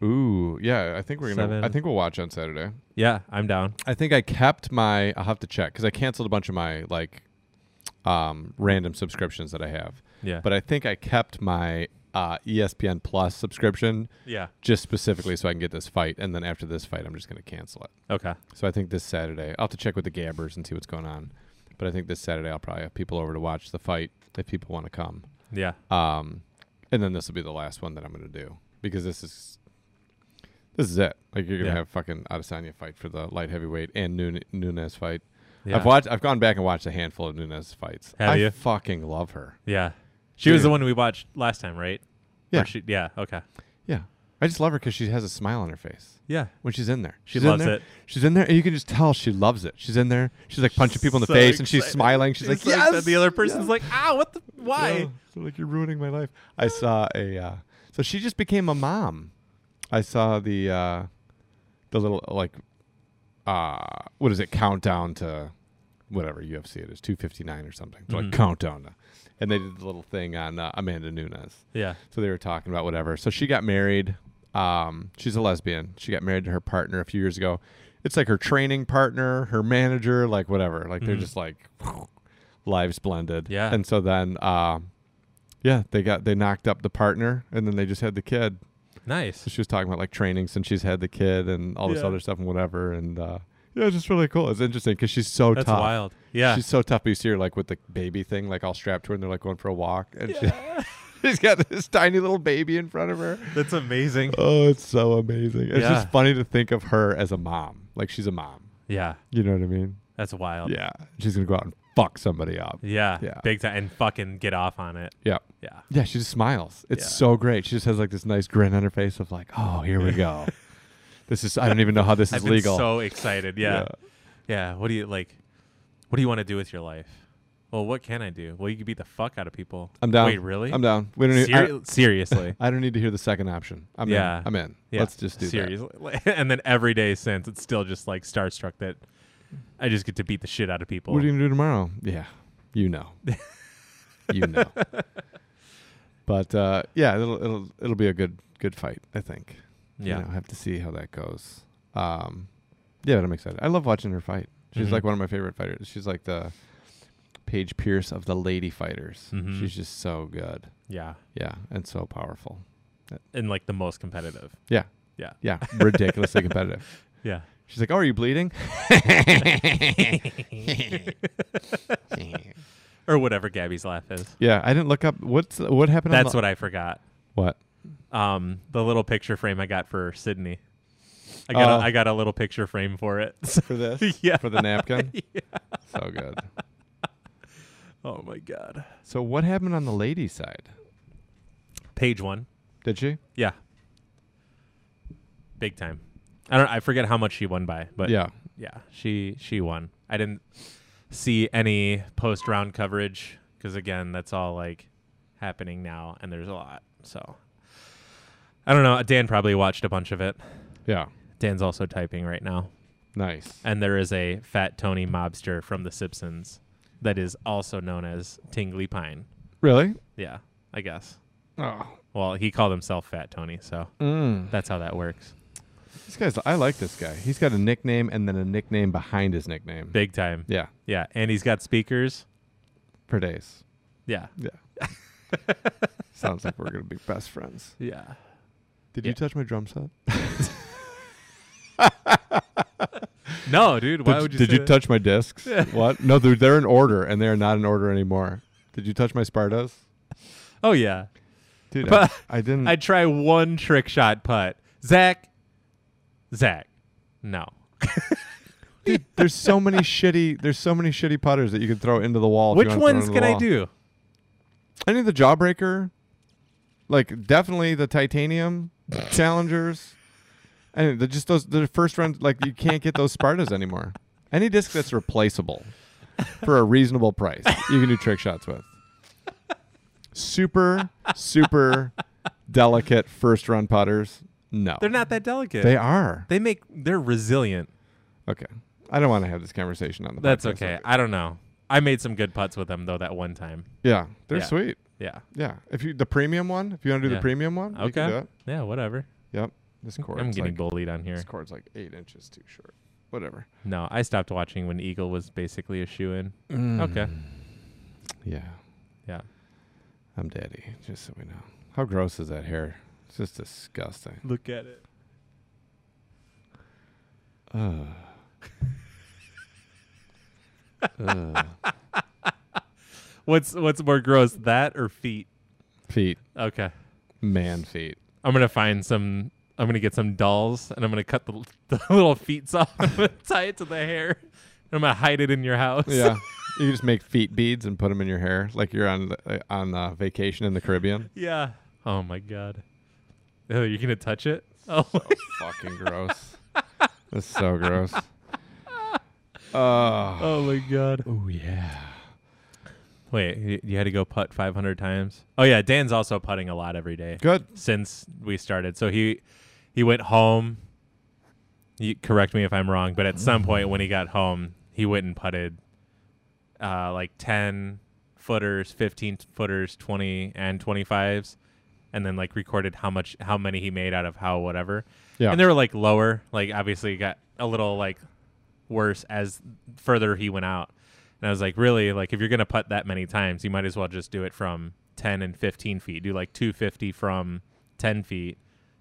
Speaker 1: Ooh, yeah. I think we're gonna. I
Speaker 2: Seven.
Speaker 1: think we'll watch on Saturday.
Speaker 2: Yeah, I'm down.
Speaker 1: I think I kept my. I'll have to check because I canceled a bunch of my like, um, random subscriptions that I have.
Speaker 2: Yeah.
Speaker 1: But I think I kept my uh, ESPN Plus subscription
Speaker 2: yeah.
Speaker 1: just specifically so I can get this fight, and then after this fight, I'm just gonna cancel it.
Speaker 2: Okay.
Speaker 1: So I think this Saturday, I'll have to check with the Gabbers and see what's going on. But I think this Saturday, I'll probably have people over to watch the fight if people want to come.
Speaker 2: Yeah.
Speaker 1: Um, and then this will be the last one that I'm going to do because this is this is it. Like you're going to
Speaker 2: Yeah.
Speaker 1: have fucking Adesanya fight for the light heavyweight and Nune- Nunes fight.
Speaker 2: Yeah.
Speaker 1: I've watched. I've gone back and watched a handful of Nunes fights.
Speaker 2: Have
Speaker 1: I
Speaker 2: you?
Speaker 1: fucking love her.
Speaker 2: Yeah. She was
Speaker 1: Dude.
Speaker 2: the one we watched last time, right?
Speaker 1: Yeah.
Speaker 2: Or she, yeah. Okay.
Speaker 1: Yeah, I just love her because she has a smile on her face
Speaker 2: Yeah.
Speaker 1: when she's in there.
Speaker 2: She
Speaker 1: She's in
Speaker 2: loves
Speaker 1: there-
Speaker 2: it.
Speaker 1: She's in there, and you can just tell she loves it. She's in there. She's like punching people in the
Speaker 2: so
Speaker 1: face, and she's
Speaker 2: excited.
Speaker 1: smiling. She's, like, yes.
Speaker 2: The other person's like, ah, what the? Why?
Speaker 1: Yeah. So, Oh, like you're ruining my life. I saw a uh, so she just became a mom. I saw the uh the little like uh what is it countdown to whatever UFC it is 259 or something. So
Speaker 2: Mhm.
Speaker 1: like countdown to, and they did the little thing on uh, Amanda Nunes.
Speaker 2: Yeah.
Speaker 1: So they were talking about whatever. So she got married. Um, she's a lesbian. She got married to her partner a few years ago. It's like her training partner, her manager, like whatever. Like they're
Speaker 2: Mhm.
Speaker 1: just like lives blended.
Speaker 2: Yeah.
Speaker 1: And so then, uh, yeah, they got they knocked up the partner, and then they just had the kid.
Speaker 2: Nice.
Speaker 1: So she was talking about like training since she's had the kid and all this
Speaker 2: Yeah.
Speaker 1: other stuff and whatever. And uh, yeah, it's just really cool. It's interesting because she's so
Speaker 2: That's
Speaker 1: tough.
Speaker 2: wild. Yeah.
Speaker 1: She's so tough. But you see her like with the baby thing, like all strapped to her, and they're like going for a walk, and she,
Speaker 2: Yeah.
Speaker 1: she's got this tiny little baby in front of her.
Speaker 2: That's amazing.
Speaker 1: Oh, it's so amazing. It's
Speaker 2: Yeah.
Speaker 1: just funny to think of her as a mom. Like she's a mom.
Speaker 2: Yeah.
Speaker 1: You know what I mean?
Speaker 2: That's wild.
Speaker 1: Yeah. She's gonna go out and fuck somebody up.
Speaker 2: Yeah.
Speaker 1: Yeah.
Speaker 2: Big time. And fucking get off on it.
Speaker 1: Yeah.
Speaker 2: Yeah.
Speaker 1: Yeah, she just smiles. It's
Speaker 2: Yeah.
Speaker 1: so great. She just has like this nice grin on her face of like, oh, here we go. this is I don't even know how this
Speaker 2: I've
Speaker 1: is legal.
Speaker 2: been so excited. Yeah. yeah. What do you like? What do you want to do with your life? Well, what can I do? Well, you could beat the fuck out of people.
Speaker 1: I'm down.
Speaker 2: Wait, really?
Speaker 1: I'm down. We don't need I,
Speaker 2: Seri- seriously.
Speaker 1: I don't need to hear the second option. I'm
Speaker 2: Yeah.
Speaker 1: in. I'm in.
Speaker 2: Yeah.
Speaker 1: Let's just do that.
Speaker 2: seriously. and then every day since, it's still just like starstruck that I just get to beat the shit out of people.
Speaker 1: What are you gonna do tomorrow? Yeah, you know, you know. But uh, yeah, it'll it'll it'll be a good good fight, I think.
Speaker 2: yeah.
Speaker 1: you know, I have to see how that goes. Um, yeah, but I'm excited. I love watching her fight. She's
Speaker 2: Mhm.
Speaker 1: like one of my favorite fighters. She's like the Paige Pierce of the lady fighters.
Speaker 2: Mhm.
Speaker 1: She's just so good.
Speaker 2: Yeah.
Speaker 1: Yeah, and so powerful.
Speaker 2: And like the most competitive.
Speaker 1: Yeah, ridiculously competitive.
Speaker 2: Yeah.
Speaker 1: She's like, "Oh, are you bleeding?"
Speaker 2: Or whatever Gabby's laugh is.
Speaker 1: yeah, I didn't look up what's what happened.
Speaker 2: That's
Speaker 1: on
Speaker 2: what I forgot.
Speaker 1: the, what
Speaker 2: Um, the little picture frame I got for Sydney. I got
Speaker 1: Oh.
Speaker 2: a, I got a little picture frame for it.
Speaker 1: for this.
Speaker 2: yeah.
Speaker 1: for the napkin. So good.
Speaker 2: Oh my god.
Speaker 1: So what happened on the lady side?
Speaker 2: Page one.
Speaker 1: Did she?
Speaker 2: Yeah. Big time. I don't. I forget how much she won by, but
Speaker 1: yeah.
Speaker 2: yeah, she she won. I didn't see any post round coverage because again, that's all like happening now, and there's a lot. So I don't know. Dan probably watched a bunch of it.
Speaker 1: Yeah.
Speaker 2: Dan's also typing right now.
Speaker 1: Nice.
Speaker 2: And there is a Fat Tony mobster from The Simpsons that is also known as Tingly Pine.
Speaker 1: Really?
Speaker 2: Yeah, I guess.
Speaker 1: Oh.
Speaker 2: Well, he called himself Fat Tony, so
Speaker 1: Mm.
Speaker 2: that's how that works.
Speaker 1: This guy's. I like this guy. He's got a nickname and then a nickname behind his nickname.
Speaker 2: Big time.
Speaker 1: Yeah.
Speaker 2: Yeah, and he's got speakers.
Speaker 1: Per days.
Speaker 2: Yeah.
Speaker 1: Yeah. Sounds like we're gonna be best friends.
Speaker 2: Yeah.
Speaker 1: Did
Speaker 2: Yeah.
Speaker 1: you touch my drum set?
Speaker 2: No, dude, why
Speaker 1: did
Speaker 2: would you
Speaker 1: did
Speaker 2: say
Speaker 1: you
Speaker 2: that?
Speaker 1: touch my discs? what? No, they're, they're in order and they're not in order anymore. Did you touch my Spartas?
Speaker 2: Oh yeah.
Speaker 1: Dude, I,
Speaker 2: But-
Speaker 1: I didn't.
Speaker 2: I try one trick shot putt. Zach. Zach. No.
Speaker 1: dude, there's so many shitty. There's so many shitty putters that you could throw into the wall. if you
Speaker 2: Which
Speaker 1: wanna throw
Speaker 2: ones
Speaker 1: into the
Speaker 2: can I
Speaker 1: wall.
Speaker 2: do?
Speaker 1: Any of the Jawbreaker, like definitely the Titanium Challengers, and the, just those the first round. Like you can't get those Spartas anymore. Any disc that's replaceable for a reasonable price, you can do trick shots with. Super, super delicate first run putters. No,
Speaker 2: They're not that delicate.
Speaker 1: They are.
Speaker 2: They make they're resilient.
Speaker 1: Okay. I don't want to have this conversation on the.
Speaker 2: That's
Speaker 1: podcast.
Speaker 2: okay. I don't know. I made some good putts with them though that one time.
Speaker 1: Yeah, they're
Speaker 2: Yeah.
Speaker 1: sweet.
Speaker 2: Yeah.
Speaker 1: Yeah, if you the premium one, if you want to do
Speaker 2: Yeah.
Speaker 1: the premium one, you can do
Speaker 2: Okay.
Speaker 1: it.
Speaker 2: Yeah, whatever.
Speaker 1: Yep. This cord's
Speaker 2: I'm getting
Speaker 1: like,
Speaker 2: bullied on here.
Speaker 1: this cord's like eight inches too short. Whatever.
Speaker 2: No, I stopped watching when Eagle was basically a shoe in. Okay.
Speaker 1: Mm. Yeah,
Speaker 2: Yeah.
Speaker 1: I'm daddy. Just so we know. How gross is that hair? It's just disgusting.
Speaker 2: Look at it. Uh.
Speaker 1: Ugh. Ugh.
Speaker 2: What's what's more gross, that or feet?
Speaker 1: Feet,
Speaker 2: Okay.
Speaker 1: man, feet.
Speaker 2: I'm gonna find some. I'm gonna get some dolls, and I'm gonna cut the, the little feet off, and I'm gonna tie it to the hair, and I'm gonna hide it in your house.
Speaker 1: Yeah, you can just make feet beads and put them in your hair, like you're on uh, on uh, vacation in the Caribbean.
Speaker 2: yeah. Oh my god. Oh, you're gonna touch it? Oh,
Speaker 1: fucking gross. That's so gross. Oh.
Speaker 2: oh my god.
Speaker 1: oh yeah.
Speaker 2: Wait, you, you had to go putt 500 times? Oh yeah, Dan's also putting a lot every day
Speaker 1: Good.
Speaker 2: since we started. So he he went home. You correct me if I'm wrong, but at some point when he got home, he went and putted uh, like 10 footers, 15 footers, 20 and 25s and then like recorded how much how many he made out of how whatever.
Speaker 1: Yeah.
Speaker 2: And they were like lower, like obviously it got a little like worse as further he went out. And I was like, really, like if you're gonna putt that many times, you might as well just do it from ten and fifteen feet. Do like two fifty from ten feet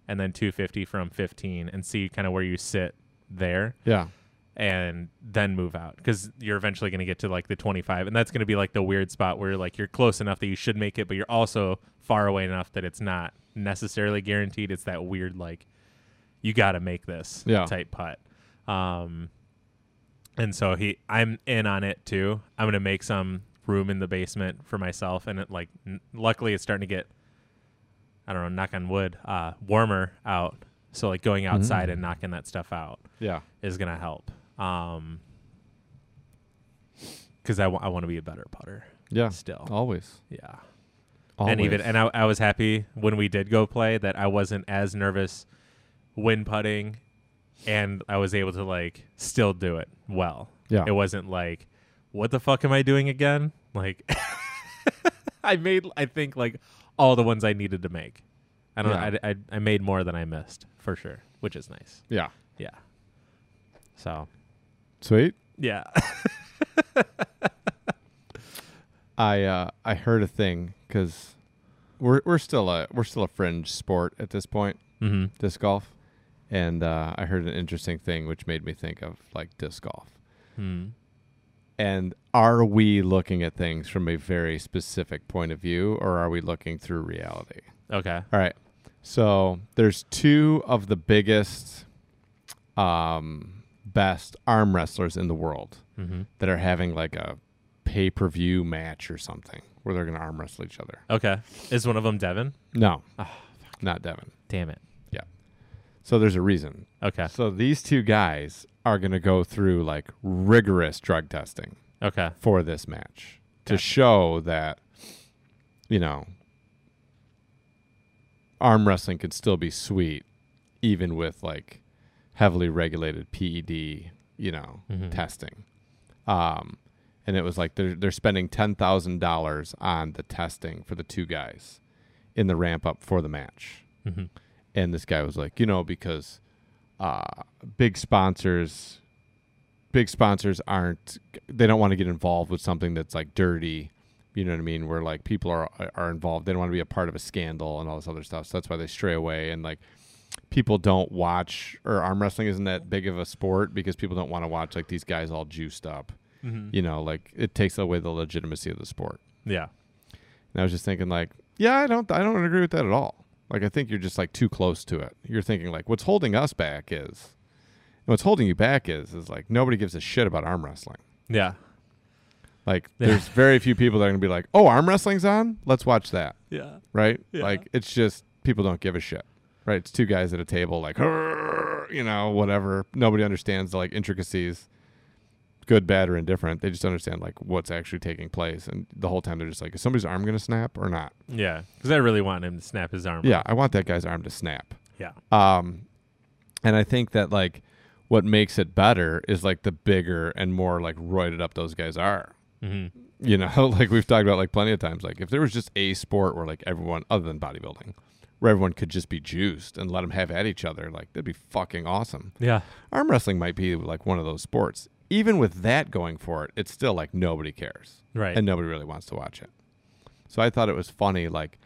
Speaker 2: and then two fifty from fifteen and see kind of where you sit there
Speaker 1: yeah.
Speaker 2: and then move out because you're eventually going to get to like the 25 and that's going to be like the weird spot where like you're close enough that you should make it but you're also far away enough that it's not necessarily guaranteed it's that weird like you got to make this
Speaker 1: Yeah.
Speaker 2: type putt um and so he i'm in on it too i'm going to make some room in the basement for myself and it like n- luckily it's starting to get i don't know knock on wood uh warmer out so like going outside and knocking that stuff out
Speaker 1: Yeah.
Speaker 2: is gonna help. Um, because I want to be a better putter
Speaker 1: Yeah.
Speaker 2: still.
Speaker 1: Always.
Speaker 2: Yeah,
Speaker 1: Always.
Speaker 2: and even and I, I was happy when we did go play that I wasn't as nervous when putting, and I was able to like still do it well.
Speaker 1: Yeah.
Speaker 2: it wasn't like, what the fuck am I doing again? Like, I made I think like all the ones I needed to make. I don't know.
Speaker 1: Yeah.
Speaker 2: I, I I made more than I missed for sure, which is nice.
Speaker 1: yeah.
Speaker 2: Yeah. So
Speaker 1: Sweet.
Speaker 2: yeah.
Speaker 1: I uh, I heard a thing because we're we're still a we're still a fringe sport at this point,
Speaker 2: Mm-hmm.
Speaker 1: disc golf, and uh, I heard an interesting thing which made me think of like disc golf.
Speaker 2: Mm.
Speaker 1: And are we looking at things from a very specific point of view, or are we looking through reality?
Speaker 2: Okay.
Speaker 1: All right. So there's two of the biggest, um, best arm wrestlers in the world
Speaker 2: Mm-hmm.
Speaker 1: that are having like a pay per view match or something where they're going to arm wrestle each other.
Speaker 2: Okay. Is one of them Devin?
Speaker 1: No, not Devin.
Speaker 2: Damn it.
Speaker 1: So there's a reason.
Speaker 2: Okay.
Speaker 1: So these two guys are going to go through like rigorous drug testing
Speaker 2: Okay.
Speaker 1: for this match to
Speaker 2: Gotcha.
Speaker 1: show that, you know, arm wrestling can still be sweet even with like heavily regulated PED, you know,
Speaker 2: Mhm.
Speaker 1: testing. Um, and it was like they're they're spending ten thousand dollars on the testing for the two guys in the ramp up for the match.
Speaker 2: Mhm.
Speaker 1: And this guy was like, you know, because uh, big sponsors, big sponsors aren't they don't want to get involved with something that's like dirty. You know what I mean? Where like people are uh, are involved, they don't want to be a part of a scandal and all this other stuff. So that's why they stray away and like people don't watch or arm wrestling isn't that big of a sport because people don't want to watch like these guys all juiced up.
Speaker 2: Mhm.
Speaker 1: You know, like it takes away the legitimacy of the sport.
Speaker 2: Yeah.
Speaker 1: And I was just thinking like, yeah, I don't I don't agree with that at all. Like I think you're just like too close to it. You're thinking like what's holding us back is and what's holding you back is is like nobody gives a shit about arm wrestling.
Speaker 2: Yeah.
Speaker 1: Like
Speaker 2: Yeah.
Speaker 1: there's very few people that are going to be like, "Oh, arm wrestling's on? Let's watch that."
Speaker 2: Yeah.
Speaker 1: right?
Speaker 2: Yeah.
Speaker 1: Like it's just people don't give a shit, right? It's two guys at a table, like "Arr," you know, whatever. Nobody understands the like intricacies, good, bad, or indifferent. They just understand like what's actually taking place, and the whole time they're just like, is somebody's arm gonna snap or not?
Speaker 2: Yeah. Because I really want him to snap his arm.
Speaker 1: Yeah, I want that guy's arm to snap.
Speaker 2: Yeah.
Speaker 1: Um, and I think that like what makes it better is like the bigger and more like roided up those guys are.
Speaker 2: Mhm.
Speaker 1: you know like we've talked about like plenty of times like if there was just a sport where like everyone other than bodybuilding where everyone could just be juiced and let them have at each other like that'd be fucking awesome
Speaker 2: Yeah.
Speaker 1: arm wrestling might be like one of those sports even with that going for it it's still like nobody cares
Speaker 2: Right.
Speaker 1: and nobody really wants to watch it so i thought it was funny like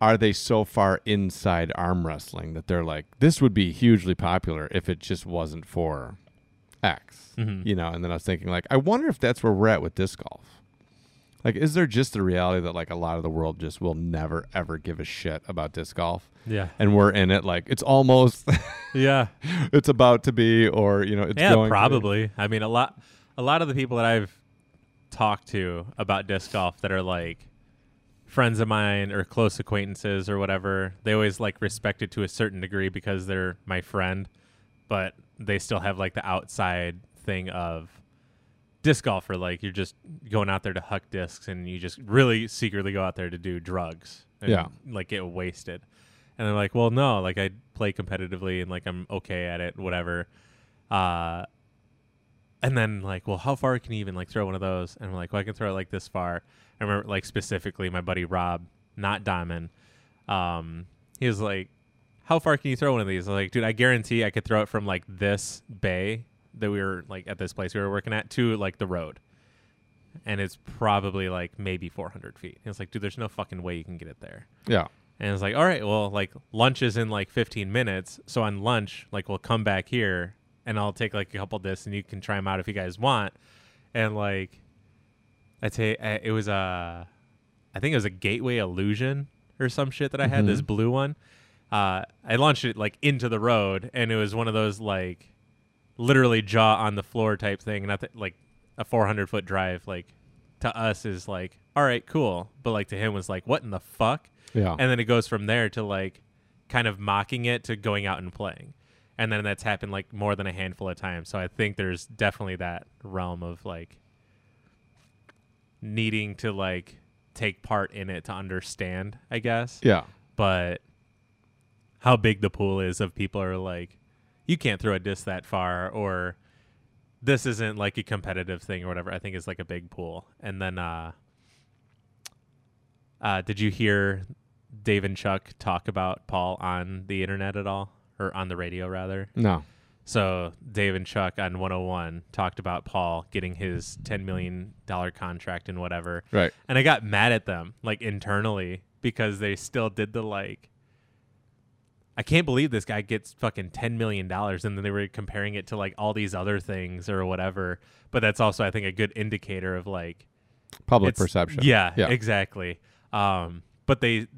Speaker 1: are they so far inside arm wrestling that they're like this would be hugely popular if it just wasn't for x
Speaker 2: Mhm.
Speaker 1: you know and then i was thinking like i wonder if that's where we're at with disc golf like is there just the reality that like a lot of the world just will never ever give a shit about disc golf
Speaker 2: Yeah.
Speaker 1: and we're in it like it's almost
Speaker 2: Yeah.
Speaker 1: it's about to be or you know it's
Speaker 2: yeah,
Speaker 1: going to be.
Speaker 2: probably. I mean, a lot, a lot of the people that I've talked to about disc golf that are like friends of mine or close acquaintances or whatever, they always like respect it to a certain degree because they're my friend, but they still have like the outside thing of disc golf or like you're just going out there to huck discs and you just really secretly go out there to do drugs and
Speaker 1: Yeah.
Speaker 2: like get wasted. And I'm like, well, no, like I play competitively and like I'm okay at it, whatever. Uh, and then like, well, how far can you even like throw one of those? And I'm like, well, I can throw it like this far. I remember like specifically my buddy Rob, not Diamond. Um, he was like, how far can you throw one of these? I was like, dude, I guarantee I could throw it from like this bay that we were like at this place we were working at to like the road. And it's probably like maybe 400 feet. And it's like, dude, there's no fucking way you can get it there.
Speaker 1: yeah
Speaker 2: And it's like, all right, well, like lunch is in like 15 minutes. So on lunch, like we'll come back here and I'll take like a couple discs and you can try them out if you guys want. And like, I take it was a, I think it was a Gateway Illusion or some shit that I had this blue one. Uh, I launched it like into the road and it was one of those like literally jaw on the floor type thing. Not that like a 400 foot drive like to us is like, all right, cool. But like to him was like, what in the fuck?
Speaker 1: yeah
Speaker 2: and then it goes from there to like kind of mocking it to going out and playing and then that's happened like more than a handful of times so i think there's definitely that realm of like needing to like take part in it to understand i guess
Speaker 1: yeah
Speaker 2: but how big the pool is of people are like you can't throw a disc that far or this isn't like a competitive thing or whatever i think is like a big pool and then uh uh did you hear dave and chuck talk about paul on the internet at all or on the radio rather
Speaker 1: no
Speaker 2: so Dave and Chuck on 101 talked about Paul getting his 10 million dollar contract and whatever.
Speaker 1: Right.
Speaker 2: And I got mad at them like internally because they still did the like I can't believe this guy gets fucking 10 million dollars and then they were comparing it to like all these other things or whatever. But that's also I think a good indicator of like
Speaker 1: public
Speaker 2: it's-
Speaker 1: perception
Speaker 2: Yeah,
Speaker 1: yeah
Speaker 2: exactly. Um, but they,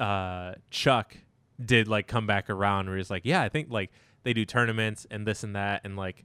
Speaker 2: uh, Chuck did like come back around where he's like, yeah, I think like they do tournaments and this and that. And like,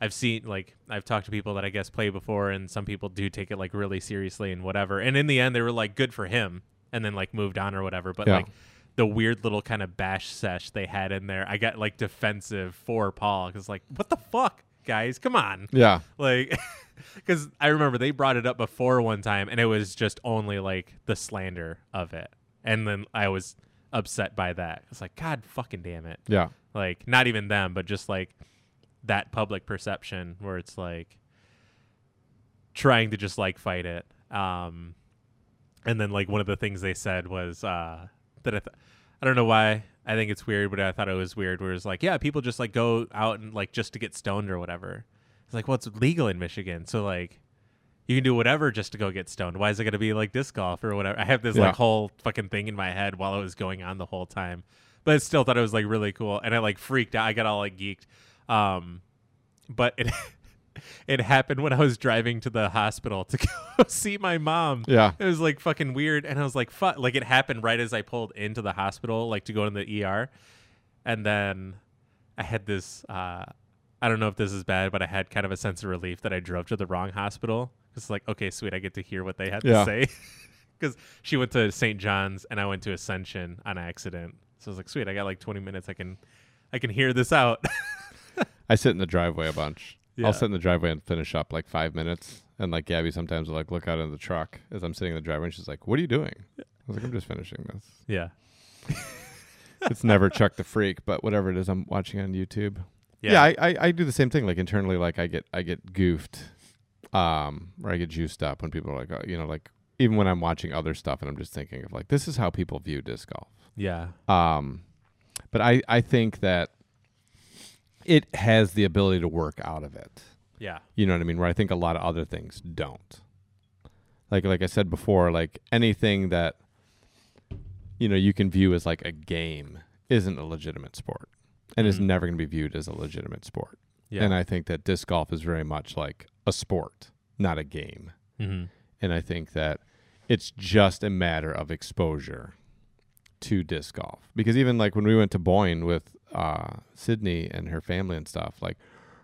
Speaker 2: I've seen, like, I've talked to people that I guess play before and some people do take it like really seriously and whatever. And in the end, they were like, good for him and then like moved on or whatever. But
Speaker 1: Yeah.
Speaker 2: like, the weird little kind of bash sesh they had in there, I got like defensive for Paul because like, what the fuck, guys? Come on
Speaker 1: yeah
Speaker 2: like because i remember they brought it up before one time and it was just only like the slander of it and then i was upset by that it's like god fucking damn it
Speaker 1: yeah
Speaker 2: Like not even them, but just like that public perception where it's like trying to just like fight it. Um, and then like one of the things they said was uh, that I, th- I don't know why I think it's weird, but I thought it was weird. Where it's like, yeah, people just like go out and like just to get stoned or whatever. It's like, well, it's legal in Michigan, so like you can do whatever just to go get stoned. Why is it going to be like disc golf or whatever? I have this
Speaker 1: Yeah.
Speaker 2: like whole fucking thing in my head while it was going on the whole time, but I still thought it was like really cool, and I like freaked out. I got all like geeked. Um, but it it happened when I was driving to the hospital to go see my mom.
Speaker 1: Yeah.
Speaker 2: It was like fucking weird, and I was like, "Fuck!" Like it happened right as I pulled into the hospital, like to go to the ER, and then I had this. Uh, I don't know if this is bad, but I had kind of a sense of relief that I drove to the wrong hospital. It's like, okay, sweet, I get to hear what they had
Speaker 1: Yeah.
Speaker 2: to say. Because she went to St. John's and I went to Ascension on accident, so I was like, sweet, I got like 20 minutes. I can, I can hear this out.
Speaker 1: I sit in the driveway a bunch.
Speaker 2: Yeah.
Speaker 1: I'll sit in the driveway and finish up like five minutes. And like Gabby sometimes will like look out into the truck as I'm sitting in the driveway and she's like, What are you doing? I was like, I'm just finishing this.
Speaker 2: yeah,
Speaker 1: It's never Chuck the Freak, but whatever it is I'm watching on YouTube.
Speaker 2: yeah,
Speaker 1: Yeah, I, I, I do the same thing. Like internally, like I get I get goofed, um, or I get juiced up when people are like, oh, you know, like even when I'm watching other stuff and I'm just thinking of like this is how people view disc golf.
Speaker 2: yeah,
Speaker 1: Um, but I I think that it has the ability to work out of it.
Speaker 2: yeah,
Speaker 1: You know what I mean? Where I think a lot of other things don't. Like like I said before, like anything that you know you can view as like a game isn't a legitimate sport, and is
Speaker 2: Mhm.
Speaker 1: never going to be viewed as a legitimate sport.
Speaker 2: yeah.
Speaker 1: And I think that disc golf is very much like a sport, not a game.
Speaker 2: mm-hmm.
Speaker 1: And I think that it's just a matter of exposure to disc golf. Because even like when we went to Boyne with uh, Sydney and her family and stuff, like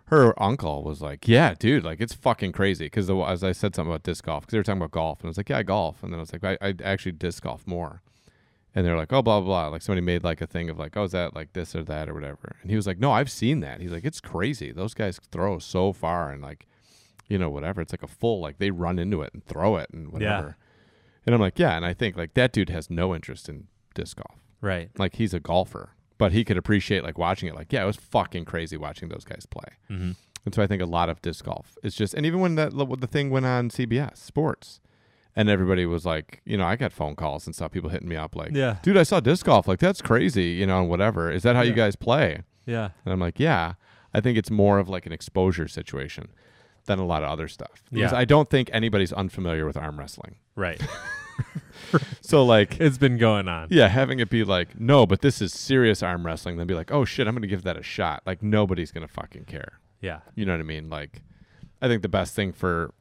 Speaker 1: her uncle was like, "Yeah, dude, like it's fucking crazy." Because as I said something about disc golf, because they were talking about golf, and I was like, "Yeah, I golf," and then I was like, "I, I actually disc golf more." And they're like, "Oh, blah blah blah." Like somebody made like a thing of like, "Oh, is that like this or that or whatever?" And he was like, "No, I've seen that." He's like, "It's crazy. Those guys throw so far and like, you know, whatever. It's like a full like they run into it and throw it and whatever." And I'm like, "Yeah," and I think like that dude has no interest in disc golf
Speaker 2: Right.
Speaker 1: like he's a golfer, but he could appreciate like watching it. Like, yeah, it was fucking crazy watching those guys play.
Speaker 2: Mm-hmm.
Speaker 1: And so I think a lot of disc golf is just, and even when that the thing went on CBS Sports, and everybody was like, you know, I got phone calls and stuff, people hitting me up like,
Speaker 2: Yeah.
Speaker 1: dude, I saw disc golf, like that's crazy, you know, and whatever. Is that how you
Speaker 2: Yeah.
Speaker 1: guys play?
Speaker 2: Yeah.
Speaker 1: And I'm like, yeah, I think it's more of like an exposure situation than a lot of other stuff. Because
Speaker 2: Yeah.
Speaker 1: I don't think anybody's unfamiliar with arm wrestling.
Speaker 2: Right.
Speaker 1: So like,
Speaker 2: it's been going on.
Speaker 1: Yeah, having it be like, no, but this is serious arm wrestling, then be like, oh shit, I'm gonna give that a shot. Like nobody's gonna fucking care.
Speaker 2: Yeah.
Speaker 1: You know what I mean? Like, I think the best thing for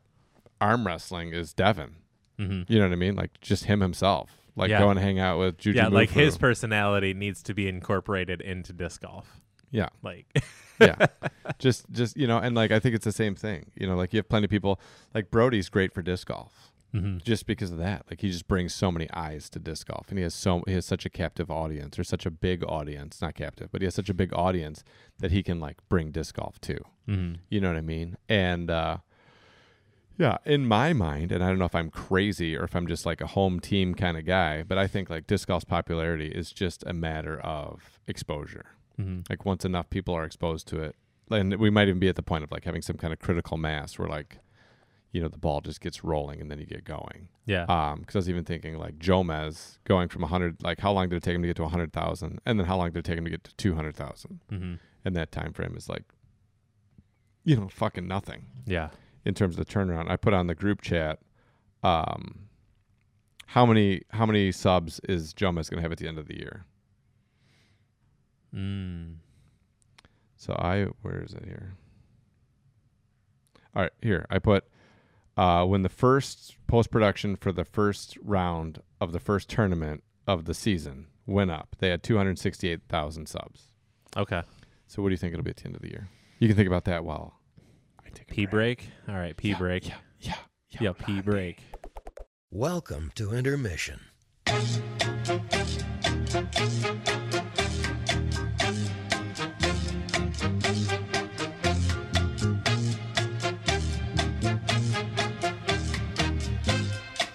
Speaker 1: arm wrestling is Devin.
Speaker 2: Mm-hmm.
Speaker 1: You know what I mean? Like just him himself. Like
Speaker 2: Yeah.
Speaker 1: go and hang out with Juju.
Speaker 2: yeah, like
Speaker 1: Mufu.
Speaker 2: his personality needs to be incorporated into disc golf.
Speaker 1: Yeah.
Speaker 2: Like,
Speaker 1: yeah just just you know and like i think it's the same thing you know like you have plenty of people like brody's great for disc golf
Speaker 2: Mhm.
Speaker 1: just because of that like he just brings so many eyes to disc golf and he has so he has such a captive audience or such a big audience not captive but he has such a big audience that he can like bring disc golf to you know what i mean and uh yeah, in my mind, and I don't know if I'm crazy or if I'm just like a home team kind of guy, but I think like disc golf's popularity is just a matter of exposure like once enough people are exposed to it and we might even be at the point of like having some kind of critical mass where like you know the ball just gets rolling and then you get going
Speaker 2: yeah,
Speaker 1: um because i was even thinking like jomez going from 100 like how long did it take him to get to 100000 and then how long did it take him to get to 200000
Speaker 2: mm-hmm.
Speaker 1: and that time frame is like you know fucking nothing
Speaker 2: yeah,
Speaker 1: in terms of the turnaround. I put on the group chat um, how many how many subs is Jomez going to have at the end of the year?
Speaker 2: mm.
Speaker 1: So I where is it here? All right, here I put uh, when the first post production for the first round of the first tournament of the season went up, they had two hundred sixty eight thousand subs.
Speaker 2: okay.
Speaker 1: So what do you think it'll be at the end of the year? You can think about that while I take a
Speaker 2: P break. All right, P break.
Speaker 1: Yeah, yeah,
Speaker 2: Yeah, P break.
Speaker 4: Welcome to intermission.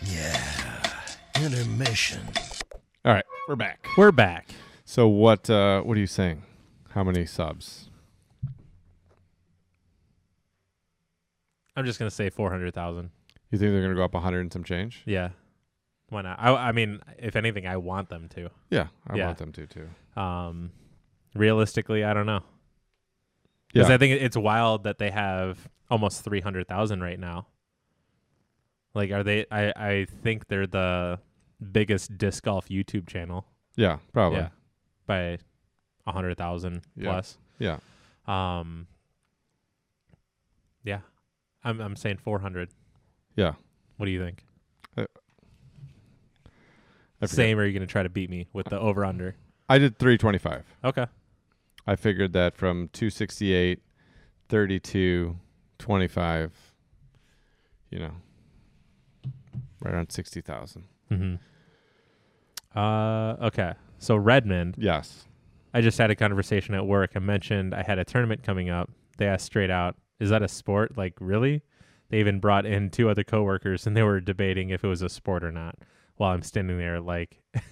Speaker 4: Yeah, intermission.
Speaker 1: All right, we're back.
Speaker 2: We're back.
Speaker 1: So what uh, what are you saying? How many subs?
Speaker 2: I'm just gonna say four hundred thousand.
Speaker 1: You think they're gonna go up hundred and some change?
Speaker 2: Yeah. Why not? I, I mean, if anything, I want them to.
Speaker 1: Yeah, I
Speaker 2: Yeah.
Speaker 1: want them to too.
Speaker 2: Um, realistically, I don't know because
Speaker 1: Yeah,
Speaker 2: I think it- it's wild that they have almost three hundred thousand right now. Like, are they? I I think they're the biggest disc golf YouTube channel.
Speaker 1: yeah, probably.
Speaker 2: Yeah, by a hundred thousand
Speaker 1: Yeah.
Speaker 2: plus.
Speaker 1: Yeah.
Speaker 2: Um. Yeah, I'm I'm saying four hundred.
Speaker 1: Yeah. Uh,
Speaker 2: What do you think?
Speaker 1: I, forget.
Speaker 2: Same, or are you gonna try to beat me with the over under?
Speaker 1: I did three twenty five.
Speaker 2: Okay.
Speaker 1: I figured that from 268, 32, 25, you know, right around 60,000.
Speaker 2: Mm-hmm. Uh. Okay. So Redmond,
Speaker 1: Yes.
Speaker 2: I just had a conversation at work. I mentioned I had a tournament coming up. They asked straight out, "Is that a sport?" Like, really? They even brought in two other coworkers, and they were debating if it was a sport or not. While I'm standing there, like,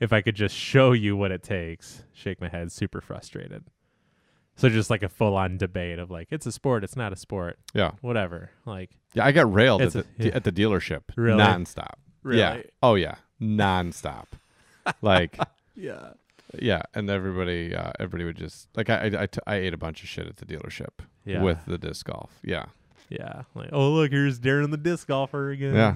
Speaker 2: if I could just show you what it takes, shake my head, super frustrated. So just like a full-on debate of like, it's a sport, it's not a sport,
Speaker 1: Yeah.
Speaker 2: whatever. Like,
Speaker 1: Yeah. I got railed at
Speaker 2: It's
Speaker 1: the,
Speaker 2: a- yeah.
Speaker 1: at the dealership
Speaker 2: Really?
Speaker 1: nonstop. Yeah. Oh, yeah. Nonstop. like,
Speaker 2: yeah.
Speaker 1: yeah. And everybody, uh, everybody would just, like, I, I, I, t- I ate a bunch of shit at the dealership
Speaker 2: Yeah.
Speaker 1: with the disc golf. Yeah.
Speaker 2: Yeah. Like, oh look, here's Darren the disc golfer again.
Speaker 1: Yeah.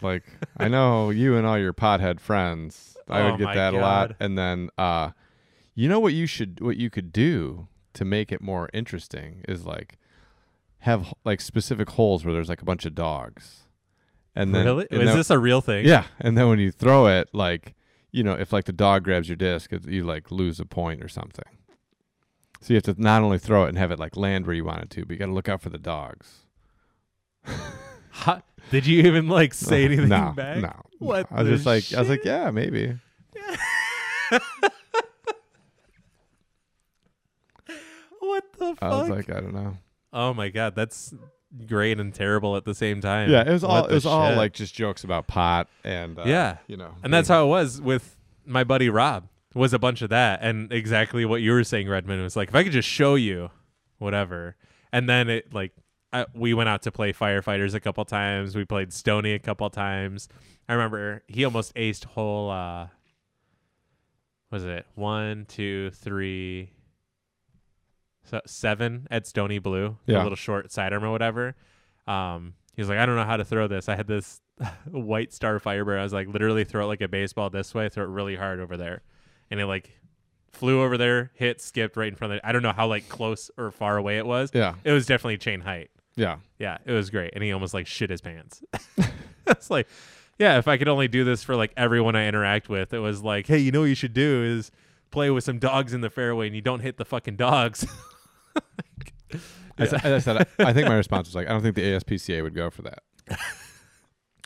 Speaker 1: Like I know you and all your pothead friends. I
Speaker 2: Oh
Speaker 1: would get
Speaker 2: my
Speaker 1: that a lot.
Speaker 2: God.
Speaker 1: And then uh you know what you should what you could do to make it more interesting is like have h- like specific holes where there's like a bunch of dogs. And then
Speaker 2: really?
Speaker 1: and
Speaker 2: Is
Speaker 1: then-
Speaker 2: this a real thing?
Speaker 1: Yeah, and then when you throw it like you know, if like the dog grabs your disc, it, you like lose a point or something. So you have to not only throw it and have it like land where you want it to, but you got to look out for the dogs.
Speaker 2: Ha- Did you even like say anything
Speaker 1: no,
Speaker 2: back?
Speaker 1: No,
Speaker 2: What
Speaker 1: I was
Speaker 2: the
Speaker 1: just like, I was like,
Speaker 2: shit?
Speaker 1: yeah, maybe.
Speaker 2: What the
Speaker 1: I was
Speaker 2: fuck?
Speaker 1: like, I don't know.
Speaker 2: oh my god, that's great and terrible at the same time.
Speaker 1: Yeah, it was
Speaker 2: What
Speaker 1: all it
Speaker 2: the
Speaker 1: was all
Speaker 2: shit?
Speaker 1: like just jokes about pot and uh,
Speaker 2: Yeah.
Speaker 1: you know,
Speaker 2: and that's how it was with my buddy Rob. Was a bunch of that, and exactly what you were saying, Redmond was like, if I could just show you, whatever. And then it like, I, we went out to play firefighters a couple times. We played Stony a couple times. I remember he almost aced whole. uh Was it one, two, three, so seven at Stony Blue, the
Speaker 1: Yeah.
Speaker 2: little short sidearm or whatever. Um, he was like, I don't know how to throw this. I had this white star firebird. I was like, literally throw it like a baseball this way, throw it really hard over there, and it like flew over there, hit, skipped right in front of. The, I don't know how like close or far away it was.
Speaker 1: yeah,
Speaker 2: It was definitely chain height.
Speaker 1: yeah,
Speaker 2: Yeah, it was great, and he almost like shit his pants. it's like, yeah, if I could only do this for like everyone I interact with, it was like, hey, you know what you should do is play with some dogs in the fairway, and you don't hit the fucking dogs.
Speaker 1: I s- I said, I, think my response was like, I don't think the ASPCA would go for that. I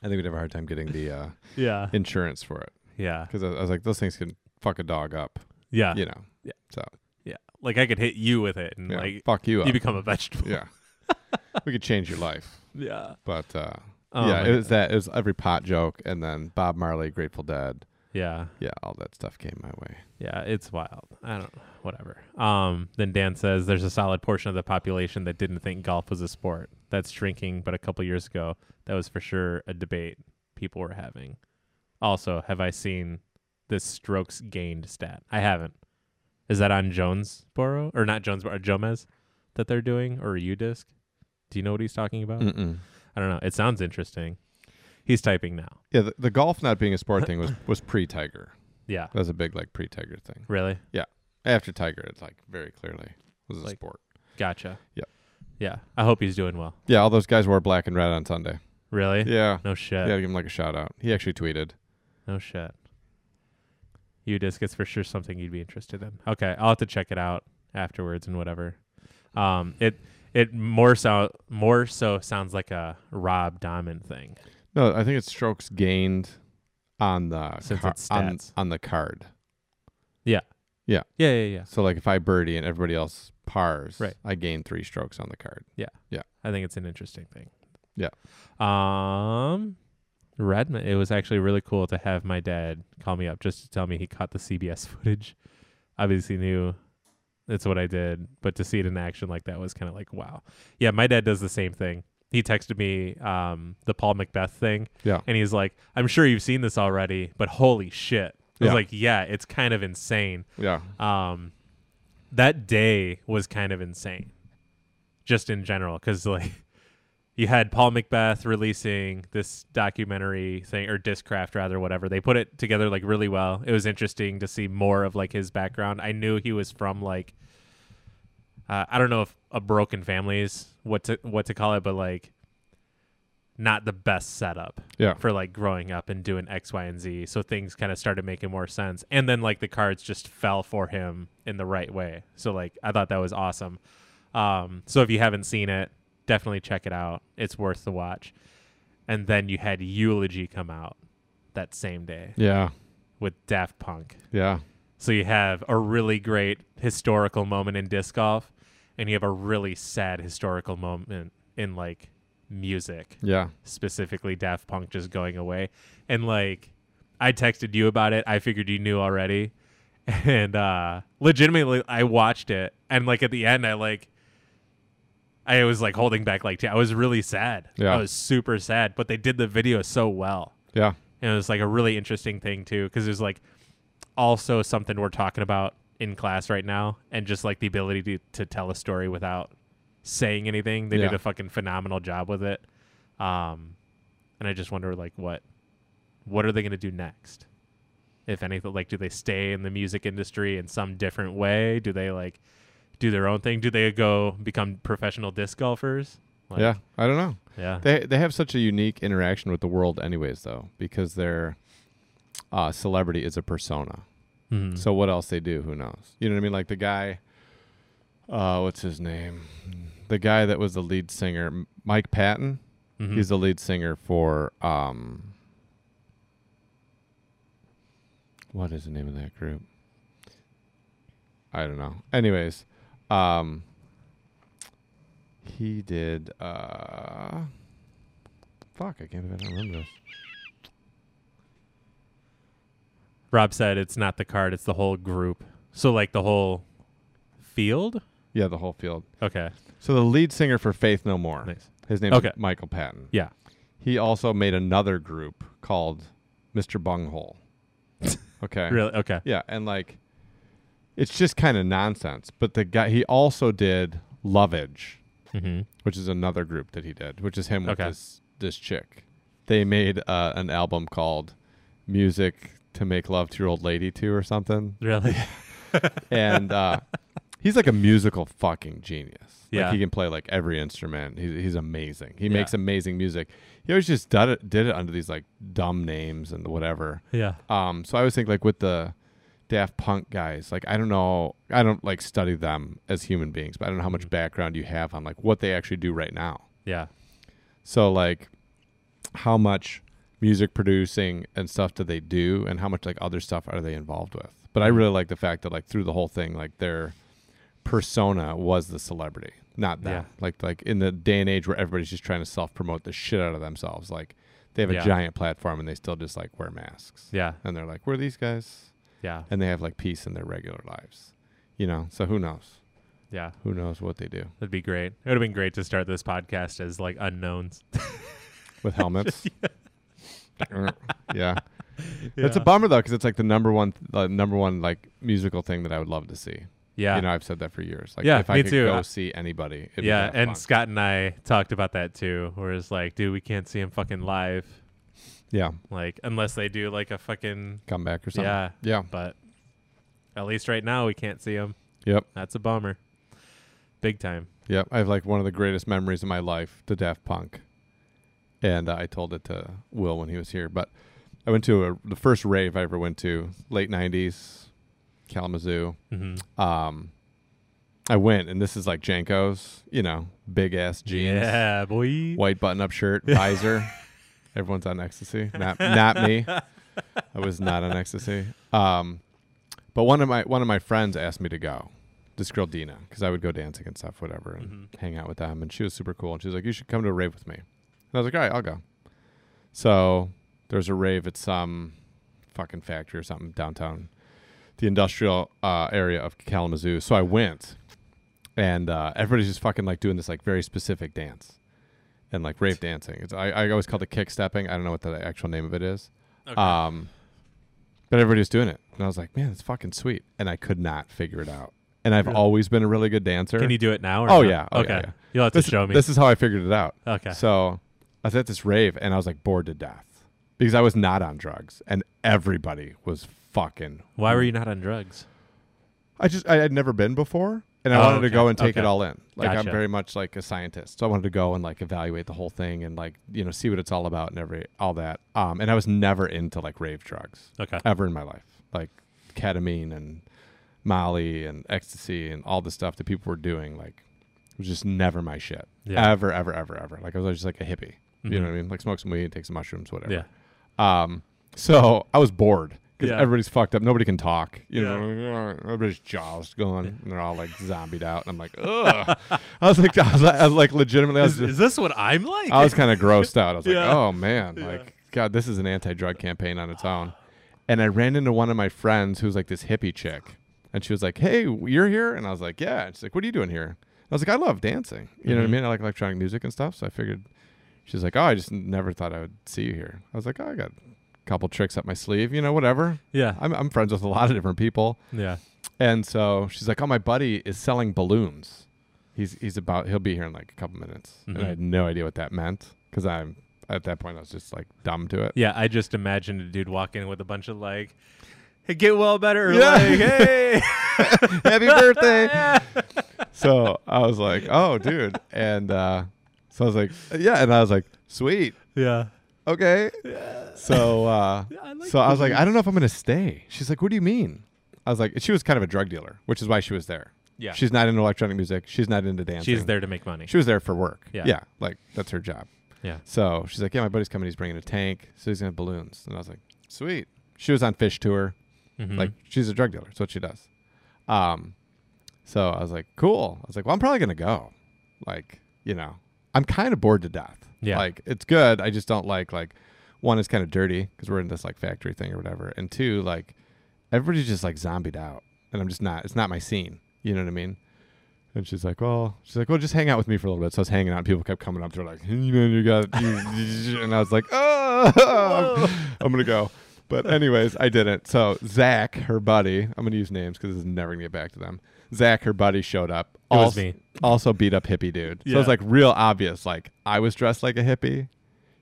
Speaker 1: think we'd have a hard time getting the uh,
Speaker 2: yeah,
Speaker 1: insurance for it
Speaker 2: yeah,
Speaker 1: because I, I was like, those things can fuck a dog up,
Speaker 2: yeah,
Speaker 1: you know.
Speaker 2: Yeah.
Speaker 1: So
Speaker 2: yeah. Like I could hit you with it, and
Speaker 1: yeah,
Speaker 2: like
Speaker 1: fuck you up.
Speaker 2: you become a vegetable.
Speaker 1: yeah, we could change your life,
Speaker 2: Yeah.
Speaker 1: but uh,
Speaker 2: Oh
Speaker 1: yeah,
Speaker 2: my
Speaker 1: it was
Speaker 2: God.
Speaker 1: that. It was every pot joke, and then Bob Marley, Grateful Dead.
Speaker 2: Yeah.
Speaker 1: Yeah, all that stuff came my way.
Speaker 2: Yeah, it's wild. I don't whatever. Um then Dan says there's a solid portion of the population that didn't think golf was a sport. That's shrinking, but a couple years ago that was for sure a debate people were having. Also, have I seen this strokes gained stat? I haven't. Is that on Jonesboro or not Jonesboro, uh, Jomez that they're doing or U disc? Do you know what he's talking about?
Speaker 1: Mm-mm.
Speaker 2: I don't know. It sounds interesting. He's typing now.
Speaker 1: Yeah, the, the golf not being a sport thing was was pre Tiger.
Speaker 2: Yeah.
Speaker 1: That was a big like pre Tiger thing.
Speaker 2: Really?
Speaker 1: After Tiger, it's like very clearly was a
Speaker 2: Like-
Speaker 1: sport.
Speaker 2: Gotcha.
Speaker 1: Yep.
Speaker 2: Yeah. I hope he's doing well.
Speaker 1: Yeah, all those guys wore black and red on Sunday.
Speaker 2: Really?
Speaker 1: Yeah,
Speaker 2: No shit.
Speaker 1: yeah, give him like a shout out. He actually tweeted.
Speaker 2: No shit. U disc is for sure something you'd be interested in. Okay, I'll have to check it out afterwards and whatever. Um, it it more so more so sounds like a Rob Diamond thing.
Speaker 1: No, I think it's strokes gained on the
Speaker 2: Since it's
Speaker 1: on,
Speaker 2: stats.
Speaker 1: on the card.
Speaker 2: Yeah, yeah, yeah.
Speaker 1: So like if I birdie and everybody else pars,
Speaker 2: Right.
Speaker 1: I gain three strokes on the card.
Speaker 2: I think it's an interesting thing.
Speaker 1: Yeah.
Speaker 2: Um, Redmond. It was actually really cool to have my dad call me up just to tell me he caught the CBS footage. Obviously knew That's what I did. But to see it in action like that was kind of like, wow. Yeah, my dad does the same thing. He texted me um, the Paul Macbeth thing.
Speaker 1: Yeah.
Speaker 2: And he's like, I'm sure you've seen this already, but holy shit. I was
Speaker 1: Yeah.
Speaker 2: like, yeah, it's kind of insane.
Speaker 1: Yeah.
Speaker 2: Um, that day was kind of insane, just in general, because like you had Paul Macbeth releasing this documentary thing or Discraft rather, whatever. They put it together like really well. It was interesting to see more of like his background. I knew he was from like uh, I don't know if a broken family is what to what to call it, but like not the best setup
Speaker 1: Yeah.
Speaker 2: for like growing up and doing X, Y, and Z. So things kind of started making more sense. And then like the cards just fell for him in the right way. So like I thought that was awesome. Um, so if you haven't seen it, definitely check it out. It's worth the watch. And then you had Eulogy come out that same day
Speaker 1: Yeah.
Speaker 2: with Daft Punk.
Speaker 1: Yeah.
Speaker 2: So you have a really great historical moment in disc golf, and you have a really sad historical moment in like music
Speaker 1: Yeah.
Speaker 2: specifically Daft Punk just going away. And like I texted you about it. I figured you knew already. And uh legitimately I watched it and like at the end I like I was like holding back like t- I was really sad.
Speaker 1: Yeah.
Speaker 2: I was super sad, but they did the video so well.
Speaker 1: Yeah.
Speaker 2: And it was like a really interesting thing too cuz it was like also something we're talking about in class right now and just like the ability to, to tell a story without saying anything. They
Speaker 1: Yeah.
Speaker 2: did a fucking phenomenal job with it. Um, and I just wonder like what what are they going to do next? If anything, like do they stay in the music industry in some different way? Do they like do their own thing? Do they go become professional disc golfers? Like,
Speaker 1: yeah. I don't know.
Speaker 2: Yeah.
Speaker 1: They they have such a unique interaction with the world anyways though, because their uh, celebrity is a persona.
Speaker 2: Mhm.
Speaker 1: So what else they do, who knows? You know what I mean? Like the guy, uh, what's his name? The guy that was the lead singer, M- Mike Patton.
Speaker 2: Mhm.
Speaker 1: He's the lead singer for um, what is the name of that group? I don't know. Anyways, um, he did uh, fuck, I can't even remember this.
Speaker 2: Rob said it's not the card, it's the whole group. So like the whole field?
Speaker 1: Yeah, the whole field.
Speaker 2: Okay.
Speaker 1: So the lead singer for Faith No More.
Speaker 2: Nice.
Speaker 1: His name's
Speaker 2: Okay.
Speaker 1: Michael Patton.
Speaker 2: Yeah.
Speaker 1: He also made another group called Mr. Bunghole. Okay.
Speaker 2: Really? Okay.
Speaker 1: Yeah, and like it's just kind of nonsense. But the guy he also did Lovage,
Speaker 2: Mm-hmm.
Speaker 1: which is another group that he did, which is him with
Speaker 2: Okay.
Speaker 1: this this chick. They made uh, an album called Music to Make Love to Your Old Lady to or something.
Speaker 2: Really?
Speaker 1: And uh He's like a musical fucking genius.
Speaker 2: Yeah.
Speaker 1: Like he can play like every instrument. He's, he's amazing. He
Speaker 2: Yeah.
Speaker 1: makes amazing music. He always just did it, did it under these like dumb names and whatever.
Speaker 2: yeah.
Speaker 1: Um, so I always think like with the Daft Punk guys, like I don't know, I don't like study them as human beings, but I don't know how
Speaker 2: Mm-hmm.
Speaker 1: much background you have on like what they actually do right now.
Speaker 2: Yeah.
Speaker 1: So like, how much music producing and stuff do they do, and how much like other stuff are they involved with? But I really like the fact that like through the whole thing, like their persona was the celebrity, not them.
Speaker 2: Yeah.
Speaker 1: Like like in the day and age where everybody's just trying to self promote the shit out of themselves, like they have a
Speaker 2: Yeah.
Speaker 1: giant platform and they still just like wear masks
Speaker 2: Yeah.
Speaker 1: and they're like, "We're these guys,"
Speaker 2: Yeah.
Speaker 1: and they have like peace in their regular lives, you know. So who knows?
Speaker 2: Yeah.
Speaker 1: Who knows what they do
Speaker 2: That'd be great. It would have been great to start this podcast as like unknowns.
Speaker 1: with helmets? yeah. it's a bummer though because it's like the number one, the number one like musical thing that I would love to see.
Speaker 2: Yeah.
Speaker 1: you know, I've said that for years. Like,
Speaker 2: Yeah,
Speaker 1: if I
Speaker 2: me
Speaker 1: could
Speaker 2: too.
Speaker 1: go
Speaker 2: I-
Speaker 1: see anybody, it'd
Speaker 2: yeah.
Speaker 1: be Daft
Speaker 2: And
Speaker 1: Punk.
Speaker 2: Scott and I talked about that too, where it's like, dude, we can't see him fucking live.
Speaker 1: yeah,
Speaker 2: Like, unless they do like a fucking.
Speaker 1: come back or something.
Speaker 2: Yeah.
Speaker 1: yeah,
Speaker 2: But at least right now, we can't see him.
Speaker 1: yep,
Speaker 2: That's a bummer. Big time.
Speaker 1: yep. I have like one of the greatest memories of my life to Daft Punk, and uh, I told it to Will when he was here, but. I went to a, the first rave I ever went to, late '90s, Kalamazoo.
Speaker 2: Mm-hmm.
Speaker 1: um I went and this is like Janko's, you know, big ass jeans,
Speaker 2: Yeah, boy.
Speaker 1: white button up shirt, visor. Everyone's on ecstasy. Not not me. I was not on ecstasy. Um but one of my one of my friends asked me to go. This girl Dina, because I would go dancing and stuff, whatever, and
Speaker 2: Mm-hmm.
Speaker 1: hang out with them. And she was super cool. And she was like, "You should come to a rave with me." And I was like, "All right, I'll go." So there's a rave at some fucking factory or something downtown. the industrial uh, area of Kalamazoo. So I went, and uh, everybody's just fucking like doing this like very specific dance, and like rave dancing. It's, I I always call it kick stepping. I don't know what the actual name of it is.
Speaker 2: Okay.
Speaker 1: Um, but everybody was doing it, and I was like, man, it's fucking sweet. And I could not figure it out. And I've
Speaker 2: Really?
Speaker 1: always been a really good dancer.
Speaker 2: Can you do it now? Or
Speaker 1: Oh,
Speaker 2: not?
Speaker 1: yeah. Oh, yeah,
Speaker 2: okay.
Speaker 1: yeah.
Speaker 2: You'll have to
Speaker 1: this,
Speaker 2: show me.
Speaker 1: This is how I figured it out.
Speaker 2: okay.
Speaker 1: So I was at this rave and I was like bored to death because I was not on drugs and everybody was fucking.
Speaker 2: Why were you not on drugs?
Speaker 1: I just I had never been before and I
Speaker 2: Oh,
Speaker 1: wanted to
Speaker 2: okay.
Speaker 1: go and take
Speaker 2: Okay.
Speaker 1: it all in. Like
Speaker 2: Gotcha.
Speaker 1: I'm very much like a scientist, so I wanted to go and like evaluate the whole thing and like you know see what it's all about and every all that. Um, and I was never into like rave drugs
Speaker 2: Okay.
Speaker 1: ever in my life, like ketamine and Molly and ecstasy and all the stuff that people were doing. Like it was just never my shit.
Speaker 2: Yeah.
Speaker 1: Ever, ever, ever, ever. Like I was just like a hippie. You
Speaker 2: Mhm.
Speaker 1: know what I mean? Like smoke some weed, take some mushrooms, whatever.
Speaker 2: Yeah.
Speaker 1: Um, so I was bored because
Speaker 2: Yeah.
Speaker 1: everybody's fucked up. Nobody can talk. You
Speaker 2: Yeah.
Speaker 1: know, everybody's jaws going, and they're all like zombied out. And I'm like, ugh. I was like, I was, like- I was like, legitimately, I was,
Speaker 2: Is,
Speaker 1: just,
Speaker 2: is this what I'm like?
Speaker 1: I was kind of grossed out. I was like,
Speaker 2: Yeah.
Speaker 1: oh man,
Speaker 2: Yeah.
Speaker 1: like God, this is an anti-drug campaign on its own. And I ran into one of my friends who's like this hippie chick, and she was like, "Hey, you're here?" And I was like, "Yeah." And she's like, "What are you doing here?" I was like, "I love dancing. You know what I
Speaker 2: Mhm.
Speaker 1: mean? I like electronic music and stuff." So I figured She's like, "Oh, I just never thought I would see you here." I was like, "Oh, I got a couple tricks up my sleeve, you know, whatever."
Speaker 2: yeah.
Speaker 1: I'm I'm friends with a lot of different people,
Speaker 2: yeah.
Speaker 1: and so she's like, "Oh, my buddy is selling balloons. He's he's about he'll be here in like a couple minutes." And
Speaker 2: Mhm.
Speaker 1: I had no idea what that meant because I'm at that point I was just like dumb to it.
Speaker 2: Yeah. I just imagined a dude walking with a bunch of like, hey, get well better. or
Speaker 1: Yeah.
Speaker 2: Like, hey.
Speaker 1: Happy birthday! so I was like, "Oh, dude," and uh, so I was like, "Uh, "Yeah," and I was like, "Sweet,
Speaker 2: yeah.
Speaker 1: okay." So uh,
Speaker 2: Yeah, I like
Speaker 1: so I was like, I don't know if I'm gonna stay. She's like, What do you mean? I was like, she was kind of a drug dealer, which is why she was there.
Speaker 2: Yeah.
Speaker 1: She's not into electronic music. She's not into dancing.
Speaker 2: She's there to make money.
Speaker 1: She was there for work.
Speaker 2: Yeah.
Speaker 1: Yeah. Like that's her job.
Speaker 2: Yeah.
Speaker 1: So she's like, Yeah, my buddy's coming. He's bringing a tank. So he's gonna have balloons. And I was like, Sweet. She was on Fish Tour.
Speaker 2: Mhm.
Speaker 1: Like she's a drug dealer. That's what she does. Um, so I was like, cool. I was like, well, I'm probably gonna go. Like, you know, I'm kind of bored to death.
Speaker 2: Yeah.
Speaker 1: Like it's good. I just don't like like one is kind of dirty because we're in this like factory thing or whatever, and two like everybody's just like zombied out, and I'm just not. It's not my scene. You know what I mean? And she's like, well, she's like, well, just hang out with me for a little bit. So I was hanging out, and people kept coming up. They're like, you know, you got, you, and I was like, oh, I'm gonna go. But anyways, I didn't. So Zach, her buddy, I'm gonna use names because this is never gonna get back to them. Zach, her buddy, showed up.
Speaker 2: It was
Speaker 1: also,
Speaker 2: me.
Speaker 1: Also beat up hippie dude. So it was
Speaker 2: Yeah.
Speaker 1: like real obvious. Like I was dressed like a hippie,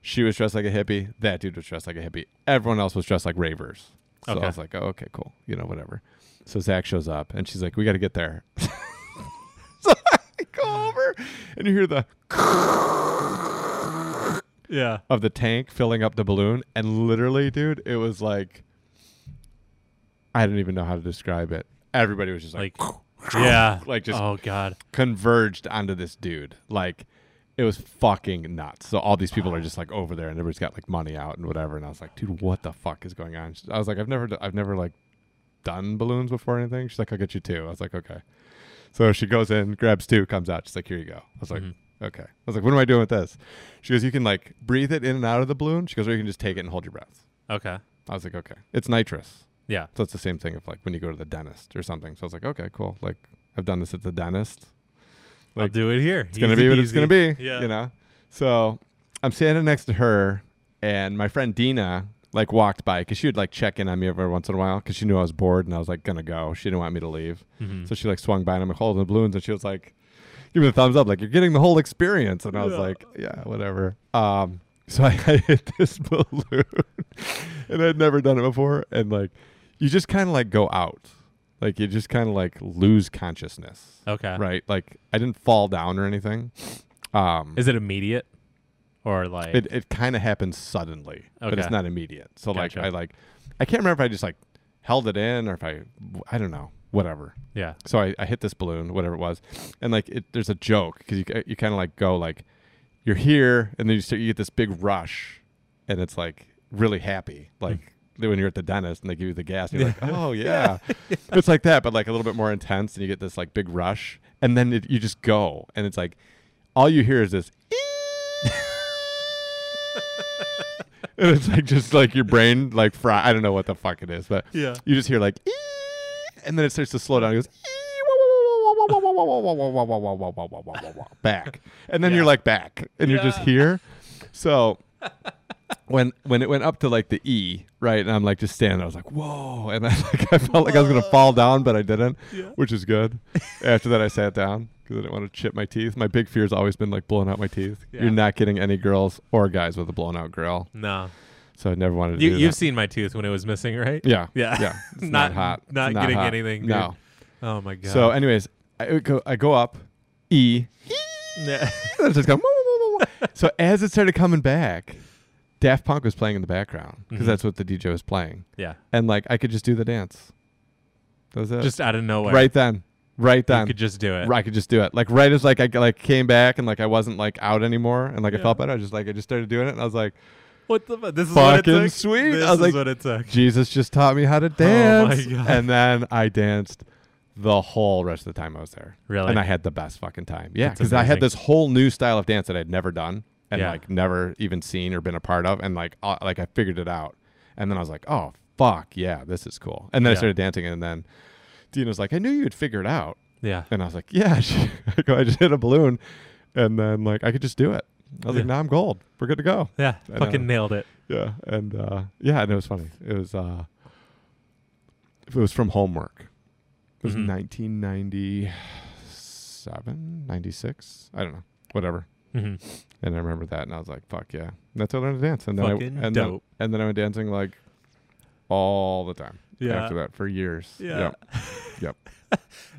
Speaker 1: she was dressed like a hippie, that dude was dressed like a hippie. Everyone else was dressed like ravers. So
Speaker 2: Okay.
Speaker 1: I was like, oh, okay, cool. You know, whatever. So Zach shows up and she's like, we got to get there. so I go over and you hear the
Speaker 2: yeah.
Speaker 1: of the tank filling up the balloon. And literally, dude, it was like, I didn't even know how to describe it. Everybody was just like,
Speaker 2: Like, yeah.
Speaker 1: Like, just-
Speaker 2: oh, God.
Speaker 1: converged onto this dude. Like, it was fucking nuts. So all these people are just like over there, and everybody's got like money out and whatever. And I was like, dude, what the fuck is going on? She- I was like, I've never, d- I've never like done balloons before or anything. She's like, I'll get you two. I was like, okay. So she goes in, grabs two, comes out. She's like, here you go. I was like,
Speaker 2: Mhm.
Speaker 1: okay. I was like, what am I doing with this? She goes, you can like breathe it in and out of the balloon. She goes, or you can just take it and hold your breath.
Speaker 2: Okay.
Speaker 1: I was like, okay. It's nitrous.
Speaker 2: Yeah.
Speaker 1: So it's the same thing of like when you go to the dentist or something. So I was like, okay, cool. Like I've done this at the dentist.
Speaker 2: I'll
Speaker 1: Like,
Speaker 2: do it here.
Speaker 1: It's gonna be what it's gonna be.
Speaker 2: Yeah.
Speaker 1: You know. So I'm standing next to her, and my friend Dina like walked by because she would like check in on me every once in a while because she knew I was bored and I was like gonna go. She didn't want me to leave,
Speaker 2: Mhm.
Speaker 1: so she like swung by and I'm like holding the balloons, and she was like, "Give me the thumbs up, like you're getting the whole experience." And I was
Speaker 2: Yeah.
Speaker 1: like, "Yeah, whatever." Um, so I, I hit this balloon, and I'd never done it before, and like you just kind of like go out, like you just kind of like lose consciousness
Speaker 2: Okay.
Speaker 1: right? Like I didn't fall down or anything. Um,
Speaker 2: Is it immediate? Or like,
Speaker 1: it it kind of happens suddenly, but it's
Speaker 2: Okay.
Speaker 1: not immediate. So like
Speaker 2: Gotcha.
Speaker 1: I like I can't remember if I just like held it in or if I I don't know whatever.
Speaker 2: yeah.
Speaker 1: So I, I hit this balloon, whatever it was, and like it, there's a joke because you you kind of like go like you're here and then you start, you get this big rush, and it's like really happy like.
Speaker 2: Hmm.
Speaker 1: When you're at the dentist and they give you the gas, and you're like, "Oh yeah. it's like that, but like a little bit more intense, and you get this like big rush, and then it, you just go, and it's like all you hear is this, and it's like just like your brain like fry. I don't know what the fuck it is, but
Speaker 2: Yeah.
Speaker 1: you just hear like and then it starts to slow down. It goes "Ee, wah, wah, wah, wah, wah, wah, wah, wah, wah, wah, wah, wah, wah, wah, wah, wah," back, and then you're
Speaker 2: Yeah.
Speaker 1: like back, and you're just here. So when when it went up to like the E, right, and I'm like just standing, there, I was like, whoa, and I like I felt like I was gonna fall down, but I didn't, which is good. After that, I sat down because I didn't want to chip my teeth. My big fear's always been like blowing out my teeth.
Speaker 2: Yeah.
Speaker 1: You're not getting any girls or guys with a blown out grill,
Speaker 2: No,
Speaker 1: so I never wanted to.
Speaker 2: you
Speaker 1: do
Speaker 2: you've
Speaker 1: that.
Speaker 2: seen my tooth when it was missing, right?
Speaker 1: yeah,
Speaker 2: yeah,
Speaker 1: yeah. It's not, hot. It's
Speaker 2: Not, getting
Speaker 1: hot.
Speaker 2: anything. dude.
Speaker 1: No.
Speaker 2: Oh my god.
Speaker 1: So, anyways, I would go, I go up, E.
Speaker 2: Yeah.
Speaker 1: and it's just going, "Wah, wah, wah, wah, wah." so as it started coming back, Daft Punk was playing in the background because
Speaker 2: Mhm.
Speaker 1: that's what the DJ was playing,
Speaker 2: yeah.
Speaker 1: and like I could just do the dance. That was it.
Speaker 2: Just out of nowhere.
Speaker 1: right then, right
Speaker 2: You
Speaker 1: then,
Speaker 2: could just do it.
Speaker 1: I could just do it. Like right as like I like came back and like I wasn't like out anymore and like I
Speaker 2: Yeah.
Speaker 1: felt better. I just like I just started doing it and I was like,
Speaker 2: What the? fu- This is what it
Speaker 1: Fucking
Speaker 2: took?
Speaker 1: sweet.
Speaker 2: This
Speaker 1: I was
Speaker 2: is
Speaker 1: like-
Speaker 2: what it took.
Speaker 1: Jesus just taught me how to dance.
Speaker 2: Oh God.
Speaker 1: And then I danced the whole rest of the time I was there.
Speaker 2: Really?
Speaker 1: And I had the best fucking time. Yeah.
Speaker 2: That's
Speaker 1: Because I had
Speaker 2: amazing.
Speaker 1: this whole new style of dance that I'd never done and
Speaker 2: Yeah.
Speaker 1: like never even seen or been a part of. And like, uh, like I figured it out. And then I was like, oh, fuck. Yeah, this is cool. And then I
Speaker 2: Yeah.
Speaker 1: started dancing. And then Dean was like, I knew you'd figure it out.
Speaker 2: Yeah.
Speaker 1: And I was like, yeah. I go, I just hit a balloon. And then like, I could just do it. I was like,
Speaker 2: Yeah.
Speaker 1: now I'm gold. We're good to go.
Speaker 2: Yeah.
Speaker 1: I
Speaker 2: Fucking nailed it.
Speaker 1: Yeah, and uh, yeah, and it was funny. It was uh, it was from homework. It was
Speaker 2: Mhm.
Speaker 1: 1997, 96. I don't know, whatever.
Speaker 2: Mhm.
Speaker 1: And I remember that, and I was like, "Fuck yeah!" And that's how I learned to dance. And then
Speaker 2: Fucking
Speaker 1: I and
Speaker 2: dope.
Speaker 1: Then, and then I went dancing like all the time
Speaker 2: Yeah.
Speaker 1: after that for years.
Speaker 2: Yeah.
Speaker 1: Yep. Yep.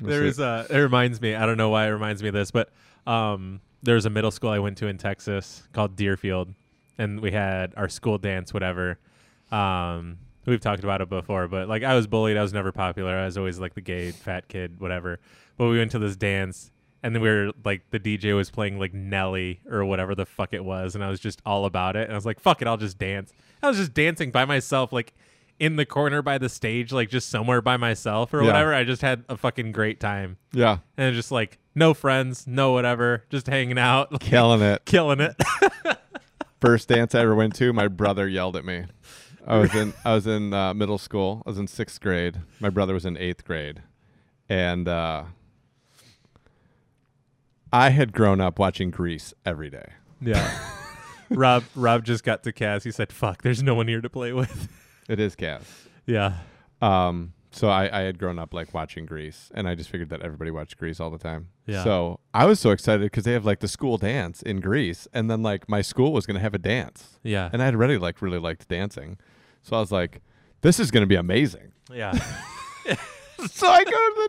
Speaker 2: There is a. It reminds me. I don't know why it reminds me of this, but um, there was a middle school I went to in Texas called Deerfield, and we had our school dance, whatever. Um, we've talked about it before, but like I was bullied. I was never popular. I was always like the gay fat kid, whatever. But we went to this dance. And then we were like, the DJ was playing like Nelly or whatever the fuck it was. And I was just all about it. And I was like, fuck it, I'll just dance. I was just dancing by myself, like in the corner by the stage, like just somewhere by myself or
Speaker 1: Yeah.
Speaker 2: whatever. I just had a fucking great time
Speaker 1: yeah,
Speaker 2: and just like no friends, no whatever, just hanging out, like,
Speaker 1: killing it.
Speaker 2: killing it.
Speaker 1: first dance I ever went to, my brother yelled at me. I was in I was in uh, middle school. I was in sixth grade. My brother was in eighth grade, and uh, I had grown up watching Grease every day.
Speaker 2: yeah. Rob Rob just got to Cass. He said, "Fuck, there's no one here to play with."
Speaker 1: It is Cass.
Speaker 2: yeah.
Speaker 1: Um, so I, I had grown up like watching Grease, and I just figured that everybody watched Grease all the time.
Speaker 2: Yeah.
Speaker 1: So I was so excited because they have like the school dance in Greece, and then like my school was gonna have a dance,
Speaker 2: Yeah.
Speaker 1: and I had already like really liked dancing, so I was like, this is gonna be amazing.
Speaker 2: yeah.
Speaker 1: so I go to the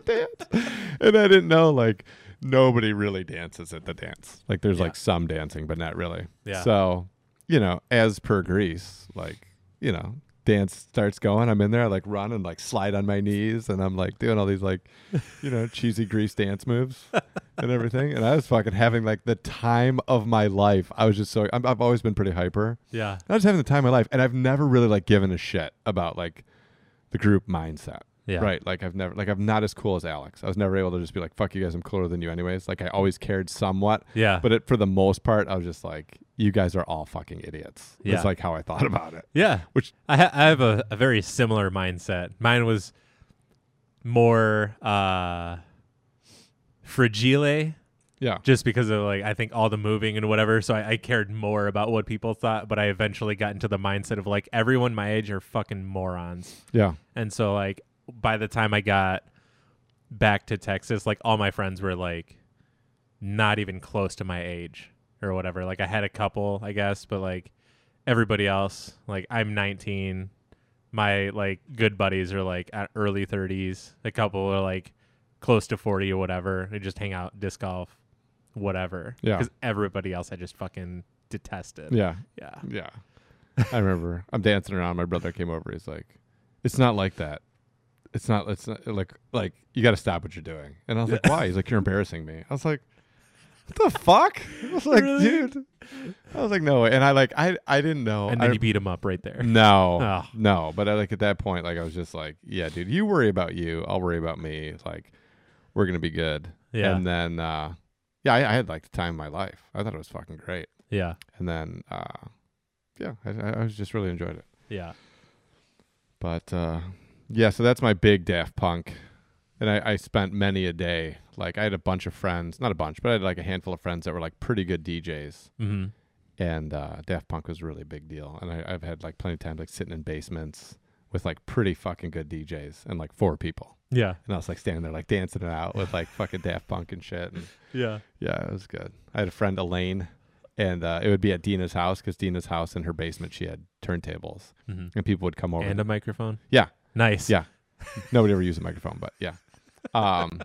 Speaker 1: dance, and I didn't know like nobody really dances at the dance. Like there's
Speaker 2: Yeah.
Speaker 1: like some dancing, but not really.
Speaker 2: Yeah.
Speaker 1: So you know, as per Greece, like you know, dance starts going. I'm in there. I like run and like slide on my knees, and I'm like doing all these like you know cheesy Grease dance moves and everything. And I was fucking having like the time of my life. I was just so I'm, I've always been pretty hyper.
Speaker 2: Yeah.
Speaker 1: I was having the time of my life, and I've never really like given a shit about like the group mindset.
Speaker 2: Yeah.
Speaker 1: Right. Like I've never like I'm not as cool as Alex. I was never able to just be like, fuck you guys, I'm cooler than you anyways. Like I always cared somewhat.
Speaker 2: Yeah.
Speaker 1: But it, for the most part, I was just like, you guys are all fucking idiots. It's
Speaker 2: Yeah.
Speaker 1: like how I thought about it.
Speaker 2: Yeah.
Speaker 1: Which-
Speaker 2: I, ha- I have a, a very similar mindset. Mine was more uh, fragile,
Speaker 1: Yeah.
Speaker 2: just because of like I think all the moving and whatever. So I, I cared more about what people thought, but I eventually got into the mindset of like everyone my age are fucking morons.
Speaker 1: Yeah.
Speaker 2: And so like by the time I got back to Texas, like all my friends were like not even close to my age or whatever. Like I had a couple, I guess, but like everybody else, like I'm 19. My like good buddies are like at early 30s. A couple are like close to 40 or whatever. They just hang out, disc golf, whatever.
Speaker 1: Yeah.
Speaker 2: Because everybody else I just fucking detested.
Speaker 1: Yeah.
Speaker 2: Yeah.
Speaker 1: Yeah. I remember I'm dancing around. My brother came over. He's like, it's not like that. It's not, it's not like, like you got to stop what you're doing. And I was like, why? He's like, you're embarrassing me. I was like, what the fuck? I was like,
Speaker 2: Really?
Speaker 1: dude. I was like, no. way." And I like, I, I didn't know.
Speaker 2: And
Speaker 1: I, Mm.
Speaker 2: then you beat him up right there.
Speaker 1: No,
Speaker 2: Oh.
Speaker 1: no. But I, like at that point, like I was just like, yeah, dude, you worry about you, I'll worry about me. It's Like we're gonna be good.
Speaker 2: Yeah.
Speaker 1: And then, uh, yeah, I, I had like the time of my life. I thought it was fucking great.
Speaker 2: Yeah.
Speaker 1: And then, uh, yeah, I, I I was just really enjoyed it.
Speaker 2: Yeah.
Speaker 1: But uh, yeah, so that's my big Daft Punk and I, I spent many a day like I had a bunch of friends, not a bunch, but I had like a handful of friends that were like pretty good DJs,
Speaker 2: Mm-hmm.
Speaker 1: and uh, Daft Punk was really a big deal. And I, I've had like plenty of times like sitting in basements with like pretty fucking good DJs and like four people,
Speaker 2: Yeah.
Speaker 1: and I was like standing there like dancing it out with like fucking Daft Punk and shit. And
Speaker 2: Yeah.
Speaker 1: yeah, it was good. I had a friend Elaine, and uh, it would be at Dina's house because Dina's house in her basement she had turntables,
Speaker 2: Mm-hmm.
Speaker 1: and people would come over.
Speaker 2: And a microphone.
Speaker 1: Yeah.
Speaker 2: Nice.
Speaker 1: Yeah. Nobody ever used a microphone, but yeah. Um,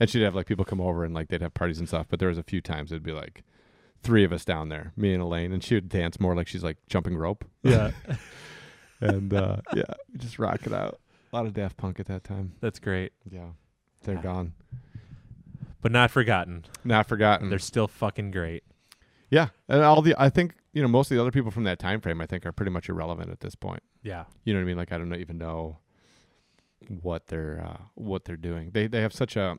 Speaker 1: and she'd have like people come over and like they'd have parties and stuff. But there was a few times it'd be like three of us down there, me and Elaine, and she would dance more like she's like jumping rope.
Speaker 2: Yeah.
Speaker 1: and uh, yeah, just rock it out. A lot of Daft Punk at that time.
Speaker 2: That's great.
Speaker 1: Yeah, they're gone,
Speaker 2: But not forgotten.
Speaker 1: not forgotten.
Speaker 2: They're still fucking great.
Speaker 1: yeah, and all the I think you know most of the other people from that time frame I think are pretty much irrelevant at this point.
Speaker 2: Yeah.
Speaker 1: you know what I mean? Like I don't know- even know what they're uh, what they're doing. They they have such a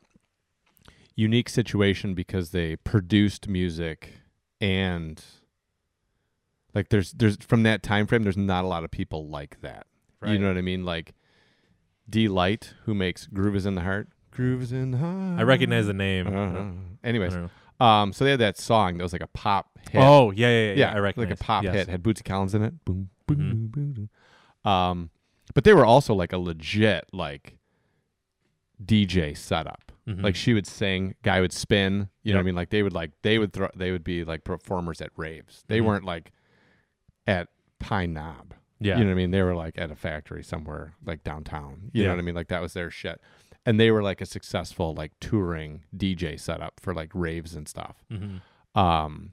Speaker 1: unique situation because they produced music and like there's there's from that time frame there's not a lot of people like that. You know what I mean? Like D Light who makes Groove is in the Heart. Groove is in the Heart.
Speaker 2: I recognize the name.
Speaker 1: Uh-huh.
Speaker 2: I
Speaker 1: Anyways,
Speaker 2: don't know.
Speaker 1: um so they had that song that was like a pop hit
Speaker 2: Oh yeah, yeah, yeah. I
Speaker 1: like
Speaker 2: recognize.
Speaker 1: a pop
Speaker 2: Yes.
Speaker 1: hit. Had Bootsy Collins in it. Boom, boom,
Speaker 2: Mhm.
Speaker 1: boom, boom, boom. Um, but they were also like a legit like DJ setup.
Speaker 2: Mhm.
Speaker 1: Like she would sing, guy would spin. You know what I
Speaker 2: Yep.
Speaker 1: mean? Like they would like they would throw they would be like performers at raves. They
Speaker 2: Mhm.
Speaker 1: weren't like at Pine Knob.
Speaker 2: Yeah.
Speaker 1: You know what I mean? They were like at a factory somewhere like downtown. You
Speaker 2: Yeah.
Speaker 1: know what I mean? Like that was their shit. And they were like a successful like touring DJ setup for like raves and stuff.
Speaker 2: Mhm.
Speaker 1: Um,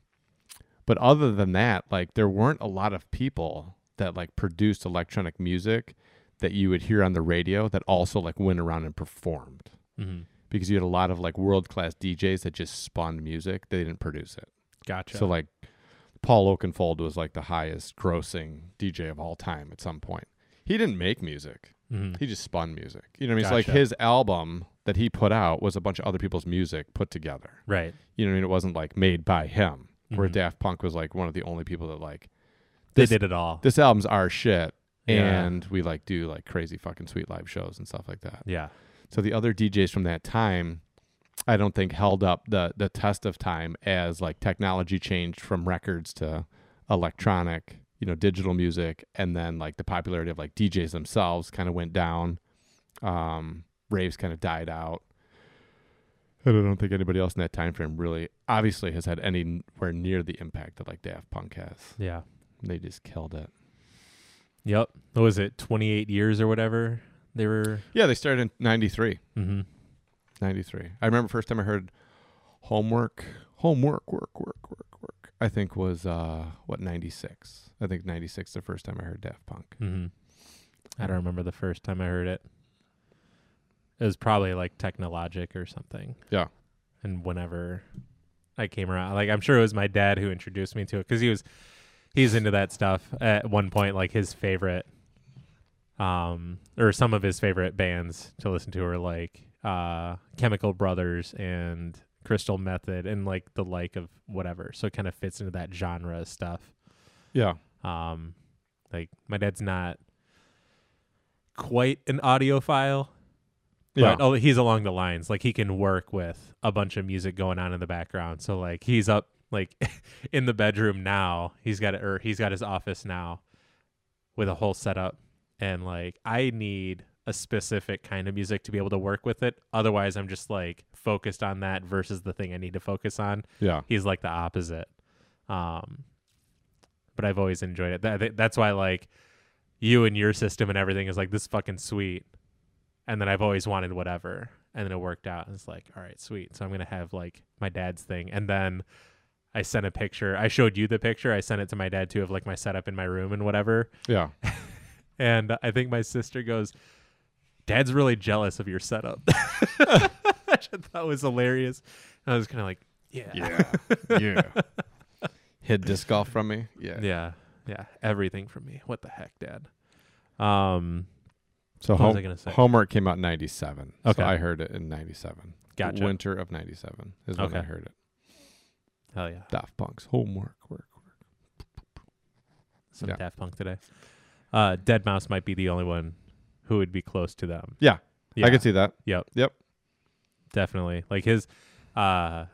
Speaker 1: but other than that, like there weren't a lot of people that like produced electronic music that you would hear on the radio that also like went around and performed
Speaker 2: Mhm.
Speaker 1: because you had a lot of like world class DJs that just spawned music. They didn't produce it.
Speaker 2: Gotcha.
Speaker 1: So like Paul Oakenfold was like the highest grossing DJ of all time at some point. He didn't make music.
Speaker 2: Mhm.
Speaker 1: He just spun music. You know what I mean? It's like
Speaker 2: Gotcha.
Speaker 1: his album that he put out was a bunch of other people's music put together
Speaker 2: right.
Speaker 1: you know what I mean? It wasn't like made by him. Where
Speaker 2: Mhm.
Speaker 1: Daft Punk was like one of the only people that like
Speaker 2: They
Speaker 1: this-
Speaker 2: did it all.
Speaker 1: this album's our shit.
Speaker 2: Yeah.
Speaker 1: And we like do like crazy fucking sweet live shows and stuff like that.
Speaker 2: yeah.
Speaker 1: So the other DJs from that time, I don't think held up the the test of time as like technology changed from records to electronic, you know, digital music, and then like the popularity of like DJs themselves kind of went down. Um, raves kind of died out. And I don't think anybody else in that time frame really, obviously, has had anywhere near the impact that like Daft Punk has.
Speaker 2: Yeah.
Speaker 1: They just killed it.
Speaker 2: Yep. What was it? Twenty eight years or whatever they were.
Speaker 1: Yeah, they started in '93.
Speaker 2: Mm-hmm.
Speaker 1: 93. I remember first time I heard homework, homework, work, work, work, work. I think was uh what 96. I think 96 the first time I heard Daft Punk.
Speaker 2: Mm-hmm. I don't remember the first time I heard it. It was probably like Technologic or something.
Speaker 1: Yeah.
Speaker 2: And whenever I came around, like I'm sure it was my dad who introduced me to it because he was he's into that stuff. At one point, like his favorite, um, or some of his favorite bands to listen to are like uh, Chemical Brothers and Crystal Method and like the like of whatever. So it kind of fits into that genre stuff
Speaker 1: Yeah.
Speaker 2: um like my dad's not quite an audiophile
Speaker 1: Yeah.
Speaker 2: but oh, he's along the lines like he can work with a bunch of music going on in the background so like he's up like in the bedroom now he's got or he's got his office now with a whole setup and like i need a specific kind of music to be able to work with it otherwise i'm just like focused on that versus the thing i need to focus on
Speaker 1: Yeah.
Speaker 2: he's like the opposite. Um, but I've always enjoyed it. That, that- that's why like you and your system and everything is like this is fucking sweet. And then I've always wanted whatever, and then it worked out. And it's like, all right, sweet. So I'm gonna have like my dad's thing, and then I sent a picture. I showed you the picture. I sent it to my dad too of like my setup in my room and whatever.
Speaker 1: Yeah.
Speaker 2: And I think my sister goes, "Dad's really jealous of your setup," which I thought was hilarious. And I was kind of like, yeah,
Speaker 1: yeah. Hid disc golf from me. Yeah.
Speaker 2: Yeah. Yeah. Everything from me. What the heck, Dad? Um
Speaker 1: So
Speaker 2: What was
Speaker 1: home-
Speaker 2: I gonna say?
Speaker 1: homework came out in 97.
Speaker 2: Okay.
Speaker 1: So I heard it in 97.
Speaker 2: gotcha.
Speaker 1: Winter of 97 is when I
Speaker 2: Okay.
Speaker 1: heard it.
Speaker 2: Hell yeah.
Speaker 1: Daft Punk's homework work.
Speaker 2: Some
Speaker 1: Yeah.
Speaker 2: Daft Punk today. Uh Dead Mouse might be the only one who would be close to them.
Speaker 1: Yeah.
Speaker 2: Yeah.
Speaker 1: I could see that.
Speaker 2: Yep.
Speaker 1: Yep.
Speaker 2: definitely. Like his, uh,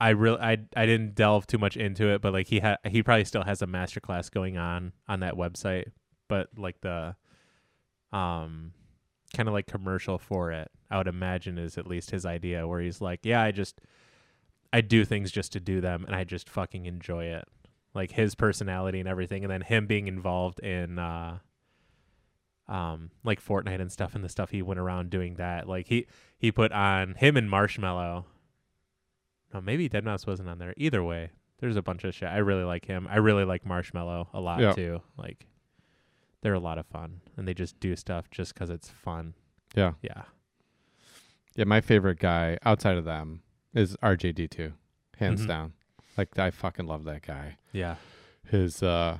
Speaker 2: I really I I didn't delve too much into it, but like he had he probably still has a masterclass going on on that website, but like the, um, kind of like commercial for it. I would imagine is at least his idea where he's like, yeah, I just I do things just to do them, and I just fucking enjoy it. Like his personality and everything, and then him being involved in uh, um, like Fortnite and stuff, and the stuff he went around doing that. Like he he put on him and Marshmallow. No, maybe Dead Mouse wasn't on there. Either way, there's a bunch of shit. I really like him. I really like Marshmallow a lot
Speaker 1: Yeah.
Speaker 2: too. Like they're a lot of fun, and they just do stuff just because it's fun.
Speaker 1: Yeah.
Speaker 2: Yeah.
Speaker 1: Yeah, my favorite guy outside of them is RJD2, hands
Speaker 2: Mhm.
Speaker 1: down. Like I fucking love that guy.
Speaker 2: Yeah.
Speaker 1: His uh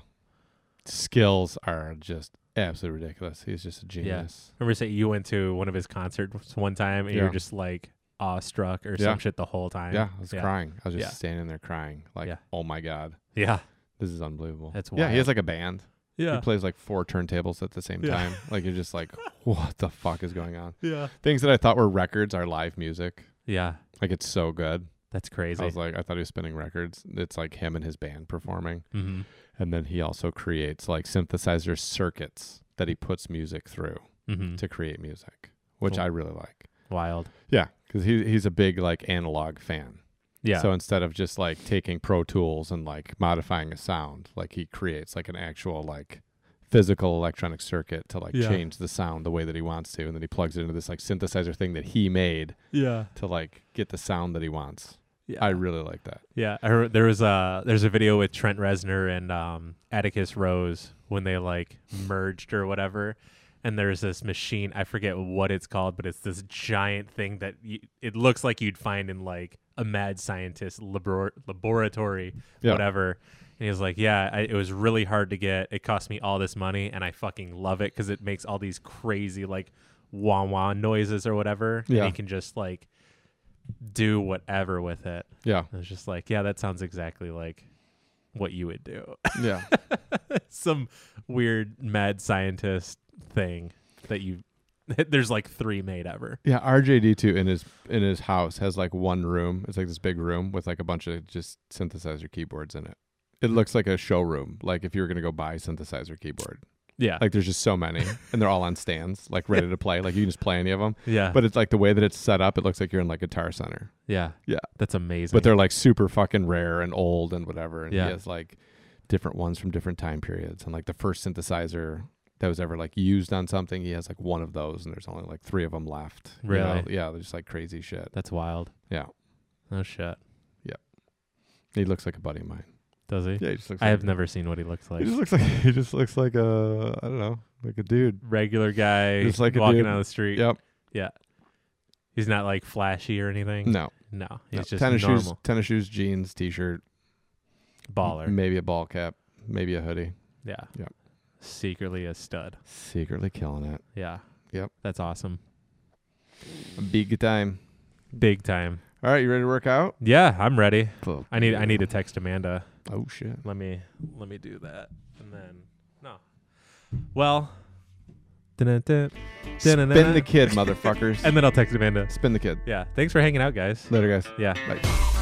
Speaker 1: skills are just absolutely ridiculous. He's just a genius.
Speaker 2: Remember, say you went to one of his concerts one time, and you
Speaker 1: Yeah.
Speaker 2: were just like awestruck or
Speaker 1: Yeah.
Speaker 2: some shit the whole time.
Speaker 1: Yeah, I was crying. I was just
Speaker 2: Yeah.
Speaker 1: standing there crying like,
Speaker 2: Yeah.
Speaker 1: "Oh my god,
Speaker 2: Yeah.
Speaker 1: this is unbelievable."
Speaker 2: That's
Speaker 1: Yeah, he has
Speaker 2: wild.
Speaker 1: like a band.
Speaker 2: Yeah.
Speaker 1: He plays like four turntables at the same
Speaker 2: Yeah.
Speaker 1: time. Like you're just like, "What the fuck is going on?"
Speaker 2: Yeah.
Speaker 1: Things that I thought were records are live music.
Speaker 2: Yeah.
Speaker 1: Like it's so good.
Speaker 2: That's crazy.
Speaker 1: I was like, I thought he was spinning records. It's like him and his band performing.
Speaker 2: mm-hmm.
Speaker 1: and then he also creates like synthesizer circuits that he puts music through
Speaker 2: Mm-hmm.
Speaker 1: to create music, which
Speaker 2: Cool.
Speaker 1: I really like.
Speaker 2: Wild.
Speaker 1: Yeah, because he he's a big like analog fan.
Speaker 2: Yeah.
Speaker 1: So instead of just like taking Pro Tools and like modifying a sound, like he creates like an actual like physical electronic circuit to like
Speaker 2: Yeah.
Speaker 1: change the sound the way that he wants to, and then he plugs it into this like synthesizer thing that he made
Speaker 2: yeah.
Speaker 1: to like get the sound that he wants.
Speaker 2: Yeah.
Speaker 1: I really like that.
Speaker 2: Yeah, I re- there was a there's a video with Trent Reznor and um, Atticus Rose when they like merged or whatever, and there's this machine I forget what it's called, but it's this giant thing that y- it looks like you'd find in like a mad scientist labor- laboratory,
Speaker 1: Yeah.
Speaker 2: whatever. And he was like, "Yeah, I, it was really hard to get. It cost me all this money, and I fucking love it because it makes all these crazy like wah wah noises or whatever,
Speaker 1: Yeah.
Speaker 2: and you can just like." do whatever with it
Speaker 1: Yeah,
Speaker 2: I was just like, yeah, that sounds exactly like what you would do.
Speaker 1: yeah,
Speaker 2: Some weird mad scientist thing that you there's like three made ever.
Speaker 1: Yeah, RJD two in his in his house has like one room. It's like this big room with like a bunch of just synthesizer keyboards in it. It
Speaker 2: Hmm.
Speaker 1: looks like a showroom. Like if you were gonna go buy a synthesizer keyboard,
Speaker 2: Yeah.
Speaker 1: like there's just so many, and they're all on stands, like ready to play. Like you can just play any of them.
Speaker 2: yeah.
Speaker 1: But it's like the way that it's set up, it looks like you're in like Guitar Center.
Speaker 2: yeah.
Speaker 1: Yeah.
Speaker 2: That's amazing.
Speaker 1: But they're like super fucking rare and old and whatever. And
Speaker 2: Yeah.
Speaker 1: he has like different ones from different time periods. And like the first synthesizer that was ever like used on something, he has like one of those, and there's only like three of them left. you know?
Speaker 2: Really?
Speaker 1: Yeah, they're just like crazy shit.
Speaker 2: That's wild.
Speaker 1: Yeah.
Speaker 2: Oh shit.
Speaker 1: He looks like a buddy of mine.
Speaker 2: Does he?
Speaker 1: Yeah, he just looks.
Speaker 2: I have never seen what he looks like.
Speaker 1: He just looks like he just looks like a I don't know like a dude.
Speaker 2: Regular guy
Speaker 1: Just like a
Speaker 2: walking
Speaker 1: dude.
Speaker 2: down the street.
Speaker 1: Yep.
Speaker 2: He's not like flashy or anything.
Speaker 1: No.
Speaker 2: No. He's
Speaker 1: no.
Speaker 2: just
Speaker 1: tennis
Speaker 2: normal.
Speaker 1: shoes, tennis shoes, jeans, t-shirt,
Speaker 2: Baller.
Speaker 1: maybe a ball cap, maybe a hoodie.
Speaker 2: yeah.
Speaker 1: Yep.
Speaker 2: Secretly a stud.
Speaker 1: Secretly killing it.
Speaker 2: Yeah.
Speaker 1: Yep.
Speaker 2: That's awesome.
Speaker 1: Big time.
Speaker 2: Big time.
Speaker 1: All right, you ready to work out?
Speaker 2: Yeah, I'm ready. I need I need to text Amanda.
Speaker 1: Oh shit.
Speaker 2: Let me let me do that. And then no. Well dun-dun-dun,
Speaker 1: Spin
Speaker 2: dun-dun-dun.
Speaker 1: the kid, motherfuckers.
Speaker 2: and then I'll text Amanda.
Speaker 1: Spin the kid.
Speaker 2: Yeah. Thanks for hanging out, guys.
Speaker 1: Later, guys.
Speaker 2: Yeah.
Speaker 1: Bye.